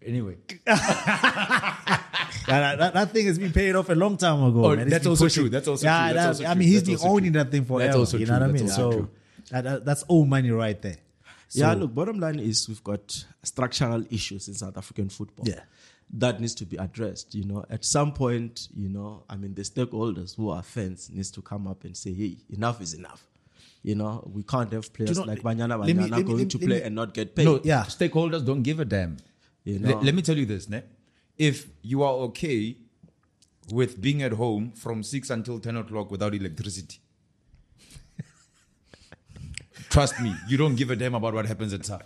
[SPEAKER 5] Anyway,
[SPEAKER 6] There. That, that, that thing has been paid off a long time ago.
[SPEAKER 5] Oh,
[SPEAKER 6] man. It's
[SPEAKER 5] that's
[SPEAKER 6] been
[SPEAKER 5] also
[SPEAKER 6] pushing-
[SPEAKER 5] true. That's also
[SPEAKER 6] yeah,
[SPEAKER 5] true.
[SPEAKER 6] That,
[SPEAKER 5] That's also
[SPEAKER 6] I
[SPEAKER 5] true.
[SPEAKER 6] mean, he's
[SPEAKER 5] That's
[SPEAKER 6] been
[SPEAKER 5] also
[SPEAKER 6] owning
[SPEAKER 5] true.
[SPEAKER 6] that thing forever.
[SPEAKER 5] also
[SPEAKER 6] you
[SPEAKER 5] true.
[SPEAKER 6] know what I
[SPEAKER 5] That's
[SPEAKER 6] mean?
[SPEAKER 5] also true.
[SPEAKER 6] so that, that, that's old money right there.
[SPEAKER 2] yeah, look. Bottom line is we've got structural issues in South African football.
[SPEAKER 6] Yeah.
[SPEAKER 2] That needs to be addressed. You know, at some point, you know, I mean, the stakeholders who are fans needs to come up and say, "Hey, enough is enough." You know, we can't have players
[SPEAKER 6] know,
[SPEAKER 2] like Banyana
[SPEAKER 6] let me-
[SPEAKER 2] Banyana
[SPEAKER 6] let me-
[SPEAKER 2] going
[SPEAKER 6] let
[SPEAKER 2] to
[SPEAKER 6] me-
[SPEAKER 2] play
[SPEAKER 6] let me-
[SPEAKER 2] and not get paid.
[SPEAKER 5] no,
[SPEAKER 6] yeah.
[SPEAKER 5] stakeholders don't give a damn. Le-
[SPEAKER 2] You know.
[SPEAKER 5] let me tell you this, ne? if you are okay with being at home from 6 until 10 o'clock without electricity, trust me, you don't give a damn about what happens at Safa.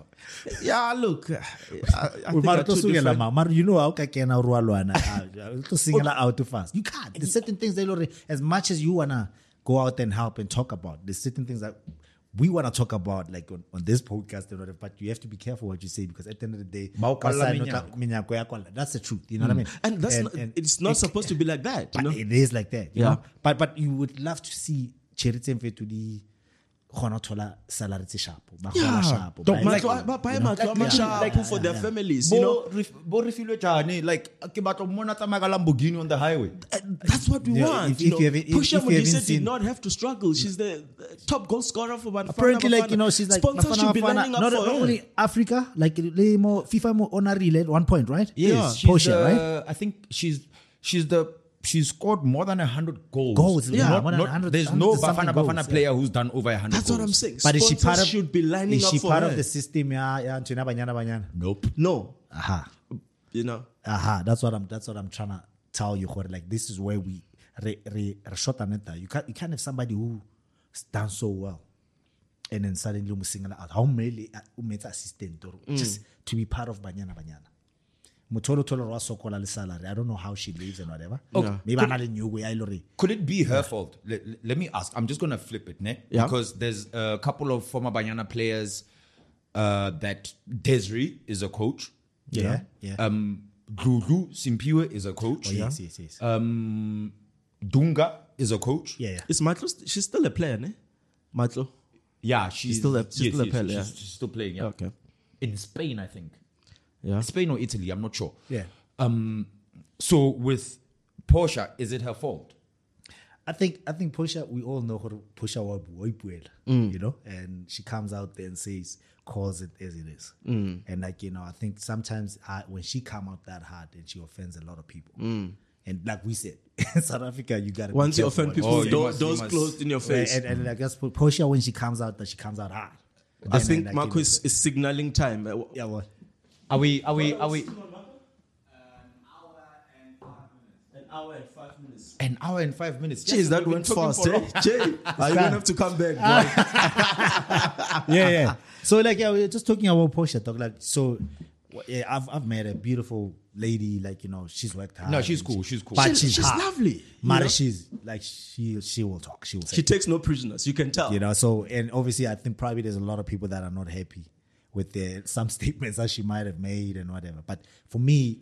[SPEAKER 2] Yeah, look. I, I
[SPEAKER 6] Well,
[SPEAKER 2] think are
[SPEAKER 6] Mara, to
[SPEAKER 2] two
[SPEAKER 6] singela,
[SPEAKER 2] different-
[SPEAKER 6] ma. Mara, you know how can can I roll one, uh, uh, to singela out too fast. You can't. There's certain things that already, as much as you wanna go out and help and talk about, there's certain things that we wanna talk about, like on, on this podcast and whatever. But you have to be careful what you say because at the end of the day,
[SPEAKER 5] Ba o kwalla
[SPEAKER 6] basa
[SPEAKER 5] menyako.
[SPEAKER 6] nota- menyako ya kwalla. that's the truth. You know
[SPEAKER 5] Hmm.
[SPEAKER 6] what I mean?
[SPEAKER 2] and that's not, it's not
[SPEAKER 6] it-
[SPEAKER 2] supposed to be like that.
[SPEAKER 6] but
[SPEAKER 2] You know?
[SPEAKER 6] it is like that. You
[SPEAKER 2] Yeah.
[SPEAKER 6] know? But but you would love to see Cherity and Fetudi kgona ho thola salary tse sharp ba gola sharp ba
[SPEAKER 2] Dog,
[SPEAKER 6] etsa
[SPEAKER 2] matlo a-
[SPEAKER 6] eng,
[SPEAKER 2] ba- ba-
[SPEAKER 6] you know?
[SPEAKER 2] matlo a mashapo for their families, you know.
[SPEAKER 5] Bo ref- bo refilwe jane, like, ke batla ho mmona tsamaya ka Lamborghini on the highway.
[SPEAKER 2] And That's what we
[SPEAKER 6] Yeah,
[SPEAKER 2] want.
[SPEAKER 6] if-
[SPEAKER 2] you
[SPEAKER 6] if
[SPEAKER 2] know.
[SPEAKER 6] you haven't- if-
[SPEAKER 2] Pusha
[SPEAKER 6] if you haven't
[SPEAKER 2] Modise did
[SPEAKER 6] seen-
[SPEAKER 2] not have to struggle. She's the uh, top goal scorer for Bafana
[SPEAKER 6] apparently like
[SPEAKER 2] Bafana.
[SPEAKER 6] you know she's like
[SPEAKER 2] sponsors
[SPEAKER 6] Bafana
[SPEAKER 2] should be
[SPEAKER 6] Bafana.
[SPEAKER 2] lining up
[SPEAKER 6] not
[SPEAKER 2] for her.
[SPEAKER 6] only Africa like le mo FIFA mo honorary at one point right
[SPEAKER 5] Yes, she's
[SPEAKER 6] Portia
[SPEAKER 2] uh,
[SPEAKER 5] the-
[SPEAKER 6] right
[SPEAKER 5] I think she's she's the she's scored more than hundred goals.
[SPEAKER 6] Goals, yeah,
[SPEAKER 5] Not-
[SPEAKER 6] more than
[SPEAKER 5] not-
[SPEAKER 6] 100
[SPEAKER 5] there's no
[SPEAKER 6] 100 something
[SPEAKER 5] Bafana
[SPEAKER 6] goals,
[SPEAKER 5] Bafana
[SPEAKER 6] yeah.
[SPEAKER 5] player who's done over hundred.
[SPEAKER 2] That's what I'm saying.
[SPEAKER 6] but is she
[SPEAKER 2] Sponsors
[SPEAKER 6] part of
[SPEAKER 2] should be lining
[SPEAKER 6] is
[SPEAKER 2] up
[SPEAKER 6] she
[SPEAKER 2] for
[SPEAKER 6] part
[SPEAKER 2] her.
[SPEAKER 6] of the system yeah yeah Antonia Banyana Banyana
[SPEAKER 5] Nope.
[SPEAKER 2] No,
[SPEAKER 6] aha
[SPEAKER 2] you know.
[SPEAKER 6] aha that's what I'm that's what I'm trying to tell you Jorge. like this is where we re, re, re short aneta you can't you can't have somebody who's done so well and then suddenly we singing out how many umeta assistant or
[SPEAKER 5] Mm.
[SPEAKER 6] just to be part of Banyana Banyana Mutolo Tolo Roa Sokola le salary. I don't know how she lives and whatever.
[SPEAKER 5] Okay.
[SPEAKER 6] Maybe another new way I lorry.
[SPEAKER 5] Could it be her fault? Let, let me ask. I'm just going to flip it, ne?
[SPEAKER 2] Yeah.
[SPEAKER 5] Because there's a couple of former Banyana players uh, that Desri is a coach.
[SPEAKER 6] Yeah. Yeah.
[SPEAKER 5] Um, Gugu Simpiwe is a coach.
[SPEAKER 6] Oh, yes, yes, yes.
[SPEAKER 5] Uh, Dunga is a coach.
[SPEAKER 6] yeah, yeah.
[SPEAKER 2] It's Matlo. st- She's still a player, ne? Matlo.
[SPEAKER 5] Yeah, she's,
[SPEAKER 2] still a- she's still a player,
[SPEAKER 5] she's-
[SPEAKER 2] yeah.
[SPEAKER 5] she's still playing, yeah.
[SPEAKER 2] Okay.
[SPEAKER 5] In Spain, I think.
[SPEAKER 2] Yeah.
[SPEAKER 5] Spain or Italy, I'm not sure.
[SPEAKER 6] Yeah.
[SPEAKER 5] So with Portia, is it her fault?
[SPEAKER 6] I think I think Portia, we all know her Portia wa Waipuela,
[SPEAKER 2] Mm.
[SPEAKER 6] you know, and she comes out there and says, calls it as it is.
[SPEAKER 2] Mm.
[SPEAKER 6] And like, you know, I think sometimes I, when she come out that hard and she offends a lot of people. And like we said, South Africa, you gotta be
[SPEAKER 2] Mm. Once you
[SPEAKER 6] careful.
[SPEAKER 2] offend people,
[SPEAKER 5] Oh, you
[SPEAKER 2] door-
[SPEAKER 5] must- you
[SPEAKER 2] doors
[SPEAKER 5] must-
[SPEAKER 2] closed in your face.
[SPEAKER 6] And, and, and I guess for Portia, when she comes out, that she comes out high.
[SPEAKER 2] I
[SPEAKER 6] Then,
[SPEAKER 2] think
[SPEAKER 6] like,
[SPEAKER 2] Marco
[SPEAKER 6] you
[SPEAKER 2] is, is signaling time. Uh,
[SPEAKER 6] know, yeah, well,
[SPEAKER 5] Are we? Are we? Are we? An hour and five minutes.
[SPEAKER 2] Jeez, that went fast, eh? Jay, are you going to have to come
[SPEAKER 6] Ah.
[SPEAKER 2] back? boy?
[SPEAKER 6] yeah, yeah. So like, yeah, we were just talking about Portia, dog. Like, so wh- yeah, I've I've met a beautiful lady. Like, you know, she's worked hard.
[SPEAKER 5] No, she's
[SPEAKER 6] and
[SPEAKER 5] cool.
[SPEAKER 6] she-
[SPEAKER 5] She's cool.
[SPEAKER 6] But
[SPEAKER 2] She-
[SPEAKER 6] she's,
[SPEAKER 2] she's
[SPEAKER 6] hard.
[SPEAKER 2] lovely, you
[SPEAKER 6] Mara,
[SPEAKER 2] know?
[SPEAKER 6] she's like she she will talk. She will say
[SPEAKER 2] she takes no prisoners, you can tell.
[SPEAKER 6] you know so and obviously i think probably there's a lot of people that are not happy with the some statements that she might have made and whatever but for me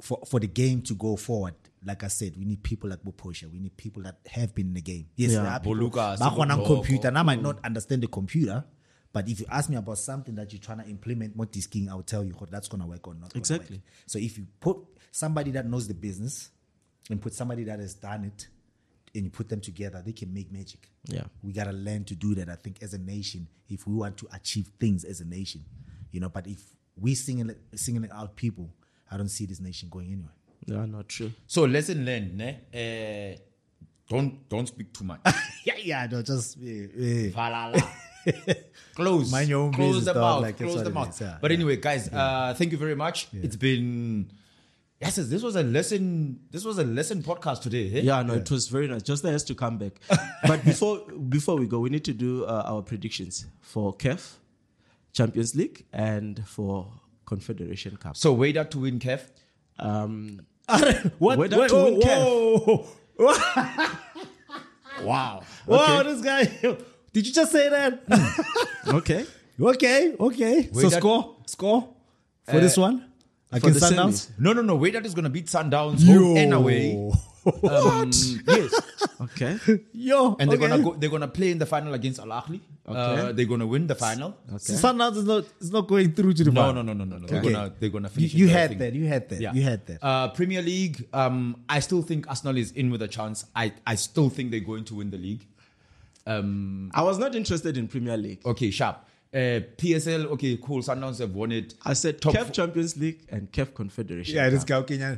[SPEAKER 6] for for the game to go forward like I said, we need people like Boposha. We need people that have been in the game. Yes,
[SPEAKER 2] Yeah. mm.
[SPEAKER 6] there are people.
[SPEAKER 5] Boluka,
[SPEAKER 6] Bakwana
[SPEAKER 5] Siboko.
[SPEAKER 6] computer. And I might not understand the computer, but if you ask me about something that you're trying to implement, what is king, I'll tell you what that's gonna work or not. gonna
[SPEAKER 2] Exactly.
[SPEAKER 6] work. So if you put somebody that knows the business and put somebody that has done it and you put them together, they can make magic.
[SPEAKER 2] Yeah.
[SPEAKER 6] We gotta learn to do that, I think, as a nation, if we want to achieve things as a nation. You know, but if we singling singling out people, I don't see this nation going anywhere.
[SPEAKER 2] No, not true.
[SPEAKER 5] So lesson learned, ne? Uh, don't don't speak too much.
[SPEAKER 6] yeah, yeah, no, just eh, yeah, yeah.
[SPEAKER 5] Valala. close.
[SPEAKER 6] Mind your own
[SPEAKER 5] close
[SPEAKER 6] business,
[SPEAKER 5] the
[SPEAKER 6] dog.
[SPEAKER 5] mouth.
[SPEAKER 6] Like, that's
[SPEAKER 5] close
[SPEAKER 6] what
[SPEAKER 5] the
[SPEAKER 6] it
[SPEAKER 5] mouth.
[SPEAKER 6] is. Yeah,
[SPEAKER 5] but
[SPEAKER 6] yeah.
[SPEAKER 5] anyway, guys, uh, thank you very much. It's been yes, this was a lesson. This was a lesson podcast today. eh?
[SPEAKER 2] Yeah, no, it was very nice. Just has to come back. but before before we go, we need to do uh, our predictions for CAF, Champions League, and for Confederation Cup.
[SPEAKER 5] So Wader to win, Kev.
[SPEAKER 2] Um,
[SPEAKER 6] What?
[SPEAKER 2] Whether
[SPEAKER 6] Wait,
[SPEAKER 2] to
[SPEAKER 6] whoa,
[SPEAKER 2] win CAF.
[SPEAKER 6] whoa.
[SPEAKER 5] Wow.
[SPEAKER 6] Wow, this guy. Did you just say that?
[SPEAKER 2] Okay.
[SPEAKER 6] okay, okay.
[SPEAKER 5] Wait,
[SPEAKER 6] so
[SPEAKER 5] that-
[SPEAKER 6] score, score for this one against
[SPEAKER 2] the
[SPEAKER 6] Sundowns.
[SPEAKER 5] No, no, no. Wader is gonna beat Sundowns home and away.
[SPEAKER 6] what?
[SPEAKER 5] yes.
[SPEAKER 2] Okay.
[SPEAKER 6] Yo,
[SPEAKER 5] Um, And they're
[SPEAKER 6] okay.
[SPEAKER 5] gonna go, they're gonna play in the final against Al Ahly. Uh,
[SPEAKER 2] Okay.
[SPEAKER 5] they're gonna win the final.
[SPEAKER 2] Okay.
[SPEAKER 6] Sundowns is not, it's not going through to the
[SPEAKER 5] No,
[SPEAKER 6] final.
[SPEAKER 5] no, no, no, no, no. They're
[SPEAKER 6] Okay.
[SPEAKER 5] gonna they're gonna
[SPEAKER 6] You,
[SPEAKER 5] finish.
[SPEAKER 6] you
[SPEAKER 5] in the
[SPEAKER 6] had
[SPEAKER 5] thing.
[SPEAKER 6] that. You had that.
[SPEAKER 5] Yeah.
[SPEAKER 6] You had that.
[SPEAKER 5] Uh, Premier League, um, I still think Arsenal is in with a chance. I, I still think they're going to win the league.
[SPEAKER 2] I was not interested in Premier League.
[SPEAKER 5] Okay, sharp. Uh, PSL, okay, cool. Sundowns have won it.
[SPEAKER 2] I said
[SPEAKER 5] Top
[SPEAKER 2] CAF
[SPEAKER 5] four-
[SPEAKER 2] Champions League and CAF Confederation.
[SPEAKER 6] yeah, this guy. Okay, yeah.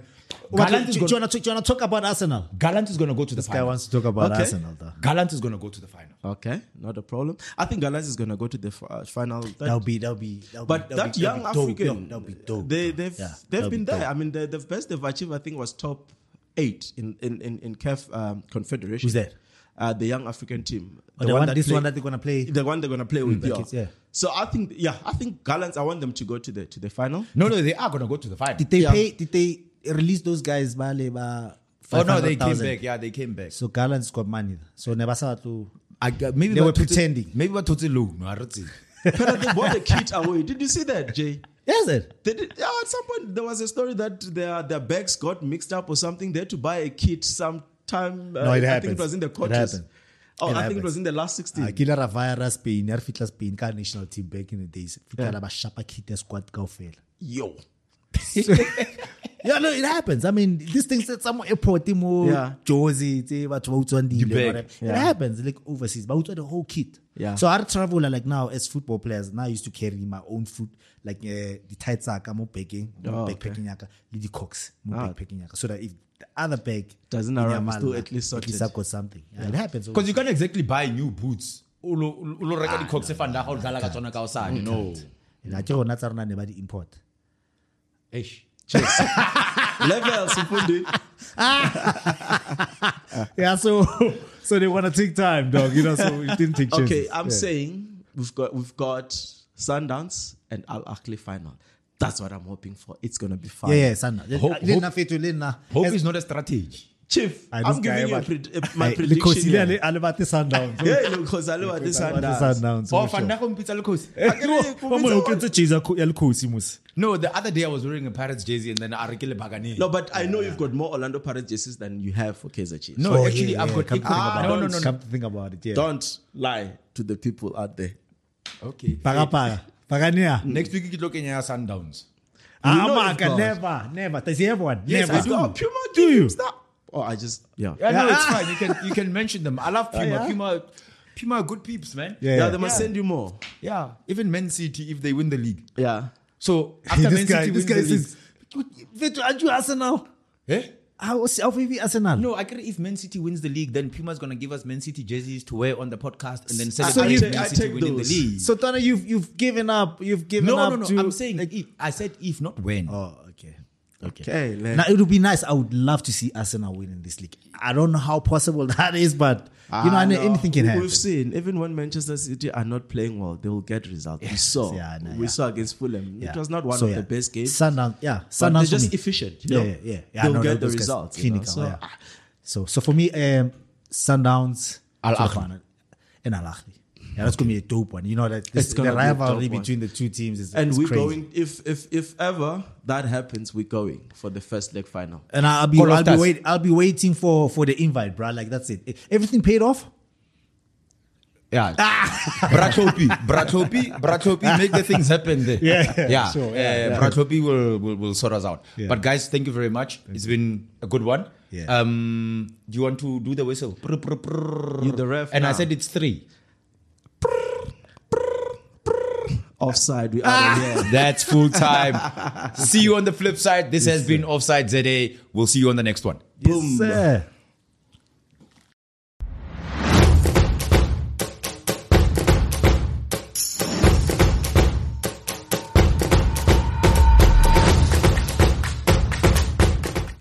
[SPEAKER 5] Gallant
[SPEAKER 6] do,
[SPEAKER 5] is
[SPEAKER 6] do,
[SPEAKER 5] gonna-
[SPEAKER 6] you want to, do you want to talk about Arsenal?
[SPEAKER 5] Gallant is going to go to the
[SPEAKER 6] Guy
[SPEAKER 5] final.
[SPEAKER 6] wants to talk about
[SPEAKER 2] Okay.
[SPEAKER 6] Arsenal. Though.
[SPEAKER 5] Gallant is going to go to the final.
[SPEAKER 2] Okay, not a problem. I think Galaz is going to go to the f- uh, final. That-
[SPEAKER 6] That'll be that'll be. That'll
[SPEAKER 2] but
[SPEAKER 6] be, that'll
[SPEAKER 2] that
[SPEAKER 6] be,
[SPEAKER 2] young
[SPEAKER 6] that'll be dope.
[SPEAKER 2] African,
[SPEAKER 6] Yo, that'll be dope.
[SPEAKER 2] they,
[SPEAKER 6] dog.
[SPEAKER 2] they've
[SPEAKER 6] Yeah,
[SPEAKER 2] they've
[SPEAKER 6] that'll
[SPEAKER 2] been
[SPEAKER 6] be
[SPEAKER 2] there.
[SPEAKER 6] dope.
[SPEAKER 2] I mean, the, the best they've achieved, I think, was top eight in in in, in CAF um, Confederation.
[SPEAKER 6] Who's that?
[SPEAKER 2] Uh, the young African team.
[SPEAKER 6] Oh, the one, this
[SPEAKER 2] play-
[SPEAKER 6] one that they're gonna play. Mm,
[SPEAKER 2] the one they're gonna play with.
[SPEAKER 6] the
[SPEAKER 2] yeah.
[SPEAKER 6] kids, yeah.
[SPEAKER 2] So I think, yeah, I think Gallant. I want them to go to the to the final.
[SPEAKER 5] No, no, they are going to go to the final.
[SPEAKER 6] Did they
[SPEAKER 2] Yeah.
[SPEAKER 6] pay? Did they release those guys? by labor?
[SPEAKER 5] Oh, no, they came back. Yeah, they came back.
[SPEAKER 6] So Garland's got money. So Nebasa to.
[SPEAKER 5] I, got- maybe
[SPEAKER 6] They
[SPEAKER 5] but
[SPEAKER 6] were
[SPEAKER 5] Totti-
[SPEAKER 6] pretending.
[SPEAKER 5] Maybe but Totti low. No, I don't see.
[SPEAKER 2] but they bought the kit away. Did you see that, Jay?
[SPEAKER 6] Yes, it.
[SPEAKER 2] They did, yeah, at some point there was a story that their their bags got mixed up or something. They had to buy a kit sometime. Uh,
[SPEAKER 6] No, it
[SPEAKER 2] I think
[SPEAKER 6] happens.
[SPEAKER 2] it was in the
[SPEAKER 6] It
[SPEAKER 2] quarters.
[SPEAKER 6] happened.
[SPEAKER 2] oh, I
[SPEAKER 6] It
[SPEAKER 2] think it
[SPEAKER 6] happens.
[SPEAKER 2] was in the last sixteen.
[SPEAKER 6] akile ra vaya spain a re fitlha spain ka national team back in the days fitlha ra ba shapa kit ya squad kaofela
[SPEAKER 2] Yo,
[SPEAKER 6] yeah no it happens i mean these things that some airport mo
[SPEAKER 2] Yeah.
[SPEAKER 6] josi tse batho ba utswang dilo
[SPEAKER 5] beg.
[SPEAKER 6] whatever. it
[SPEAKER 2] Yeah.
[SPEAKER 6] happens like overseas ba utswa the whole kit
[SPEAKER 2] Yeah.
[SPEAKER 6] so i travel like now as football players now i used to carry my own food like uh, the tights tsaka mo bagging
[SPEAKER 2] Oh,
[SPEAKER 6] mo
[SPEAKER 2] okay.
[SPEAKER 6] backpacking yaka le di cocks mo
[SPEAKER 2] Ah.
[SPEAKER 6] backpacking yaka so that if the other bag
[SPEAKER 2] Doesn't
[SPEAKER 6] in your
[SPEAKER 2] arrive, it's
[SPEAKER 6] man,
[SPEAKER 2] still
[SPEAKER 6] like,
[SPEAKER 2] at least
[SPEAKER 6] at least
[SPEAKER 2] sorted.
[SPEAKER 6] i've got something Yeah, it happens
[SPEAKER 5] Because you can't exactly buy new boots. Ulo ulo reka
[SPEAKER 6] Ah,
[SPEAKER 5] di coxe fanda ha udlala ka tsona ka
[SPEAKER 6] Mm.
[SPEAKER 5] osane. No.
[SPEAKER 6] la ke rona tsa rona ne ba di import
[SPEAKER 5] Eish.
[SPEAKER 2] levels, Mfundi.
[SPEAKER 6] yeah, so so they want to take time, dog. You know, so it didn't take chances.
[SPEAKER 2] Okay, I'm saying we've got we've got Sundance and Al Ahly final. That's what I'm hoping for. It's gonna be fun.
[SPEAKER 6] yeah, yeah, Sana.
[SPEAKER 5] Hope-
[SPEAKER 6] Lena Fetu, Lena.
[SPEAKER 5] Hope
[SPEAKER 6] As-
[SPEAKER 5] is not a strategy.
[SPEAKER 2] Chief,
[SPEAKER 6] Ah, this
[SPEAKER 2] I'm
[SPEAKER 6] guy,
[SPEAKER 2] giving you a
[SPEAKER 6] but-
[SPEAKER 2] pred- a- my
[SPEAKER 6] Hey,
[SPEAKER 2] prediction.
[SPEAKER 6] Lekhosi,
[SPEAKER 2] here.
[SPEAKER 6] le- le- le bate Sundowns.
[SPEAKER 2] Yeah, because I love this
[SPEAKER 6] Le bate
[SPEAKER 2] Sundowns.
[SPEAKER 5] Oh,
[SPEAKER 6] Sundowns, for sure.
[SPEAKER 5] fanda go mpitsa le Kgosi.
[SPEAKER 6] Eh, yo,
[SPEAKER 2] Akere,
[SPEAKER 6] wa mo-
[SPEAKER 2] Kobetsa
[SPEAKER 6] o kentse jersey ya Kho- ya Lekhosi, mos.
[SPEAKER 5] No, the other day I was wearing a Pirates jersey and then I rekile bagane.
[SPEAKER 2] No, but I know you've got more Orlando Pirates jerseys than you have for Kaiser Chiefs.
[SPEAKER 5] No,
[SPEAKER 6] Oh,
[SPEAKER 5] actually,
[SPEAKER 6] yeah,
[SPEAKER 5] I've
[SPEAKER 6] yeah,
[SPEAKER 5] got
[SPEAKER 6] come
[SPEAKER 5] it.
[SPEAKER 6] to think about
[SPEAKER 5] no,
[SPEAKER 6] it.
[SPEAKER 5] no, no, no.
[SPEAKER 6] Come to think about it, yeah.
[SPEAKER 2] don't lie to the people out there.
[SPEAKER 5] Okay.
[SPEAKER 6] Paga, paga. Paga, nea.
[SPEAKER 5] Next week, you're looking at Sundowns.
[SPEAKER 6] Ah,
[SPEAKER 2] know
[SPEAKER 6] Maka,
[SPEAKER 2] you've got-
[SPEAKER 6] never, never. Does he have one?
[SPEAKER 5] Yes,
[SPEAKER 6] Never.
[SPEAKER 5] I do.
[SPEAKER 2] Oh, Puma
[SPEAKER 6] Do you?
[SPEAKER 2] games, that- Oh, I just yeah.
[SPEAKER 5] Yeah, no, it's fine. You can you can mention them. I love Puma.
[SPEAKER 6] Oh, yeah?
[SPEAKER 5] Puma, Puma are good peeps, man.
[SPEAKER 6] Yeah,
[SPEAKER 2] Yeah,
[SPEAKER 6] yeah.
[SPEAKER 2] they must send you more.
[SPEAKER 5] yeah. Even Man City if they win the league.
[SPEAKER 2] Yeah.
[SPEAKER 5] So after
[SPEAKER 6] This
[SPEAKER 5] Man
[SPEAKER 6] guy-
[SPEAKER 5] City
[SPEAKER 6] this
[SPEAKER 5] wins
[SPEAKER 6] guy
[SPEAKER 5] the league,
[SPEAKER 6] says, Fetu, aren't you Arsenal?
[SPEAKER 5] eh?
[SPEAKER 6] I was LVV Arsenal.
[SPEAKER 5] No, I get it. If Man City wins the league, then Puma's gonna give us Man City jerseys to wear on the podcast and then
[SPEAKER 2] So
[SPEAKER 5] celebrate
[SPEAKER 2] you-
[SPEAKER 5] Man
[SPEAKER 2] I
[SPEAKER 5] City
[SPEAKER 2] take
[SPEAKER 5] winning
[SPEAKER 2] those.
[SPEAKER 5] the league.
[SPEAKER 6] So Tana, you've you've given up. You've given
[SPEAKER 5] no,
[SPEAKER 6] up.
[SPEAKER 5] no, no,
[SPEAKER 6] to-
[SPEAKER 5] I'm saying if. I said if, not when.
[SPEAKER 6] Oh, okay. Okay.
[SPEAKER 2] Okay, let-
[SPEAKER 6] now it would be nice. I would love to see Arsenal win in this league. I don't know how possible that is, but you know,
[SPEAKER 2] Ah,
[SPEAKER 6] I know
[SPEAKER 2] no.
[SPEAKER 6] anything can
[SPEAKER 2] We-
[SPEAKER 6] happen.
[SPEAKER 2] We've seen even when Manchester City are not playing well, they will get results. we saw,
[SPEAKER 6] yeah, I know,
[SPEAKER 2] we
[SPEAKER 6] yeah.
[SPEAKER 2] saw against Fulham.
[SPEAKER 6] Yeah.
[SPEAKER 2] It was not one
[SPEAKER 6] So,
[SPEAKER 2] of
[SPEAKER 6] yeah.
[SPEAKER 2] the best games.
[SPEAKER 6] Sundown, yeah,
[SPEAKER 2] but
[SPEAKER 6] Sundown
[SPEAKER 2] they're
[SPEAKER 6] for
[SPEAKER 2] just
[SPEAKER 6] me.
[SPEAKER 2] efficient.
[SPEAKER 6] Yeah,
[SPEAKER 2] You know?
[SPEAKER 6] yeah, yeah. I
[SPEAKER 2] They'll
[SPEAKER 6] know
[SPEAKER 2] get
[SPEAKER 6] that
[SPEAKER 2] the
[SPEAKER 6] those guys
[SPEAKER 2] results. you know,
[SPEAKER 6] Clinical,
[SPEAKER 2] so-
[SPEAKER 6] yeah. So, so for me, um, Sundowns
[SPEAKER 5] Al
[SPEAKER 6] to the
[SPEAKER 5] Ahly.
[SPEAKER 6] final. and Al Ahly. Yeah, that's gonna be a dope one. You know that this,
[SPEAKER 2] It's
[SPEAKER 6] the
[SPEAKER 2] gonna be a dope
[SPEAKER 6] rivalry
[SPEAKER 2] one.
[SPEAKER 6] between the two teams is
[SPEAKER 2] And
[SPEAKER 6] is
[SPEAKER 2] we're
[SPEAKER 6] crazy.
[SPEAKER 2] going if if if ever that happens, we're going for the first leg final.
[SPEAKER 6] And I'll be,
[SPEAKER 5] All of
[SPEAKER 6] I'll be,
[SPEAKER 5] us.
[SPEAKER 6] wait, I'll be waiting for, for the invite, bruh. Like that's it. E, Everything paid off.
[SPEAKER 5] Yeah.
[SPEAKER 6] Ah!
[SPEAKER 5] Brachopi. Brachopi. Brachopi. Make the things happen there.
[SPEAKER 6] Yeah, yeah,
[SPEAKER 5] Yeah.
[SPEAKER 6] sure,
[SPEAKER 5] uh,
[SPEAKER 6] yeah,
[SPEAKER 5] Brachopi will, will, will sort us out.
[SPEAKER 6] Yeah.
[SPEAKER 5] But guys, thank you very much. It's been a good one.
[SPEAKER 6] Yeah.
[SPEAKER 5] Um, do you want to do the whistle? Prr, prr, prr.
[SPEAKER 2] You the ref
[SPEAKER 5] And I
[SPEAKER 2] now.
[SPEAKER 5] said it's three.
[SPEAKER 2] Offside,
[SPEAKER 6] Ah!
[SPEAKER 2] we are here.
[SPEAKER 5] That's full time. see you on the flip side. This has been Offside ZA. We'll see you on the next one.
[SPEAKER 6] Boom. Yes, sir.